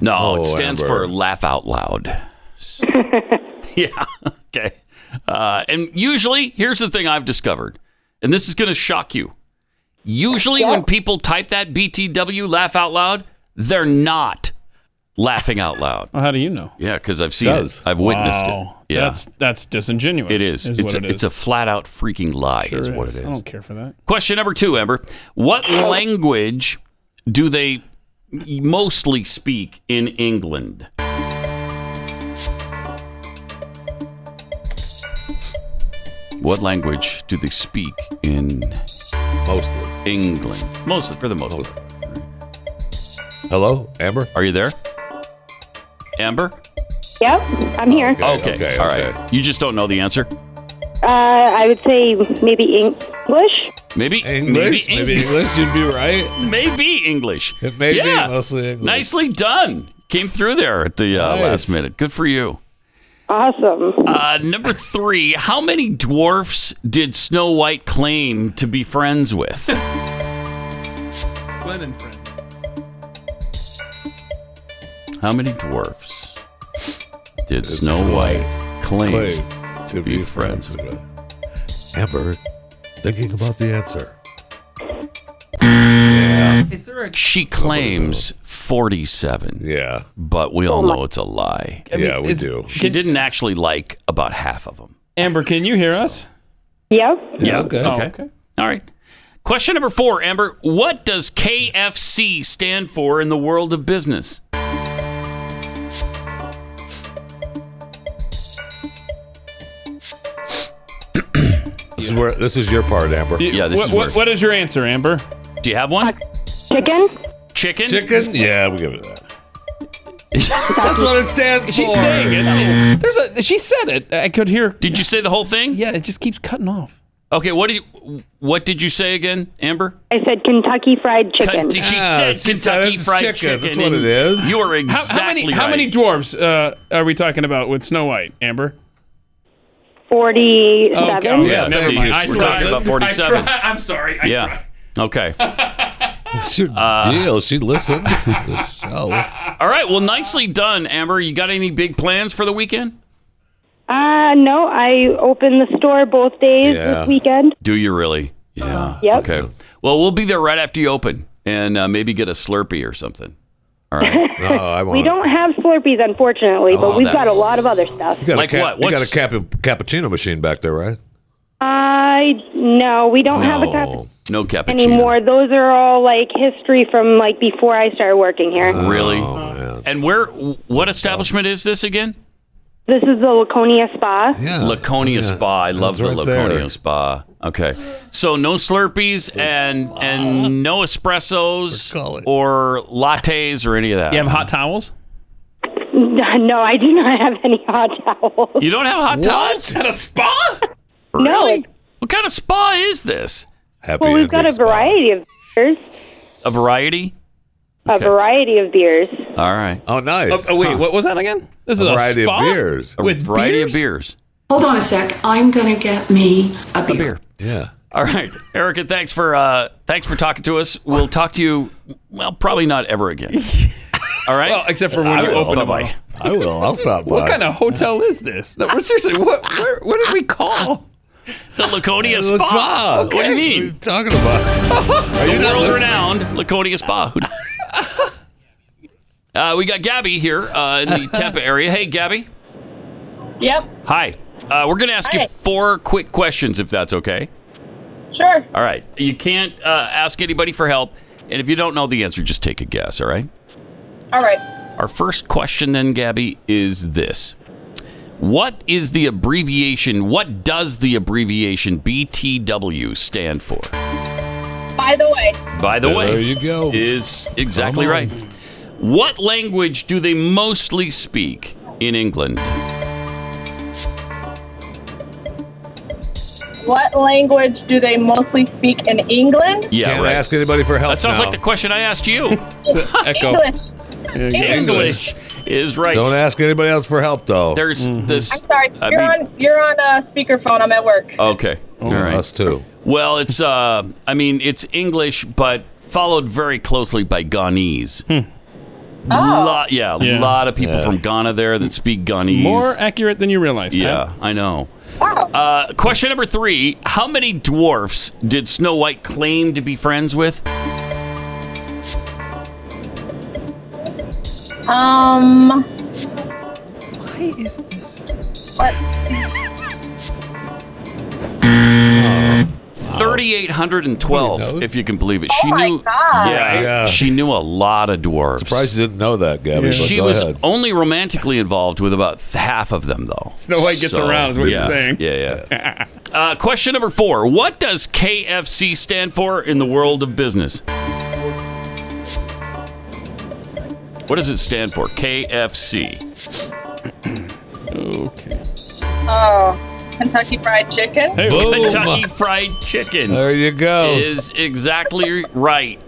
[SPEAKER 3] No,
[SPEAKER 5] Oh,
[SPEAKER 3] it stands
[SPEAKER 5] Amber.
[SPEAKER 3] for laugh out loud. yeah. Okay. Uh, and usually, here's the thing I've discovered, and this is going to shock you. Usually, when people type that BTW laugh out loud, they're not laughing out loud.
[SPEAKER 4] Well, how do you know?
[SPEAKER 3] Yeah, because I've seen it.
[SPEAKER 4] Does.
[SPEAKER 3] I've witnessed
[SPEAKER 4] Wow.
[SPEAKER 3] it. Yeah.
[SPEAKER 4] That's that's disingenuous.
[SPEAKER 3] it is.
[SPEAKER 4] is
[SPEAKER 3] it's,
[SPEAKER 4] what
[SPEAKER 3] a,
[SPEAKER 4] it is.
[SPEAKER 3] it's a flat out freaking lie,
[SPEAKER 4] Sure
[SPEAKER 3] is what it
[SPEAKER 4] I
[SPEAKER 3] is.
[SPEAKER 4] don't care Oh. for that.
[SPEAKER 3] Question number two, Amber. What language do they mostly speak in England? What language do they speak in
[SPEAKER 5] mostly
[SPEAKER 3] England? Mostly for the most. part.
[SPEAKER 5] Hello, Amber.
[SPEAKER 3] Are you there, Amber?
[SPEAKER 15] Yep, I'm here.
[SPEAKER 3] Okay. All right. You just don't know the answer.
[SPEAKER 15] Uh, I would say maybe English.
[SPEAKER 3] Maybe
[SPEAKER 5] English. Maybe,
[SPEAKER 3] Maybe English.
[SPEAKER 5] English. You'd be right.
[SPEAKER 3] [LAUGHS] Maybe English.
[SPEAKER 5] It may
[SPEAKER 3] Yeah.
[SPEAKER 5] be mostly English.
[SPEAKER 3] Nicely done. Came through there at the uh,
[SPEAKER 5] Nice.
[SPEAKER 3] last minute. Good for you.
[SPEAKER 15] Awesome.
[SPEAKER 3] Uh, number three, how many dwarfs did Snow White claim to be friends with?
[SPEAKER 4] Glenn and friends.
[SPEAKER 3] How many dwarfs did Snow White claim,
[SPEAKER 5] Claim
[SPEAKER 3] to be friends with?
[SPEAKER 5] Amber, thinking about the answer.
[SPEAKER 16] Is there a
[SPEAKER 3] She claims 47.
[SPEAKER 5] Yeah.
[SPEAKER 3] But we all know it's a lie.
[SPEAKER 4] Oh I mean, Yeah, we is-
[SPEAKER 5] do.
[SPEAKER 3] She didn't actually like about half of them.
[SPEAKER 4] Amber, can you hear
[SPEAKER 3] [LAUGHS]
[SPEAKER 4] us?
[SPEAKER 15] Yep.
[SPEAKER 3] Yeah.
[SPEAKER 5] okay.
[SPEAKER 4] Oh, okay.
[SPEAKER 3] All right. Question number four, Amber. What does KFC stand for in the world of business?
[SPEAKER 5] This is where this is your part, Amber.
[SPEAKER 4] Do you-
[SPEAKER 3] Yeah, this
[SPEAKER 4] what,
[SPEAKER 3] is
[SPEAKER 4] what,
[SPEAKER 3] where-
[SPEAKER 4] what is your answer, Amber?
[SPEAKER 3] Do you have
[SPEAKER 4] Uh,
[SPEAKER 3] one?
[SPEAKER 15] Chicken.
[SPEAKER 3] Chicken?
[SPEAKER 5] Chicken? Yeah, we give it that. That's what it stands
[SPEAKER 4] She's
[SPEAKER 5] for.
[SPEAKER 4] saying it. There's a. She said it. I could hear.
[SPEAKER 3] Did you say the whole thing?
[SPEAKER 4] Yeah, it just keeps cutting off.
[SPEAKER 3] Okay, what do you what did you say again, Amber?
[SPEAKER 15] I said Kentucky Fried Chicken.
[SPEAKER 3] Con- she
[SPEAKER 5] Yeah,
[SPEAKER 3] said
[SPEAKER 5] Ah, she
[SPEAKER 3] Kentucky
[SPEAKER 5] said it's
[SPEAKER 3] Fried
[SPEAKER 5] chicken.
[SPEAKER 3] Chicken.
[SPEAKER 5] That's what
[SPEAKER 3] and
[SPEAKER 5] it is.
[SPEAKER 3] You are
[SPEAKER 4] How,
[SPEAKER 3] exactly
[SPEAKER 4] how many?
[SPEAKER 3] right.
[SPEAKER 4] How many dwarves uh, are we talking about with Snow White, Amber?
[SPEAKER 15] Forty-seven.
[SPEAKER 4] Okay, oh,
[SPEAKER 5] Yeah,
[SPEAKER 4] never
[SPEAKER 5] see,
[SPEAKER 4] mind.
[SPEAKER 5] we're talking
[SPEAKER 3] about
[SPEAKER 4] I
[SPEAKER 3] 47.
[SPEAKER 4] tried. I'm sorry. I
[SPEAKER 3] yeah.
[SPEAKER 4] tried.
[SPEAKER 3] Okay.
[SPEAKER 5] It's your deal. She listened. to the show.
[SPEAKER 3] All right. Well, nicely done, Amber. You got any big plans for the weekend?
[SPEAKER 15] Uh, no, I open the store both days
[SPEAKER 5] Yeah.
[SPEAKER 15] this weekend.
[SPEAKER 3] Do you really? Yeah.
[SPEAKER 15] Yep.
[SPEAKER 3] Okay. Well, we'll be there right after you open, and uh, maybe get a Slurpee or something. All right.
[SPEAKER 5] No, I
[SPEAKER 15] [LAUGHS] we
[SPEAKER 5] want.
[SPEAKER 15] don't have Slurpees, unfortunately,
[SPEAKER 5] Oh,
[SPEAKER 15] but we've got a
[SPEAKER 5] that's-
[SPEAKER 15] lot of other stuff.
[SPEAKER 5] You got a cap, You got a capu- cappuccino machine back there, right?
[SPEAKER 15] I no, we don't
[SPEAKER 3] Oh,
[SPEAKER 15] have a cap
[SPEAKER 3] No cappuccino.
[SPEAKER 15] anymore. Those are all like history from like before I started working here.
[SPEAKER 3] Really?
[SPEAKER 15] Oh,
[SPEAKER 3] and where? What establishment is this again?
[SPEAKER 15] This is the Laconia Spa. [LAUGHS]
[SPEAKER 3] Laconia Spa. I love the
[SPEAKER 15] right
[SPEAKER 3] Laconia
[SPEAKER 15] there.
[SPEAKER 3] Spa. Okay, so no Slurpees and and no espressos or lattes or any of that.
[SPEAKER 4] You have hot towels?
[SPEAKER 15] No, I do not have any hot towels.
[SPEAKER 3] You don't have hot towels
[SPEAKER 4] at a spa?
[SPEAKER 15] No.
[SPEAKER 3] Really? What kind of spa is this? Happy
[SPEAKER 15] well, we've got a variety of beers.
[SPEAKER 3] a variety.
[SPEAKER 15] A variety of beers.
[SPEAKER 3] All right.
[SPEAKER 5] Oh, nice.
[SPEAKER 4] Oh, oh, wait, what was that again? This
[SPEAKER 3] A
[SPEAKER 4] is
[SPEAKER 3] variety of
[SPEAKER 4] a spa
[SPEAKER 3] beers. A
[SPEAKER 4] with
[SPEAKER 3] variety of
[SPEAKER 4] beers?
[SPEAKER 3] beers.
[SPEAKER 16] Hold on a sec. I'm going to get me a beer.
[SPEAKER 5] Yeah.
[SPEAKER 3] All right, Erica. Thanks for uh, thanks for talking to us. We'll talk to you. Well, probably not ever
[SPEAKER 4] [LAUGHS]
[SPEAKER 3] again. All right. Well,
[SPEAKER 4] Oh, except for when you open
[SPEAKER 3] Bye.
[SPEAKER 5] I will. I'll stop by.
[SPEAKER 4] What kind of hotel is this? No, we're- seriously, what where, what did we
[SPEAKER 3] [LAUGHS]
[SPEAKER 4] call?
[SPEAKER 3] The Laconia
[SPEAKER 4] The
[SPEAKER 3] Spa.
[SPEAKER 4] spa.
[SPEAKER 3] What do
[SPEAKER 4] Okay.
[SPEAKER 3] you mean? [LAUGHS]
[SPEAKER 5] talking about?
[SPEAKER 4] Are you
[SPEAKER 3] the
[SPEAKER 4] not
[SPEAKER 3] world
[SPEAKER 4] listening?
[SPEAKER 3] renowned Laconia Spa.
[SPEAKER 4] [LAUGHS]
[SPEAKER 3] Who- Uh, we got Gabby here uh, in the Tampa area. Hey, Gabby.
[SPEAKER 17] Yep.
[SPEAKER 3] Hi. Uh, we're going to ask
[SPEAKER 17] Hi.
[SPEAKER 3] you four quick questions, if that's okay.
[SPEAKER 17] Sure.
[SPEAKER 3] All right. You can't uh, ask anybody for help. And if you don't know the answer, just take a guess, all right?
[SPEAKER 17] All right.
[SPEAKER 3] Our first question, then, Gabby, is this What is the abbreviation? What does the abbreviation BTW stand for?
[SPEAKER 17] By the way,
[SPEAKER 3] By the way,
[SPEAKER 5] There you go.
[SPEAKER 3] Is exactly
[SPEAKER 5] Come on.
[SPEAKER 3] right. What language do they mostly speak in England?
[SPEAKER 17] what language do they mostly speak in England?
[SPEAKER 3] Yeah,
[SPEAKER 5] Can't
[SPEAKER 3] right.
[SPEAKER 5] ask anybody for help.
[SPEAKER 3] That sounds
[SPEAKER 5] now.
[SPEAKER 3] like the question I asked you.
[SPEAKER 17] English.
[SPEAKER 3] English is right.
[SPEAKER 5] Don't Mm-hmm. ask anybody else for help, though.
[SPEAKER 3] There's this.
[SPEAKER 17] I'm sorry.
[SPEAKER 3] I
[SPEAKER 17] you're
[SPEAKER 3] mean-
[SPEAKER 17] on. You're on a speakerphone. I'm at work.
[SPEAKER 3] Okay. All right.
[SPEAKER 5] Mm, Us too.
[SPEAKER 3] Well, it's uh, I mean, it's English, but followed very closely by Ghanese. Lot, yeah, a
[SPEAKER 4] Hmm. Yeah.
[SPEAKER 3] lot of people from Ghana there that speak Ghanese.
[SPEAKER 4] More accurate than you realize. Pat.
[SPEAKER 3] yeah, I know. Uh, question number three: How many dwarfs did Snow White claim to be friends with?
[SPEAKER 17] Um.
[SPEAKER 4] Why is this?
[SPEAKER 17] What?
[SPEAKER 3] Uh, Thirty-eight hundred and twelve, if you can believe it. She knew.
[SPEAKER 17] Oh God.
[SPEAKER 3] Yeah,
[SPEAKER 5] Yeah.
[SPEAKER 3] she knew a lot of dwarves.
[SPEAKER 5] Surprised you didn't know that, Gabby. but
[SPEAKER 3] She
[SPEAKER 5] go
[SPEAKER 3] was
[SPEAKER 5] ahead.
[SPEAKER 3] only romantically involved with about half of them, though.
[SPEAKER 4] Snow White gets around is what you're
[SPEAKER 3] yes.
[SPEAKER 4] saying.
[SPEAKER 3] Yeah, yeah. [LAUGHS] uh, question number four: What does KFC stand for in the world of business? What does it stand for? KFC. [CLEARS THROAT] okay.
[SPEAKER 17] Oh, Kentucky Fried Chicken.
[SPEAKER 3] Kentucky Fried Chicken.
[SPEAKER 5] There you go.
[SPEAKER 3] Is exactly right.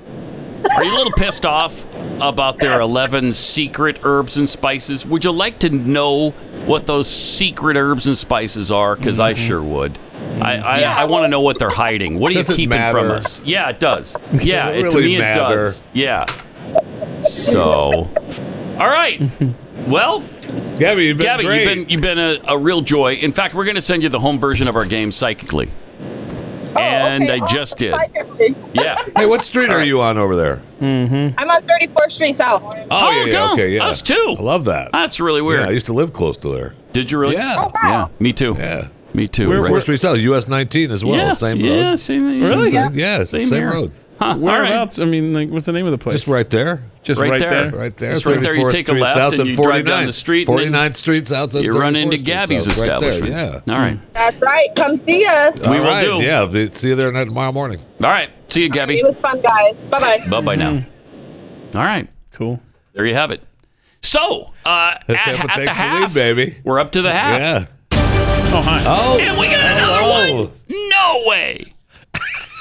[SPEAKER 3] Are you a little pissed off about their 11 secret herbs and spices? Would you like to know what those secret herbs and spices are? Because I
[SPEAKER 5] Mm-hmm.
[SPEAKER 3] sure would. I, I, I want to know what they're hiding. What are
[SPEAKER 5] Does
[SPEAKER 3] you
[SPEAKER 5] it
[SPEAKER 3] keeping from
[SPEAKER 5] matter?
[SPEAKER 3] us? Yeah, it
[SPEAKER 5] [LAUGHS]
[SPEAKER 3] does. Yeah,
[SPEAKER 5] it
[SPEAKER 3] it, to
[SPEAKER 5] really
[SPEAKER 3] me it
[SPEAKER 5] matter?
[SPEAKER 3] does. Yeah. So, all
[SPEAKER 5] [LAUGHS]
[SPEAKER 3] right. Well,
[SPEAKER 5] Gabby, you've been
[SPEAKER 3] Uh, Gabby,
[SPEAKER 5] great.
[SPEAKER 3] you've been you've been a, a real joy. In fact, we're going to send you the home version of our game psychically, and
[SPEAKER 17] Oh,
[SPEAKER 3] I just did. [LAUGHS] Yeah.
[SPEAKER 5] Hey, what street are you on over there? Mm-hmm.
[SPEAKER 17] I'm on 34th Street South. Oh,
[SPEAKER 5] Oh, yeah, yeah, okay, yeah.
[SPEAKER 3] Us too.
[SPEAKER 5] I love that.
[SPEAKER 3] That's really
[SPEAKER 5] weird. Yeah, I used to live close to there.
[SPEAKER 3] Did you really?
[SPEAKER 5] Yeah.
[SPEAKER 3] Yeah. Me too.
[SPEAKER 5] Yeah.
[SPEAKER 3] Me too.
[SPEAKER 5] We're
[SPEAKER 3] Right.
[SPEAKER 5] First Street South, US 19 as well.
[SPEAKER 3] Yeah,
[SPEAKER 5] Same road.
[SPEAKER 3] yeah, same-
[SPEAKER 5] same
[SPEAKER 3] Really?
[SPEAKER 5] thing. Yeah,
[SPEAKER 3] Same
[SPEAKER 5] same,
[SPEAKER 3] here.
[SPEAKER 5] road.
[SPEAKER 4] [LAUGHS] Whereabouts? I mean, like, what's the name of the place?
[SPEAKER 5] Just right there.
[SPEAKER 4] Just right, there.
[SPEAKER 5] Right there.
[SPEAKER 3] Just right there. You
[SPEAKER 5] 34th
[SPEAKER 3] take a
[SPEAKER 5] Street
[SPEAKER 3] left
[SPEAKER 5] south
[SPEAKER 3] and
[SPEAKER 5] of
[SPEAKER 3] you drive down
[SPEAKER 5] 49th.
[SPEAKER 3] the street and then
[SPEAKER 5] 49th Street south of
[SPEAKER 3] You run into
[SPEAKER 5] 34th Street
[SPEAKER 3] Gabby's
[SPEAKER 5] south. Right there,
[SPEAKER 3] establishment.
[SPEAKER 5] yeah.
[SPEAKER 3] All right.
[SPEAKER 17] That's right. Come see us.
[SPEAKER 3] We
[SPEAKER 5] All
[SPEAKER 3] will
[SPEAKER 5] right,
[SPEAKER 3] do.
[SPEAKER 5] Yeah, be- see you there tomorrow morning.
[SPEAKER 3] All right. See you, Gabby.
[SPEAKER 17] It was fun, guys. Bye bye.
[SPEAKER 3] Bye bye now. All right. Cool. There you have it. So, uh, at,
[SPEAKER 5] That's
[SPEAKER 3] at
[SPEAKER 5] what
[SPEAKER 3] the
[SPEAKER 5] takes the
[SPEAKER 3] half,
[SPEAKER 5] lead, baby.
[SPEAKER 3] we're up to the half.
[SPEAKER 5] Yeah.
[SPEAKER 4] Oh, hi.
[SPEAKER 5] Oh,
[SPEAKER 3] Ah. and we got another
[SPEAKER 5] hello.
[SPEAKER 3] one. No way.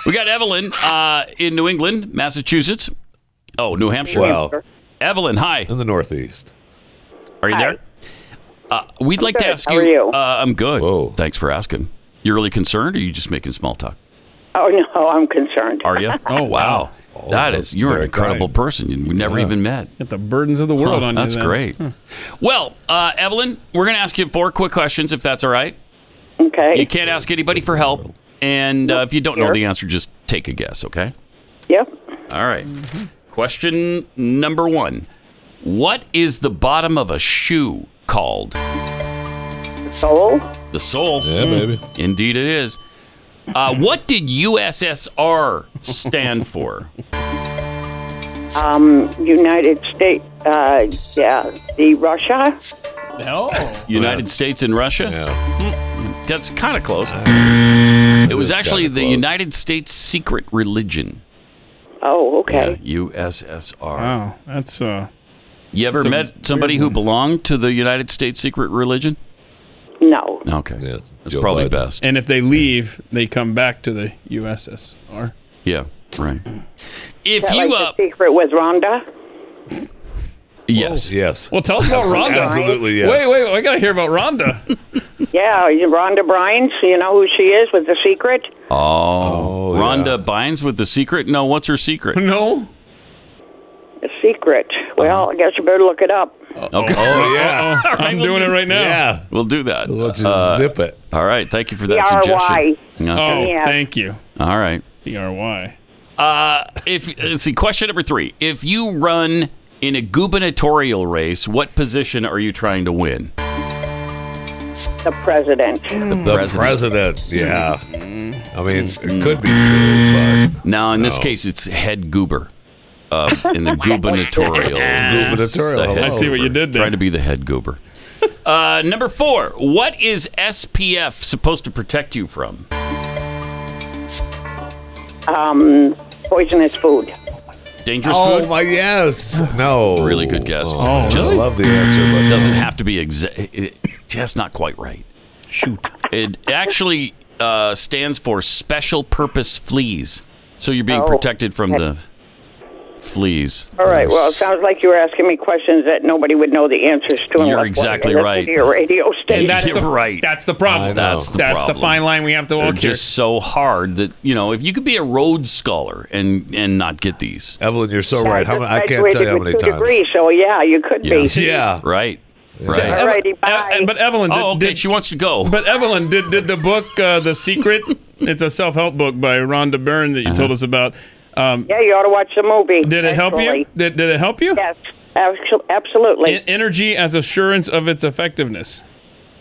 [SPEAKER 3] We got Evelyn uh, in New England, Massachusetts. Oh, New Hampshire.
[SPEAKER 5] Well.
[SPEAKER 3] Evelyn, hi.
[SPEAKER 5] In the Northeast.
[SPEAKER 3] Are you there? Uh, we'd
[SPEAKER 18] I'm
[SPEAKER 3] like to
[SPEAKER 18] good.
[SPEAKER 3] ask
[SPEAKER 18] How
[SPEAKER 3] you.
[SPEAKER 18] are you?
[SPEAKER 3] Uh, I'm good. Whoa. Thanks for asking. You're really concerned, or are you just making small talk?
[SPEAKER 18] Oh no, I'm concerned. [LAUGHS]
[SPEAKER 3] Are you? oh wow, that is you're an incredible person. You- We never even met.
[SPEAKER 4] Got the burdens of the world
[SPEAKER 3] Huh,
[SPEAKER 4] on you.
[SPEAKER 3] that's
[SPEAKER 4] then.
[SPEAKER 3] great.
[SPEAKER 4] Huh.
[SPEAKER 3] Well, uh, Evelyn, we're going to ask you four quick questions, if that's all right. Okay. You can't ask anybody for help, and uh, if you don't know
[SPEAKER 18] Sure.
[SPEAKER 3] the answer, just take a guess. Okay.
[SPEAKER 18] Yep. Mm-hmm.
[SPEAKER 3] All right. Question number one: What is the bottom of a shoe called?
[SPEAKER 18] Soul?
[SPEAKER 3] The sole.
[SPEAKER 5] Yeah, baby.
[SPEAKER 3] Indeed, it is. Uh, what did USSR stand for?
[SPEAKER 18] Um, United States, uh, yeah, the Russia?
[SPEAKER 4] No.
[SPEAKER 3] United States and Russia? Hmm, That's kind of close. it was
[SPEAKER 18] That's
[SPEAKER 3] actually
[SPEAKER 18] kinda
[SPEAKER 3] the
[SPEAKER 18] close.
[SPEAKER 3] United States secret religion.
[SPEAKER 18] Oh, okay.
[SPEAKER 3] Yeah, USSR.
[SPEAKER 4] Wow, that's uh.
[SPEAKER 3] You ever
[SPEAKER 4] That's a
[SPEAKER 3] met somebody
[SPEAKER 4] weird
[SPEAKER 3] who
[SPEAKER 4] one.
[SPEAKER 3] belonged to the United States secret religion?
[SPEAKER 18] No.
[SPEAKER 3] Okay. That's probably best.
[SPEAKER 4] And if they leave, they come back to the USSR.
[SPEAKER 3] Yeah, right. If
[SPEAKER 18] Is that
[SPEAKER 3] you, uh,
[SPEAKER 18] like the secret with Rhonda.
[SPEAKER 3] Yes.
[SPEAKER 5] yes.
[SPEAKER 4] Well, tell us about
[SPEAKER 18] Absolutely-
[SPEAKER 4] Rhonda.
[SPEAKER 18] absolutely, yeah.
[SPEAKER 4] Wait, wait, wait, I gotta hear
[SPEAKER 3] [LAUGHS]
[SPEAKER 4] about Rhonda.
[SPEAKER 18] Yeah, Rhonda Brines. You know who she is with the secret?
[SPEAKER 3] Oh, Rhonda Bynes with the secret? No, what's her secret?
[SPEAKER 4] [LAUGHS] No.
[SPEAKER 18] The secret.
[SPEAKER 3] Uh-huh.
[SPEAKER 18] Well, I guess you better look it up.
[SPEAKER 3] Okay.
[SPEAKER 5] Oh,
[SPEAKER 3] Uh,
[SPEAKER 5] yeah.
[SPEAKER 4] All right, I'm doing it right now.
[SPEAKER 5] Yeah.
[SPEAKER 3] We'll do that. Uh,
[SPEAKER 5] Let's just zip it.
[SPEAKER 3] All right. Thank you for that
[SPEAKER 18] PRY.
[SPEAKER 3] suggestion.
[SPEAKER 4] Oh,
[SPEAKER 3] Okay.
[SPEAKER 4] thank you.
[SPEAKER 3] All right.
[SPEAKER 4] PRY.
[SPEAKER 3] Uh, if let's see, question number three: If you run in a gubernatorial race, what position are you trying to win?
[SPEAKER 18] The president.
[SPEAKER 5] The president. Yeah.
[SPEAKER 3] Mm-hmm.
[SPEAKER 5] I mean, it could be true, but.
[SPEAKER 3] Now, in this
[SPEAKER 5] No.
[SPEAKER 3] case, it's head goober. Uh, in the gubernatorial,
[SPEAKER 5] Gubernatorial,
[SPEAKER 3] The head
[SPEAKER 5] hello. I see what
[SPEAKER 3] goober.
[SPEAKER 5] you did there.
[SPEAKER 3] Trying to be the head goober. Uh, number four: What is SPF supposed to protect you from?
[SPEAKER 18] Um, poisonous food.
[SPEAKER 3] Dangerous
[SPEAKER 5] oh,
[SPEAKER 3] food.
[SPEAKER 5] my, yes. No.
[SPEAKER 3] Really good guess.
[SPEAKER 5] Oh, I just love the answer, but
[SPEAKER 3] it doesn't have to be exact. Just not quite right.
[SPEAKER 4] Shoot.
[SPEAKER 3] It actually uh, stands for special purpose fleas. So you're being
[SPEAKER 18] Oh,
[SPEAKER 3] protected from
[SPEAKER 18] okay.
[SPEAKER 3] the fleas.
[SPEAKER 18] All right. Well, it sounds like you were asking me questions that nobody would know the answers to. unless
[SPEAKER 3] You're
[SPEAKER 18] one
[SPEAKER 3] exactly
[SPEAKER 18] listened
[SPEAKER 3] right.
[SPEAKER 18] To your radio station.
[SPEAKER 4] And that's
[SPEAKER 3] You're
[SPEAKER 4] the,
[SPEAKER 3] right.
[SPEAKER 4] That's the problem.
[SPEAKER 3] That's the
[SPEAKER 4] that's
[SPEAKER 3] problem.
[SPEAKER 4] the fine line we have to
[SPEAKER 3] They're
[SPEAKER 4] walk here.
[SPEAKER 3] just so hard that you know if you could be a Rhodes scholar and and not get these.
[SPEAKER 5] Evelyn, you're so
[SPEAKER 18] Yeah,
[SPEAKER 5] right. How,
[SPEAKER 18] just
[SPEAKER 5] ma- I can't tell you
[SPEAKER 18] graduated
[SPEAKER 5] how
[SPEAKER 18] with
[SPEAKER 5] many
[SPEAKER 18] two
[SPEAKER 5] times.
[SPEAKER 18] Degrees, so yeah, you could be.
[SPEAKER 5] Yeah.
[SPEAKER 3] Right.
[SPEAKER 4] Ev-
[SPEAKER 3] Right.
[SPEAKER 18] All righty,
[SPEAKER 4] Ev- but Evelyn, did,
[SPEAKER 3] Oh, okay.
[SPEAKER 4] did-
[SPEAKER 3] She wants to go.
[SPEAKER 4] but Evelyn did did the book uh,
[SPEAKER 3] [LAUGHS]
[SPEAKER 4] The Secret? it's a self help book by Rhonda Byrne
[SPEAKER 3] Uh-huh.
[SPEAKER 4] that you told us about. Um,
[SPEAKER 18] Yeah, you ought to watch the movie.
[SPEAKER 4] did it help you?
[SPEAKER 18] actually.
[SPEAKER 4] Did, did it help you?
[SPEAKER 18] Yes, actu- absolutely.
[SPEAKER 4] En- energy as assurance of its effectiveness.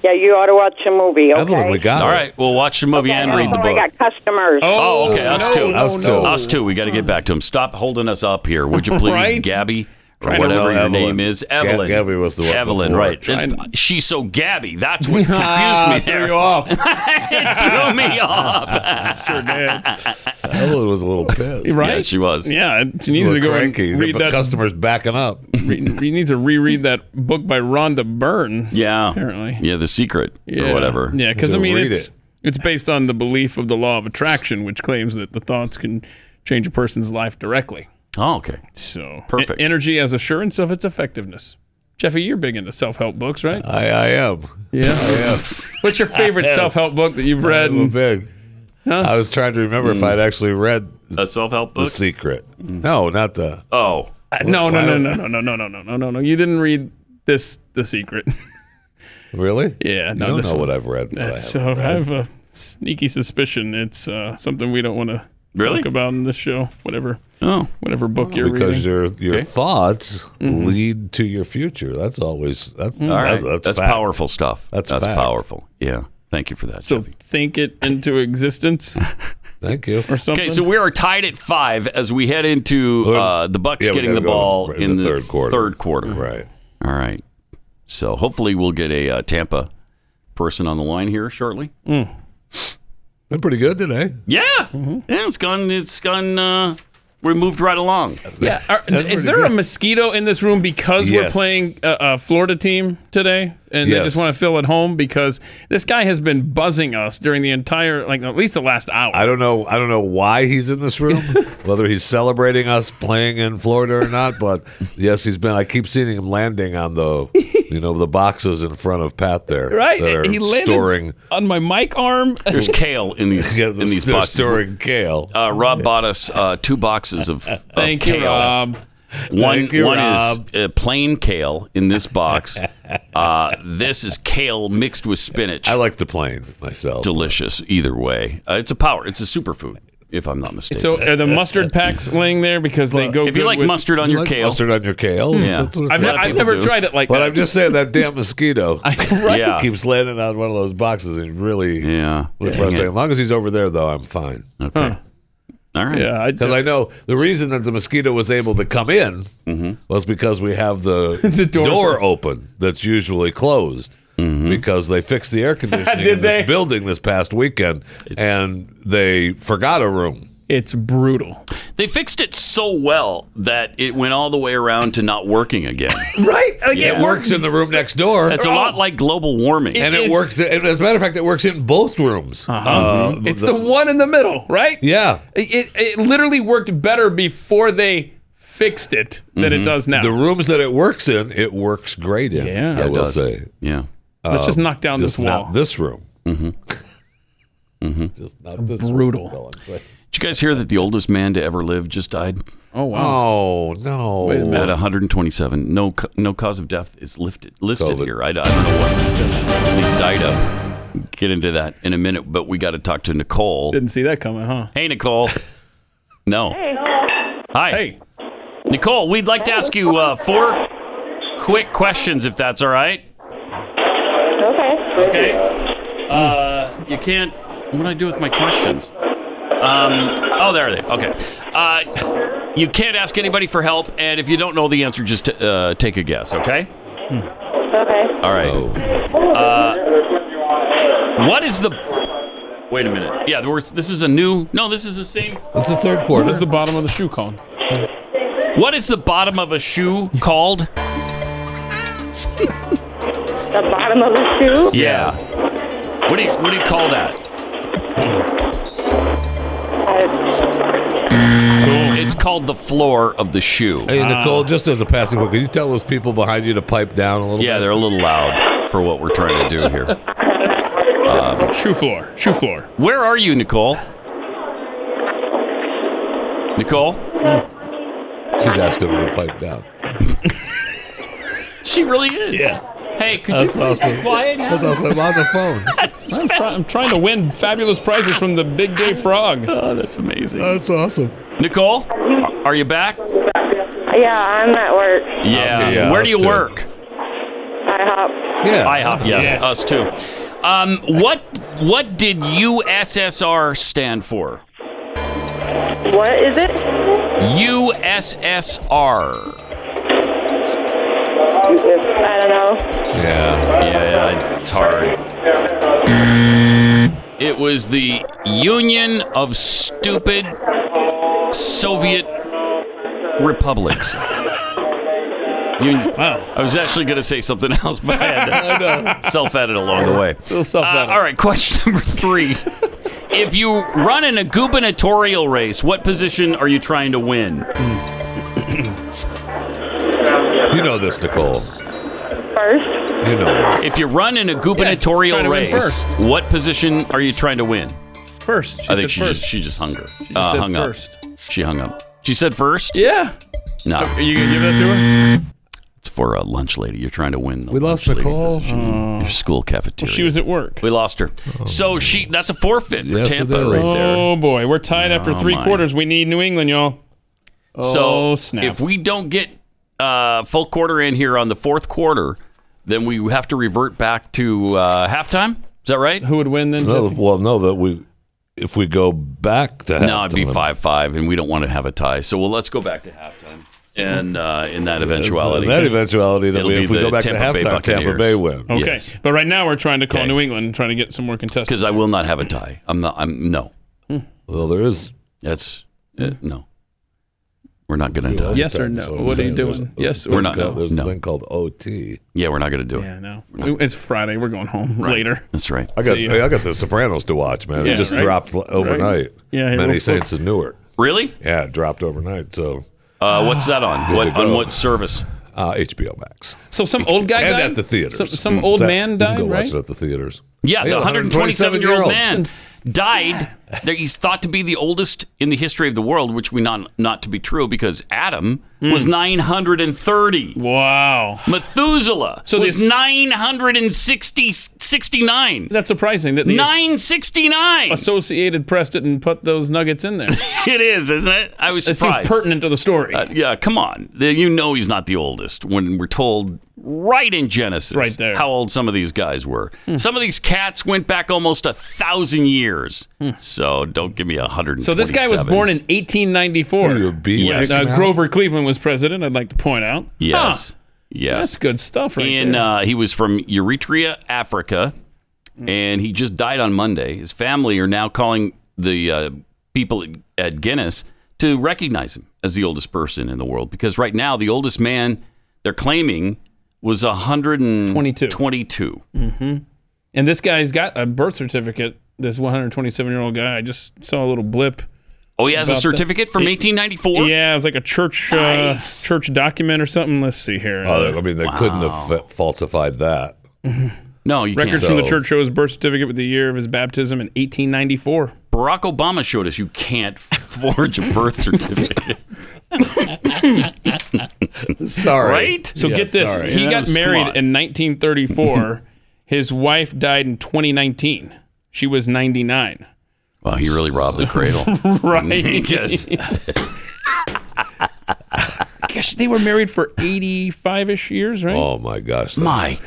[SPEAKER 18] yeah, you ought to watch the movie. Okay.
[SPEAKER 5] Evelyn, we got
[SPEAKER 3] All
[SPEAKER 5] it.
[SPEAKER 3] right. Well, watch the movie and read the
[SPEAKER 18] So I
[SPEAKER 3] book.
[SPEAKER 18] got customers.
[SPEAKER 3] Oh,
[SPEAKER 4] [LAUGHS]
[SPEAKER 3] okay. Us
[SPEAKER 4] no,
[SPEAKER 3] two.
[SPEAKER 4] no,
[SPEAKER 5] Us two.
[SPEAKER 4] no.
[SPEAKER 3] Us two. We got to get back to him. Stop holding us up here, would
[SPEAKER 5] [LAUGHS]
[SPEAKER 3] you please,
[SPEAKER 4] Right?
[SPEAKER 3] Gabby? Or
[SPEAKER 5] Trying to
[SPEAKER 3] whatever
[SPEAKER 5] know
[SPEAKER 3] your
[SPEAKER 5] Evelyn.
[SPEAKER 3] name is,
[SPEAKER 5] Gab-
[SPEAKER 3] Evelyn.
[SPEAKER 5] Gabby was the one
[SPEAKER 3] Evelyn,
[SPEAKER 5] before.
[SPEAKER 3] right? It's- she's so Gabby. That's
[SPEAKER 5] [LAUGHS]
[SPEAKER 3] what confused
[SPEAKER 5] Ah,
[SPEAKER 3] me
[SPEAKER 4] Ah,
[SPEAKER 3] [LAUGHS]
[SPEAKER 4] threw
[SPEAKER 3] there.
[SPEAKER 4] you off.
[SPEAKER 3] it threw me off.
[SPEAKER 4] Sure did.
[SPEAKER 5] Evelyn was a little pissed.
[SPEAKER 4] Right?
[SPEAKER 3] Yeah, she was.
[SPEAKER 4] Yeah, she
[SPEAKER 5] She's
[SPEAKER 4] needs to
[SPEAKER 5] a little
[SPEAKER 4] go
[SPEAKER 5] cranky.
[SPEAKER 4] and read
[SPEAKER 5] the
[SPEAKER 4] that.
[SPEAKER 5] customer's backing up.
[SPEAKER 4] Re- he needs to reread that book by Rhonda Byrne.
[SPEAKER 3] Yeah.
[SPEAKER 4] Apparently.
[SPEAKER 3] [LAUGHS] Yeah, the secret or whatever.
[SPEAKER 4] Yeah, because I
[SPEAKER 5] So
[SPEAKER 4] mean,
[SPEAKER 5] read
[SPEAKER 4] it's
[SPEAKER 5] it.
[SPEAKER 4] it's based on the belief of the law of attraction, which claims that the thoughts can change a person's life directly.
[SPEAKER 3] Oh, okay.
[SPEAKER 4] So
[SPEAKER 3] Perfect.
[SPEAKER 4] e- energy as assurance of its effectiveness. Jeffy, you're big into self-help books, right?
[SPEAKER 5] I, I am.
[SPEAKER 4] yeah. What's
[SPEAKER 5] [LAUGHS]
[SPEAKER 4] your favorite
[SPEAKER 5] Yeah.
[SPEAKER 4] self-help book that you've read?
[SPEAKER 5] I'm a
[SPEAKER 4] and-
[SPEAKER 5] big. I was trying to remember
[SPEAKER 3] Hmm.
[SPEAKER 5] if I'd actually read
[SPEAKER 3] A self-help
[SPEAKER 5] The
[SPEAKER 3] book.
[SPEAKER 5] Secret.
[SPEAKER 3] Hmm.
[SPEAKER 5] No, not the.
[SPEAKER 3] oh,
[SPEAKER 4] no, no,
[SPEAKER 5] Why
[SPEAKER 4] no,
[SPEAKER 5] don't-
[SPEAKER 4] no, no, no, no, no, no, no, no, no. You didn't read this, The Secret.
[SPEAKER 5] Really?
[SPEAKER 4] Yeah,
[SPEAKER 5] You
[SPEAKER 4] no,
[SPEAKER 5] don't
[SPEAKER 4] this
[SPEAKER 5] know
[SPEAKER 4] one-
[SPEAKER 5] what I've read. but I
[SPEAKER 4] That's so.
[SPEAKER 5] haven't
[SPEAKER 4] I
[SPEAKER 5] read.
[SPEAKER 4] have a sneaky suspicion it's uh, something we don't want to
[SPEAKER 3] Really?
[SPEAKER 4] talk about in this show. Whatever,
[SPEAKER 3] oh,
[SPEAKER 4] whatever book you're
[SPEAKER 5] because
[SPEAKER 4] reading.
[SPEAKER 5] your your thoughts lead to your future. That's always that's
[SPEAKER 3] Mm-hmm. all right.
[SPEAKER 5] that's,
[SPEAKER 3] That's,
[SPEAKER 5] fact.
[SPEAKER 3] powerful stuff.
[SPEAKER 5] That's
[SPEAKER 3] that's
[SPEAKER 5] fact.
[SPEAKER 3] powerful. Yeah. Thank you for that.
[SPEAKER 4] So
[SPEAKER 3] Jeffy.
[SPEAKER 4] think it into
[SPEAKER 5] [LAUGHS]
[SPEAKER 4] existence
[SPEAKER 5] Thank you.
[SPEAKER 4] or something.
[SPEAKER 3] Okay, so we are tied at five as we head into uh, the Bucks
[SPEAKER 5] Yeah, we
[SPEAKER 3] getting the
[SPEAKER 5] gotta go to
[SPEAKER 3] ball
[SPEAKER 5] the-
[SPEAKER 3] in the third quarter.
[SPEAKER 5] Right.
[SPEAKER 3] All right. So hopefully we'll get a uh, Tampa person on the line here shortly.
[SPEAKER 5] Been pretty good today.
[SPEAKER 3] Yeah, Mm-hmm. yeah. It's gone. It's gone. Uh, we moved right along.
[SPEAKER 4] yeah, are, is
[SPEAKER 5] pretty
[SPEAKER 4] there a
[SPEAKER 5] good.
[SPEAKER 4] mosquito in this room because we're
[SPEAKER 5] Yes.
[SPEAKER 4] playing a, a Florida team today, and they
[SPEAKER 5] Yes.
[SPEAKER 4] just want to feel at home because this guy has been buzzing us during the entire, like at least the last hour.
[SPEAKER 5] I don't know. I don't know why he's in
[SPEAKER 3] [LAUGHS]
[SPEAKER 5] this room, whether he's celebrating us playing in Florida or not. But yes, he's been. I keep seeing him landing on the, you know, the boxes in front of
[SPEAKER 3] [LAUGHS]
[SPEAKER 5] Pat there.
[SPEAKER 4] right?
[SPEAKER 5] that are
[SPEAKER 4] He landed
[SPEAKER 5] storing.
[SPEAKER 4] on my mic arm.
[SPEAKER 3] There's kale in these
[SPEAKER 5] Yeah,
[SPEAKER 3] in these
[SPEAKER 5] they're
[SPEAKER 3] boxes.
[SPEAKER 5] storing kale.
[SPEAKER 3] Uh, Rob bought us uh, two boxes of, of
[SPEAKER 4] Thank
[SPEAKER 3] kale.
[SPEAKER 4] you, Rob.
[SPEAKER 3] One,
[SPEAKER 5] Thank you,
[SPEAKER 3] one
[SPEAKER 5] Rob.
[SPEAKER 3] is uh, plain kale in this
[SPEAKER 5] [LAUGHS]
[SPEAKER 3] box. uh, this is kale mixed with spinach.
[SPEAKER 5] I like the plane myself.
[SPEAKER 3] Delicious either way. Uh, it's a power. It's a superfood. if I'm not mistaken.
[SPEAKER 4] So are the mustard packs laying there because they go.
[SPEAKER 3] if you
[SPEAKER 4] good
[SPEAKER 3] like
[SPEAKER 4] with-
[SPEAKER 3] mustard on your kale,
[SPEAKER 5] mustard on your kale.
[SPEAKER 3] Yeah.
[SPEAKER 5] That's what it's
[SPEAKER 4] I've,
[SPEAKER 5] like.
[SPEAKER 4] I've never tried it like
[SPEAKER 5] But
[SPEAKER 4] that.
[SPEAKER 5] I'm just saying that
[SPEAKER 3] [LAUGHS]
[SPEAKER 5] damn mosquito
[SPEAKER 3] Yeah.
[SPEAKER 5] keeps landing on one of those boxes and really,
[SPEAKER 3] yeah,
[SPEAKER 5] really
[SPEAKER 3] Dang
[SPEAKER 5] frustrating.
[SPEAKER 3] it.
[SPEAKER 5] As long as he's over there, though, I'm fine.
[SPEAKER 3] Okay. All right.
[SPEAKER 4] Yeah,
[SPEAKER 5] because I, know the reason that the mosquito was able to come in
[SPEAKER 3] Mm-hmm.
[SPEAKER 5] was because we
[SPEAKER 3] [LAUGHS]
[SPEAKER 5] have the,
[SPEAKER 4] The doors
[SPEAKER 5] door open that's usually closed
[SPEAKER 3] Mm-hmm.
[SPEAKER 5] because they fixed the
[SPEAKER 3] [LAUGHS]
[SPEAKER 5] air conditioning
[SPEAKER 4] Did
[SPEAKER 5] in this
[SPEAKER 4] they?
[SPEAKER 5] building this past weekend and they forgot a room.
[SPEAKER 4] It's brutal.
[SPEAKER 3] They fixed it so well that it went all the way around to not working again.
[SPEAKER 5] Right?
[SPEAKER 3] Like, it
[SPEAKER 5] it works in the room next door.
[SPEAKER 3] It's a lot like global warming.
[SPEAKER 5] Oh. and it works. And as a matter of fact, it works in both rooms.
[SPEAKER 3] Uh-huh.
[SPEAKER 5] Uh,
[SPEAKER 3] Mm-hmm.
[SPEAKER 4] It's the one in the middle, right?
[SPEAKER 5] yeah.
[SPEAKER 4] It, it literally worked better before they fixed it than it
[SPEAKER 5] Mhm.
[SPEAKER 4] does now.
[SPEAKER 5] The rooms that it works in, it works great in.
[SPEAKER 4] Yeah.
[SPEAKER 5] I
[SPEAKER 4] It
[SPEAKER 5] will
[SPEAKER 4] does.
[SPEAKER 5] say.
[SPEAKER 3] Yeah.
[SPEAKER 4] Let's just knock down
[SPEAKER 5] Oh, just
[SPEAKER 4] this wall.
[SPEAKER 5] Not this room.
[SPEAKER 3] Mm-hmm. Mm-hmm.
[SPEAKER 5] [LAUGHS] Just not this
[SPEAKER 4] Brutal.
[SPEAKER 5] Room, is all I'm saying.
[SPEAKER 3] Did you guys hear that the oldest man to ever live just died?
[SPEAKER 4] Oh
[SPEAKER 5] wow! Oh no!
[SPEAKER 4] Wait a minute.
[SPEAKER 3] At 127, no ca- no cause of death is lifted, listed here. I, I don't know what they died of. Get into that in a minute, but we got to talk to Nicole.
[SPEAKER 4] Didn't see that coming, huh?
[SPEAKER 3] Hey, Nicole. no. Hi. Hey. Nicole, we'd like to ask you uh, four quick questions, if that's all right. Okay. Okay. Uh, you can't. What do I do with my questions? Um, oh, there they. Okay. Uh, you can't ask anybody for help, and if you don't know the answer, just uh, take a guess. Okay.
[SPEAKER 15] Okay.
[SPEAKER 3] All right. Uh, what is the? Wait a minute. Yeah, we're, this is a new. No, this is the same.
[SPEAKER 5] It's the third
[SPEAKER 4] What is the bottom of the shoe cone?
[SPEAKER 3] What is the bottom of a shoe called?
[SPEAKER 15] The bottom of the shoe.
[SPEAKER 3] Yeah. What do you What do you call that? It's called the floor of the shoe.
[SPEAKER 5] Hey Nicole, just as a passing point, can you tell those people behind you to pipe down a little?
[SPEAKER 3] Yeah, they're a little loud for what we're trying to do here.
[SPEAKER 5] [LAUGHS]
[SPEAKER 3] Um,
[SPEAKER 4] shoe floor. Shoe floor.
[SPEAKER 3] Where are you, Nicole? Nicole?
[SPEAKER 5] bit? She's asking them to pipe down.
[SPEAKER 3] She really is. Yeah. Hey, could
[SPEAKER 5] That's
[SPEAKER 3] you please
[SPEAKER 5] awesome.
[SPEAKER 3] be quiet now?
[SPEAKER 5] That's awesome. I'm on the
[SPEAKER 3] [LAUGHS]
[SPEAKER 5] phone.
[SPEAKER 4] I'm, try- I'm trying to win fabulous prizes from the Big Gay
[SPEAKER 5] [LAUGHS]
[SPEAKER 4] Frog.
[SPEAKER 3] Oh, that's amazing.
[SPEAKER 5] That's awesome.
[SPEAKER 3] Nicole, are- are you back?
[SPEAKER 15] Yeah, I'm at work.
[SPEAKER 3] Yeah.
[SPEAKER 5] Okay, yeah,
[SPEAKER 3] Where
[SPEAKER 5] us
[SPEAKER 3] do you
[SPEAKER 5] too.
[SPEAKER 3] work?
[SPEAKER 15] I hop.
[SPEAKER 5] Yeah.
[SPEAKER 3] IHOP. Yeah.
[SPEAKER 5] Yes.
[SPEAKER 3] Us too. Um, what What did USSR stand for?
[SPEAKER 15] What is it?
[SPEAKER 3] USSR.
[SPEAKER 15] I don't know.
[SPEAKER 5] Yeah.
[SPEAKER 3] Yeah, it's hard. It was the Union of Stupid Soviet Republics. Union-
[SPEAKER 4] Wow.
[SPEAKER 3] I was actually going to say something else, but I had to self edit along the way.
[SPEAKER 4] Little self
[SPEAKER 3] Uh, all right, question [LAUGHS] number three. if you run in a gubernatorial race, what position are you trying to win?
[SPEAKER 5] You know this, Nicole.
[SPEAKER 15] First,
[SPEAKER 5] You know.
[SPEAKER 3] [LAUGHS] If you run in a gubernatorial
[SPEAKER 4] trying to win
[SPEAKER 3] race,
[SPEAKER 4] first.
[SPEAKER 3] what position are you trying to win?
[SPEAKER 4] First. She
[SPEAKER 3] I think
[SPEAKER 4] said
[SPEAKER 3] she
[SPEAKER 4] first.
[SPEAKER 3] just, she just hung her.
[SPEAKER 4] She
[SPEAKER 3] uh,
[SPEAKER 4] said
[SPEAKER 3] hung
[SPEAKER 4] first.
[SPEAKER 3] up. She hung up. She said first?
[SPEAKER 4] Yeah.
[SPEAKER 3] No,
[SPEAKER 4] Are you going to give that to her?
[SPEAKER 3] it's for a lunch lady. You're trying to win the
[SPEAKER 5] We lost
[SPEAKER 3] lunch lady
[SPEAKER 5] Nicole. Oh.
[SPEAKER 3] position in your school cafeteria.
[SPEAKER 4] She was at work.
[SPEAKER 3] we lost her. So she that's a forfeit for
[SPEAKER 5] Yes, it
[SPEAKER 3] Tampa
[SPEAKER 5] is.
[SPEAKER 3] right there.
[SPEAKER 4] Oh, boy. We're tied after
[SPEAKER 3] Oh,
[SPEAKER 4] three
[SPEAKER 3] my.
[SPEAKER 4] quarters. We need New England, y'all.
[SPEAKER 3] So
[SPEAKER 4] Oh, snap.
[SPEAKER 3] if we don't get uh, full quarter in here on the fourth quarter, then we have to revert back to uh, halftime. Is that right?
[SPEAKER 4] Who would win then?
[SPEAKER 5] No,
[SPEAKER 4] Jeffy?
[SPEAKER 5] well, no, that we if we go back to
[SPEAKER 3] No, it'd be
[SPEAKER 5] halftime,
[SPEAKER 3] five five, and we don't want to have a tie. So well, let's go back to halftime, and uh, in that
[SPEAKER 5] in
[SPEAKER 3] eventuality,
[SPEAKER 5] That eventuality, that
[SPEAKER 3] It'll
[SPEAKER 5] we,
[SPEAKER 3] be
[SPEAKER 5] if we
[SPEAKER 3] the
[SPEAKER 5] go back
[SPEAKER 3] Tampa
[SPEAKER 5] to
[SPEAKER 3] Bay
[SPEAKER 5] halftime, Tampa
[SPEAKER 3] Buccaneers.
[SPEAKER 5] Bay win.
[SPEAKER 4] Okay.
[SPEAKER 3] yes.
[SPEAKER 4] But right now we're trying to call
[SPEAKER 3] Okay.
[SPEAKER 4] New England, trying to get some more contestants.
[SPEAKER 3] because I will not have a tie. I'm not. I'm no.
[SPEAKER 5] Well, there is.
[SPEAKER 3] That's uh, no. We're not gonna tie.
[SPEAKER 4] Yes or no?
[SPEAKER 5] So
[SPEAKER 4] what are you
[SPEAKER 5] there's- there's
[SPEAKER 4] doing?
[SPEAKER 5] a
[SPEAKER 4] Yes
[SPEAKER 5] thing
[SPEAKER 3] We're not-
[SPEAKER 5] called- There's
[SPEAKER 3] no.
[SPEAKER 5] a thing called OT.
[SPEAKER 3] Yeah, we're not gonna do it.
[SPEAKER 4] Yeah, no. It's Friday. We're going home
[SPEAKER 3] Right.
[SPEAKER 4] later.
[SPEAKER 3] That's right.
[SPEAKER 5] I got
[SPEAKER 4] See ya.
[SPEAKER 5] hey, I got the Sopranos to watch, man.
[SPEAKER 4] Yeah,
[SPEAKER 5] it just
[SPEAKER 4] right?
[SPEAKER 5] dropped l- overnight.
[SPEAKER 4] Yeah, here,
[SPEAKER 5] many
[SPEAKER 4] we'll-
[SPEAKER 5] saints in Newark.
[SPEAKER 3] Really?
[SPEAKER 5] Yeah, it dropped overnight. So
[SPEAKER 3] Uh, what's that on?
[SPEAKER 5] Good
[SPEAKER 3] What
[SPEAKER 5] to go.
[SPEAKER 3] on what service?
[SPEAKER 5] uh, HBO Max
[SPEAKER 4] So some old guy
[SPEAKER 5] and
[SPEAKER 4] died?
[SPEAKER 5] at the theaters.
[SPEAKER 4] Some, some
[SPEAKER 5] Mm.
[SPEAKER 4] old
[SPEAKER 5] That-
[SPEAKER 4] man
[SPEAKER 5] You can
[SPEAKER 4] died,
[SPEAKER 5] go
[SPEAKER 4] right?
[SPEAKER 5] watch it at the theaters.
[SPEAKER 3] Yeah, the
[SPEAKER 5] Yeah,
[SPEAKER 3] 127 year old
[SPEAKER 5] 127-year-old.
[SPEAKER 3] man died. There, he's thought to be the oldest in the history of the world, which we know not to be true because Adam
[SPEAKER 5] Hmm.
[SPEAKER 3] was 930.
[SPEAKER 4] Wow.
[SPEAKER 3] Methuselah
[SPEAKER 4] So
[SPEAKER 3] was
[SPEAKER 4] this-
[SPEAKER 3] 960 69.
[SPEAKER 4] That's surprising that the
[SPEAKER 3] 969.
[SPEAKER 4] Associated Press didn't put those nuggets in
[SPEAKER 3] [LAUGHS]
[SPEAKER 4] there.
[SPEAKER 3] it is, isn't it? I was
[SPEAKER 4] It seems
[SPEAKER 3] surprised.
[SPEAKER 4] pertinent to the story.
[SPEAKER 3] Uh, yeah, come on. The- You know he's not the oldest when we're told right in Genesis
[SPEAKER 4] Right there. Hmm.
[SPEAKER 3] how old some of these guys were. Some of these cats went back almost a thousand years. So don't give me a hundred.
[SPEAKER 4] Hmm. So this guy was born in 1894.
[SPEAKER 3] You're being
[SPEAKER 4] When,
[SPEAKER 3] nice
[SPEAKER 4] uh,
[SPEAKER 3] now.
[SPEAKER 4] Grover Cleveland was president. I'd like to point out.
[SPEAKER 3] Yes.
[SPEAKER 4] Huh.
[SPEAKER 3] Yes.
[SPEAKER 4] That's good stuff, right
[SPEAKER 3] and
[SPEAKER 4] there.
[SPEAKER 3] uh, he was from Eritrea, Africa, and he just died on Monday. His family are now calling the uh, people at Guinness to recognize him as the oldest person in the world because right now the oldest man they're claiming was 122. 22.
[SPEAKER 4] hmm And this guy's got a birth certificate. This 127 year old guy. I just saw a little blip.
[SPEAKER 3] Oh, he has a
[SPEAKER 4] about that.
[SPEAKER 3] certificate from
[SPEAKER 4] He-
[SPEAKER 3] 1894.
[SPEAKER 4] Yeah, it was like a church uh, church document or something. Let's see here.
[SPEAKER 5] Oh, I mean, they couldn't have fa- falsified that.
[SPEAKER 3] No, you
[SPEAKER 4] Records
[SPEAKER 3] can't.
[SPEAKER 4] from the
[SPEAKER 3] So-
[SPEAKER 4] church show his birth certificate with the year of his baptism in 1894.
[SPEAKER 3] Barack Obama showed us you can't forge a
[SPEAKER 4] [LAUGHS]
[SPEAKER 3] birth certificate.
[SPEAKER 5] Sorry.
[SPEAKER 4] Right? So
[SPEAKER 5] Yeah,
[SPEAKER 4] get this.
[SPEAKER 5] sorry.
[SPEAKER 4] He got
[SPEAKER 5] Yes, come
[SPEAKER 4] married
[SPEAKER 5] on.
[SPEAKER 4] in
[SPEAKER 5] [LAUGHS]
[SPEAKER 4] 1934. His wife died in 2019. She was 99.
[SPEAKER 3] Wow, he really robbed the cradle.
[SPEAKER 4] [LAUGHS] right.
[SPEAKER 3] [LAUGHS] Yes.
[SPEAKER 4] Gosh, they were married for 85 ish years, right?
[SPEAKER 5] Oh my
[SPEAKER 4] [LAUGHS]
[SPEAKER 5] gosh.
[SPEAKER 3] My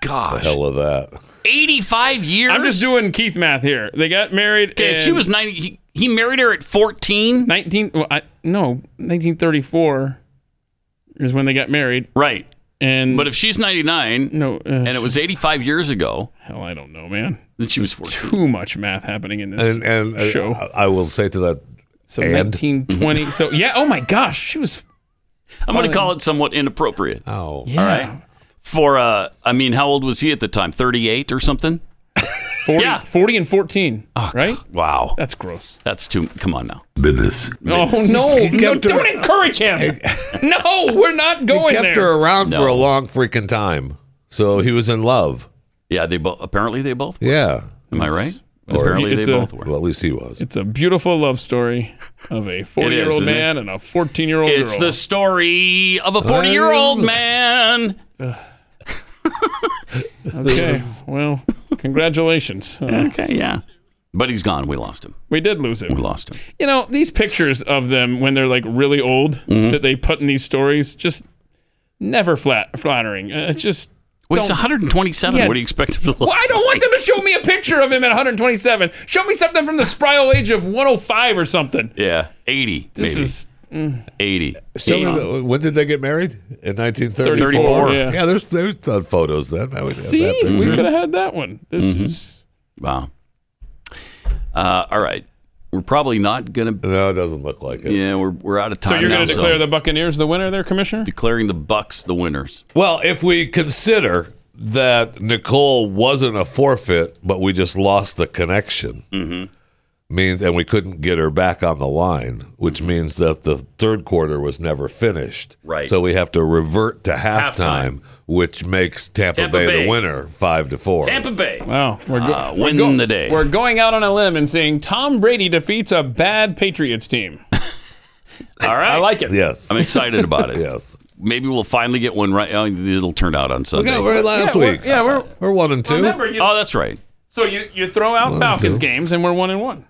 [SPEAKER 3] gosh.
[SPEAKER 5] The hell of that.
[SPEAKER 3] 85 years?
[SPEAKER 4] I'm just doing Keith math here. They got married.
[SPEAKER 3] Okay, if she was 90, he, he married her at 14?
[SPEAKER 4] 19, well, I, no, 1934 is when they got married.
[SPEAKER 3] Right.
[SPEAKER 4] And
[SPEAKER 3] But if she's 99
[SPEAKER 4] no, uh,
[SPEAKER 3] and it was 85 years ago,
[SPEAKER 4] hell, I don't know, man.
[SPEAKER 3] Then she was 14.
[SPEAKER 4] Too much math happening in this
[SPEAKER 5] And, and uh,
[SPEAKER 4] show.
[SPEAKER 5] I, I will say to that.
[SPEAKER 4] So
[SPEAKER 5] and-
[SPEAKER 4] 1920. so yeah. Oh my gosh, she was.
[SPEAKER 3] I'm going to call it somewhat inappropriate.
[SPEAKER 5] Oh.
[SPEAKER 4] Yeah.
[SPEAKER 3] All right. For, uh, I mean, how old was he at the time? 38 or something?
[SPEAKER 4] 40, 40 and 14.
[SPEAKER 3] Ah,
[SPEAKER 4] right?
[SPEAKER 3] Wow.
[SPEAKER 4] That's gross.
[SPEAKER 3] That's too, come on now.
[SPEAKER 11] Business.
[SPEAKER 4] Oh no! no don't encourage him. [LAUGHS] no, we're not going
[SPEAKER 5] kept
[SPEAKER 4] there.
[SPEAKER 5] her around for
[SPEAKER 4] No.
[SPEAKER 5] a long freaking time. So he was in love.
[SPEAKER 3] Yeah, they both, apparently they both were.
[SPEAKER 5] Yeah.
[SPEAKER 3] Am I right? Apparently
[SPEAKER 4] it's
[SPEAKER 3] they
[SPEAKER 4] a-
[SPEAKER 3] both were.
[SPEAKER 5] Well, at least he was.
[SPEAKER 4] It's a beautiful love story of a 40 year old
[SPEAKER 3] isn't it?
[SPEAKER 4] man and a 14 year old girl.
[SPEAKER 3] It's the story of a 40 year old man. [LAUGHS]
[SPEAKER 4] okay. Well, congratulations. Uh,
[SPEAKER 3] Okay, yeah. But he's gone. We lost him.
[SPEAKER 4] We did lose him.
[SPEAKER 3] We lost him.
[SPEAKER 4] You know, these pictures of them when they're like really old
[SPEAKER 3] Mm-hmm.
[SPEAKER 4] that they put in these stories just never flat flattering. Uh, It's just
[SPEAKER 3] Well, he's
[SPEAKER 4] don't-
[SPEAKER 3] 127.
[SPEAKER 4] Yeah.
[SPEAKER 3] What do you expect him to look
[SPEAKER 4] Well, I don't want them to show me a picture of him at 127. Show me something from the spry old age of 105 or something.
[SPEAKER 3] Yeah, 80.
[SPEAKER 4] This
[SPEAKER 3] maybe.
[SPEAKER 4] is- mm.
[SPEAKER 3] 80.
[SPEAKER 5] So
[SPEAKER 3] Yeah.
[SPEAKER 5] the- when did they get married? In 1934.
[SPEAKER 3] 34,
[SPEAKER 5] Yeah.
[SPEAKER 3] yeah.
[SPEAKER 5] there's there's done photos then. I would have
[SPEAKER 4] See,
[SPEAKER 5] that
[SPEAKER 4] we
[SPEAKER 5] picture.
[SPEAKER 4] could have had that one. This
[SPEAKER 3] Mhm.
[SPEAKER 4] is
[SPEAKER 3] Wow. Uh, all right. We're probably not going to.
[SPEAKER 5] No, it doesn't look like it.
[SPEAKER 3] Yeah, we're, we're out of time.
[SPEAKER 4] so you're
[SPEAKER 3] now,
[SPEAKER 4] going to declare
[SPEAKER 3] so
[SPEAKER 4] the Buccaneers the winner, there, Commissioner?
[SPEAKER 3] declaring the Bucks the winners.
[SPEAKER 5] Well, if we consider that Nicole wasn't a forfeit, but we just lost the connection, means and we couldn't get her back on the line, which means that the third quarter was never finished.
[SPEAKER 3] Right.
[SPEAKER 5] So we have to revert to halftime, which makes Tampa,
[SPEAKER 3] Tampa
[SPEAKER 5] Bay,
[SPEAKER 3] Bay.
[SPEAKER 5] the winner, five to four.
[SPEAKER 3] Tampa Bay.
[SPEAKER 4] Wow, Oh, we're, go-
[SPEAKER 3] Uh,
[SPEAKER 4] we're
[SPEAKER 3] win
[SPEAKER 4] go-
[SPEAKER 3] the day.
[SPEAKER 4] We're going out on a limb and saying Tom Brady defeats a bad Patriots team.
[SPEAKER 3] All right. I
[SPEAKER 4] like it.
[SPEAKER 5] Yes.
[SPEAKER 3] I'm excited about
[SPEAKER 4] [LAUGHS]
[SPEAKER 3] it.
[SPEAKER 5] yes.
[SPEAKER 3] Maybe we'll finally get one right. Oh, it'll turn out on
[SPEAKER 5] We
[SPEAKER 3] Sunday.
[SPEAKER 5] got right last
[SPEAKER 4] Yeah, we're-
[SPEAKER 5] week.
[SPEAKER 4] yeah, we're-
[SPEAKER 5] we're one and two.
[SPEAKER 4] Remember, you,
[SPEAKER 3] oh, that's right.
[SPEAKER 4] so you, you throw out Falcons
[SPEAKER 5] two.
[SPEAKER 4] games and we're one and one.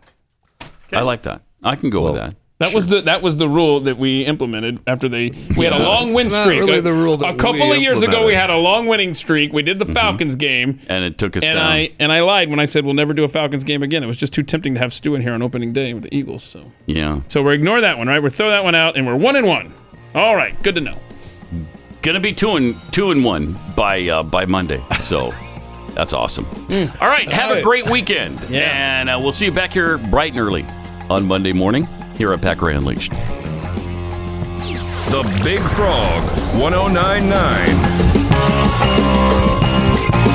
[SPEAKER 3] I like that. I can go with that.
[SPEAKER 4] That was the that was the rule that we implemented after they we had a
[SPEAKER 5] Yeah,
[SPEAKER 4] long win
[SPEAKER 5] it's not
[SPEAKER 4] streak.
[SPEAKER 5] really
[SPEAKER 4] a,
[SPEAKER 5] the rule
[SPEAKER 4] a
[SPEAKER 5] that
[SPEAKER 4] couple
[SPEAKER 5] we
[SPEAKER 4] of years ago we
[SPEAKER 5] implemented. Mm-hmm.
[SPEAKER 4] had a long winning streak. We did the Falcons game.
[SPEAKER 3] And it took us
[SPEAKER 4] And
[SPEAKER 3] down.
[SPEAKER 4] I and I lied when I said we'll never do a Falcons game again. It was just too tempting to have Stu in here on opening day with the Eagles. So
[SPEAKER 3] yeah.
[SPEAKER 4] so we ignore that one, right? We throw that one out, and we're one and one. All right, good to know.
[SPEAKER 3] Gonna be two and two and one by uh, by Monday. So that's awesome. All right, have
[SPEAKER 5] Hmm. All
[SPEAKER 3] a
[SPEAKER 5] right.
[SPEAKER 3] great weekend, and uh, we'll see you back here bright and early on Monday morning here at Packer Unleashed.
[SPEAKER 6] The Big Frog 1099.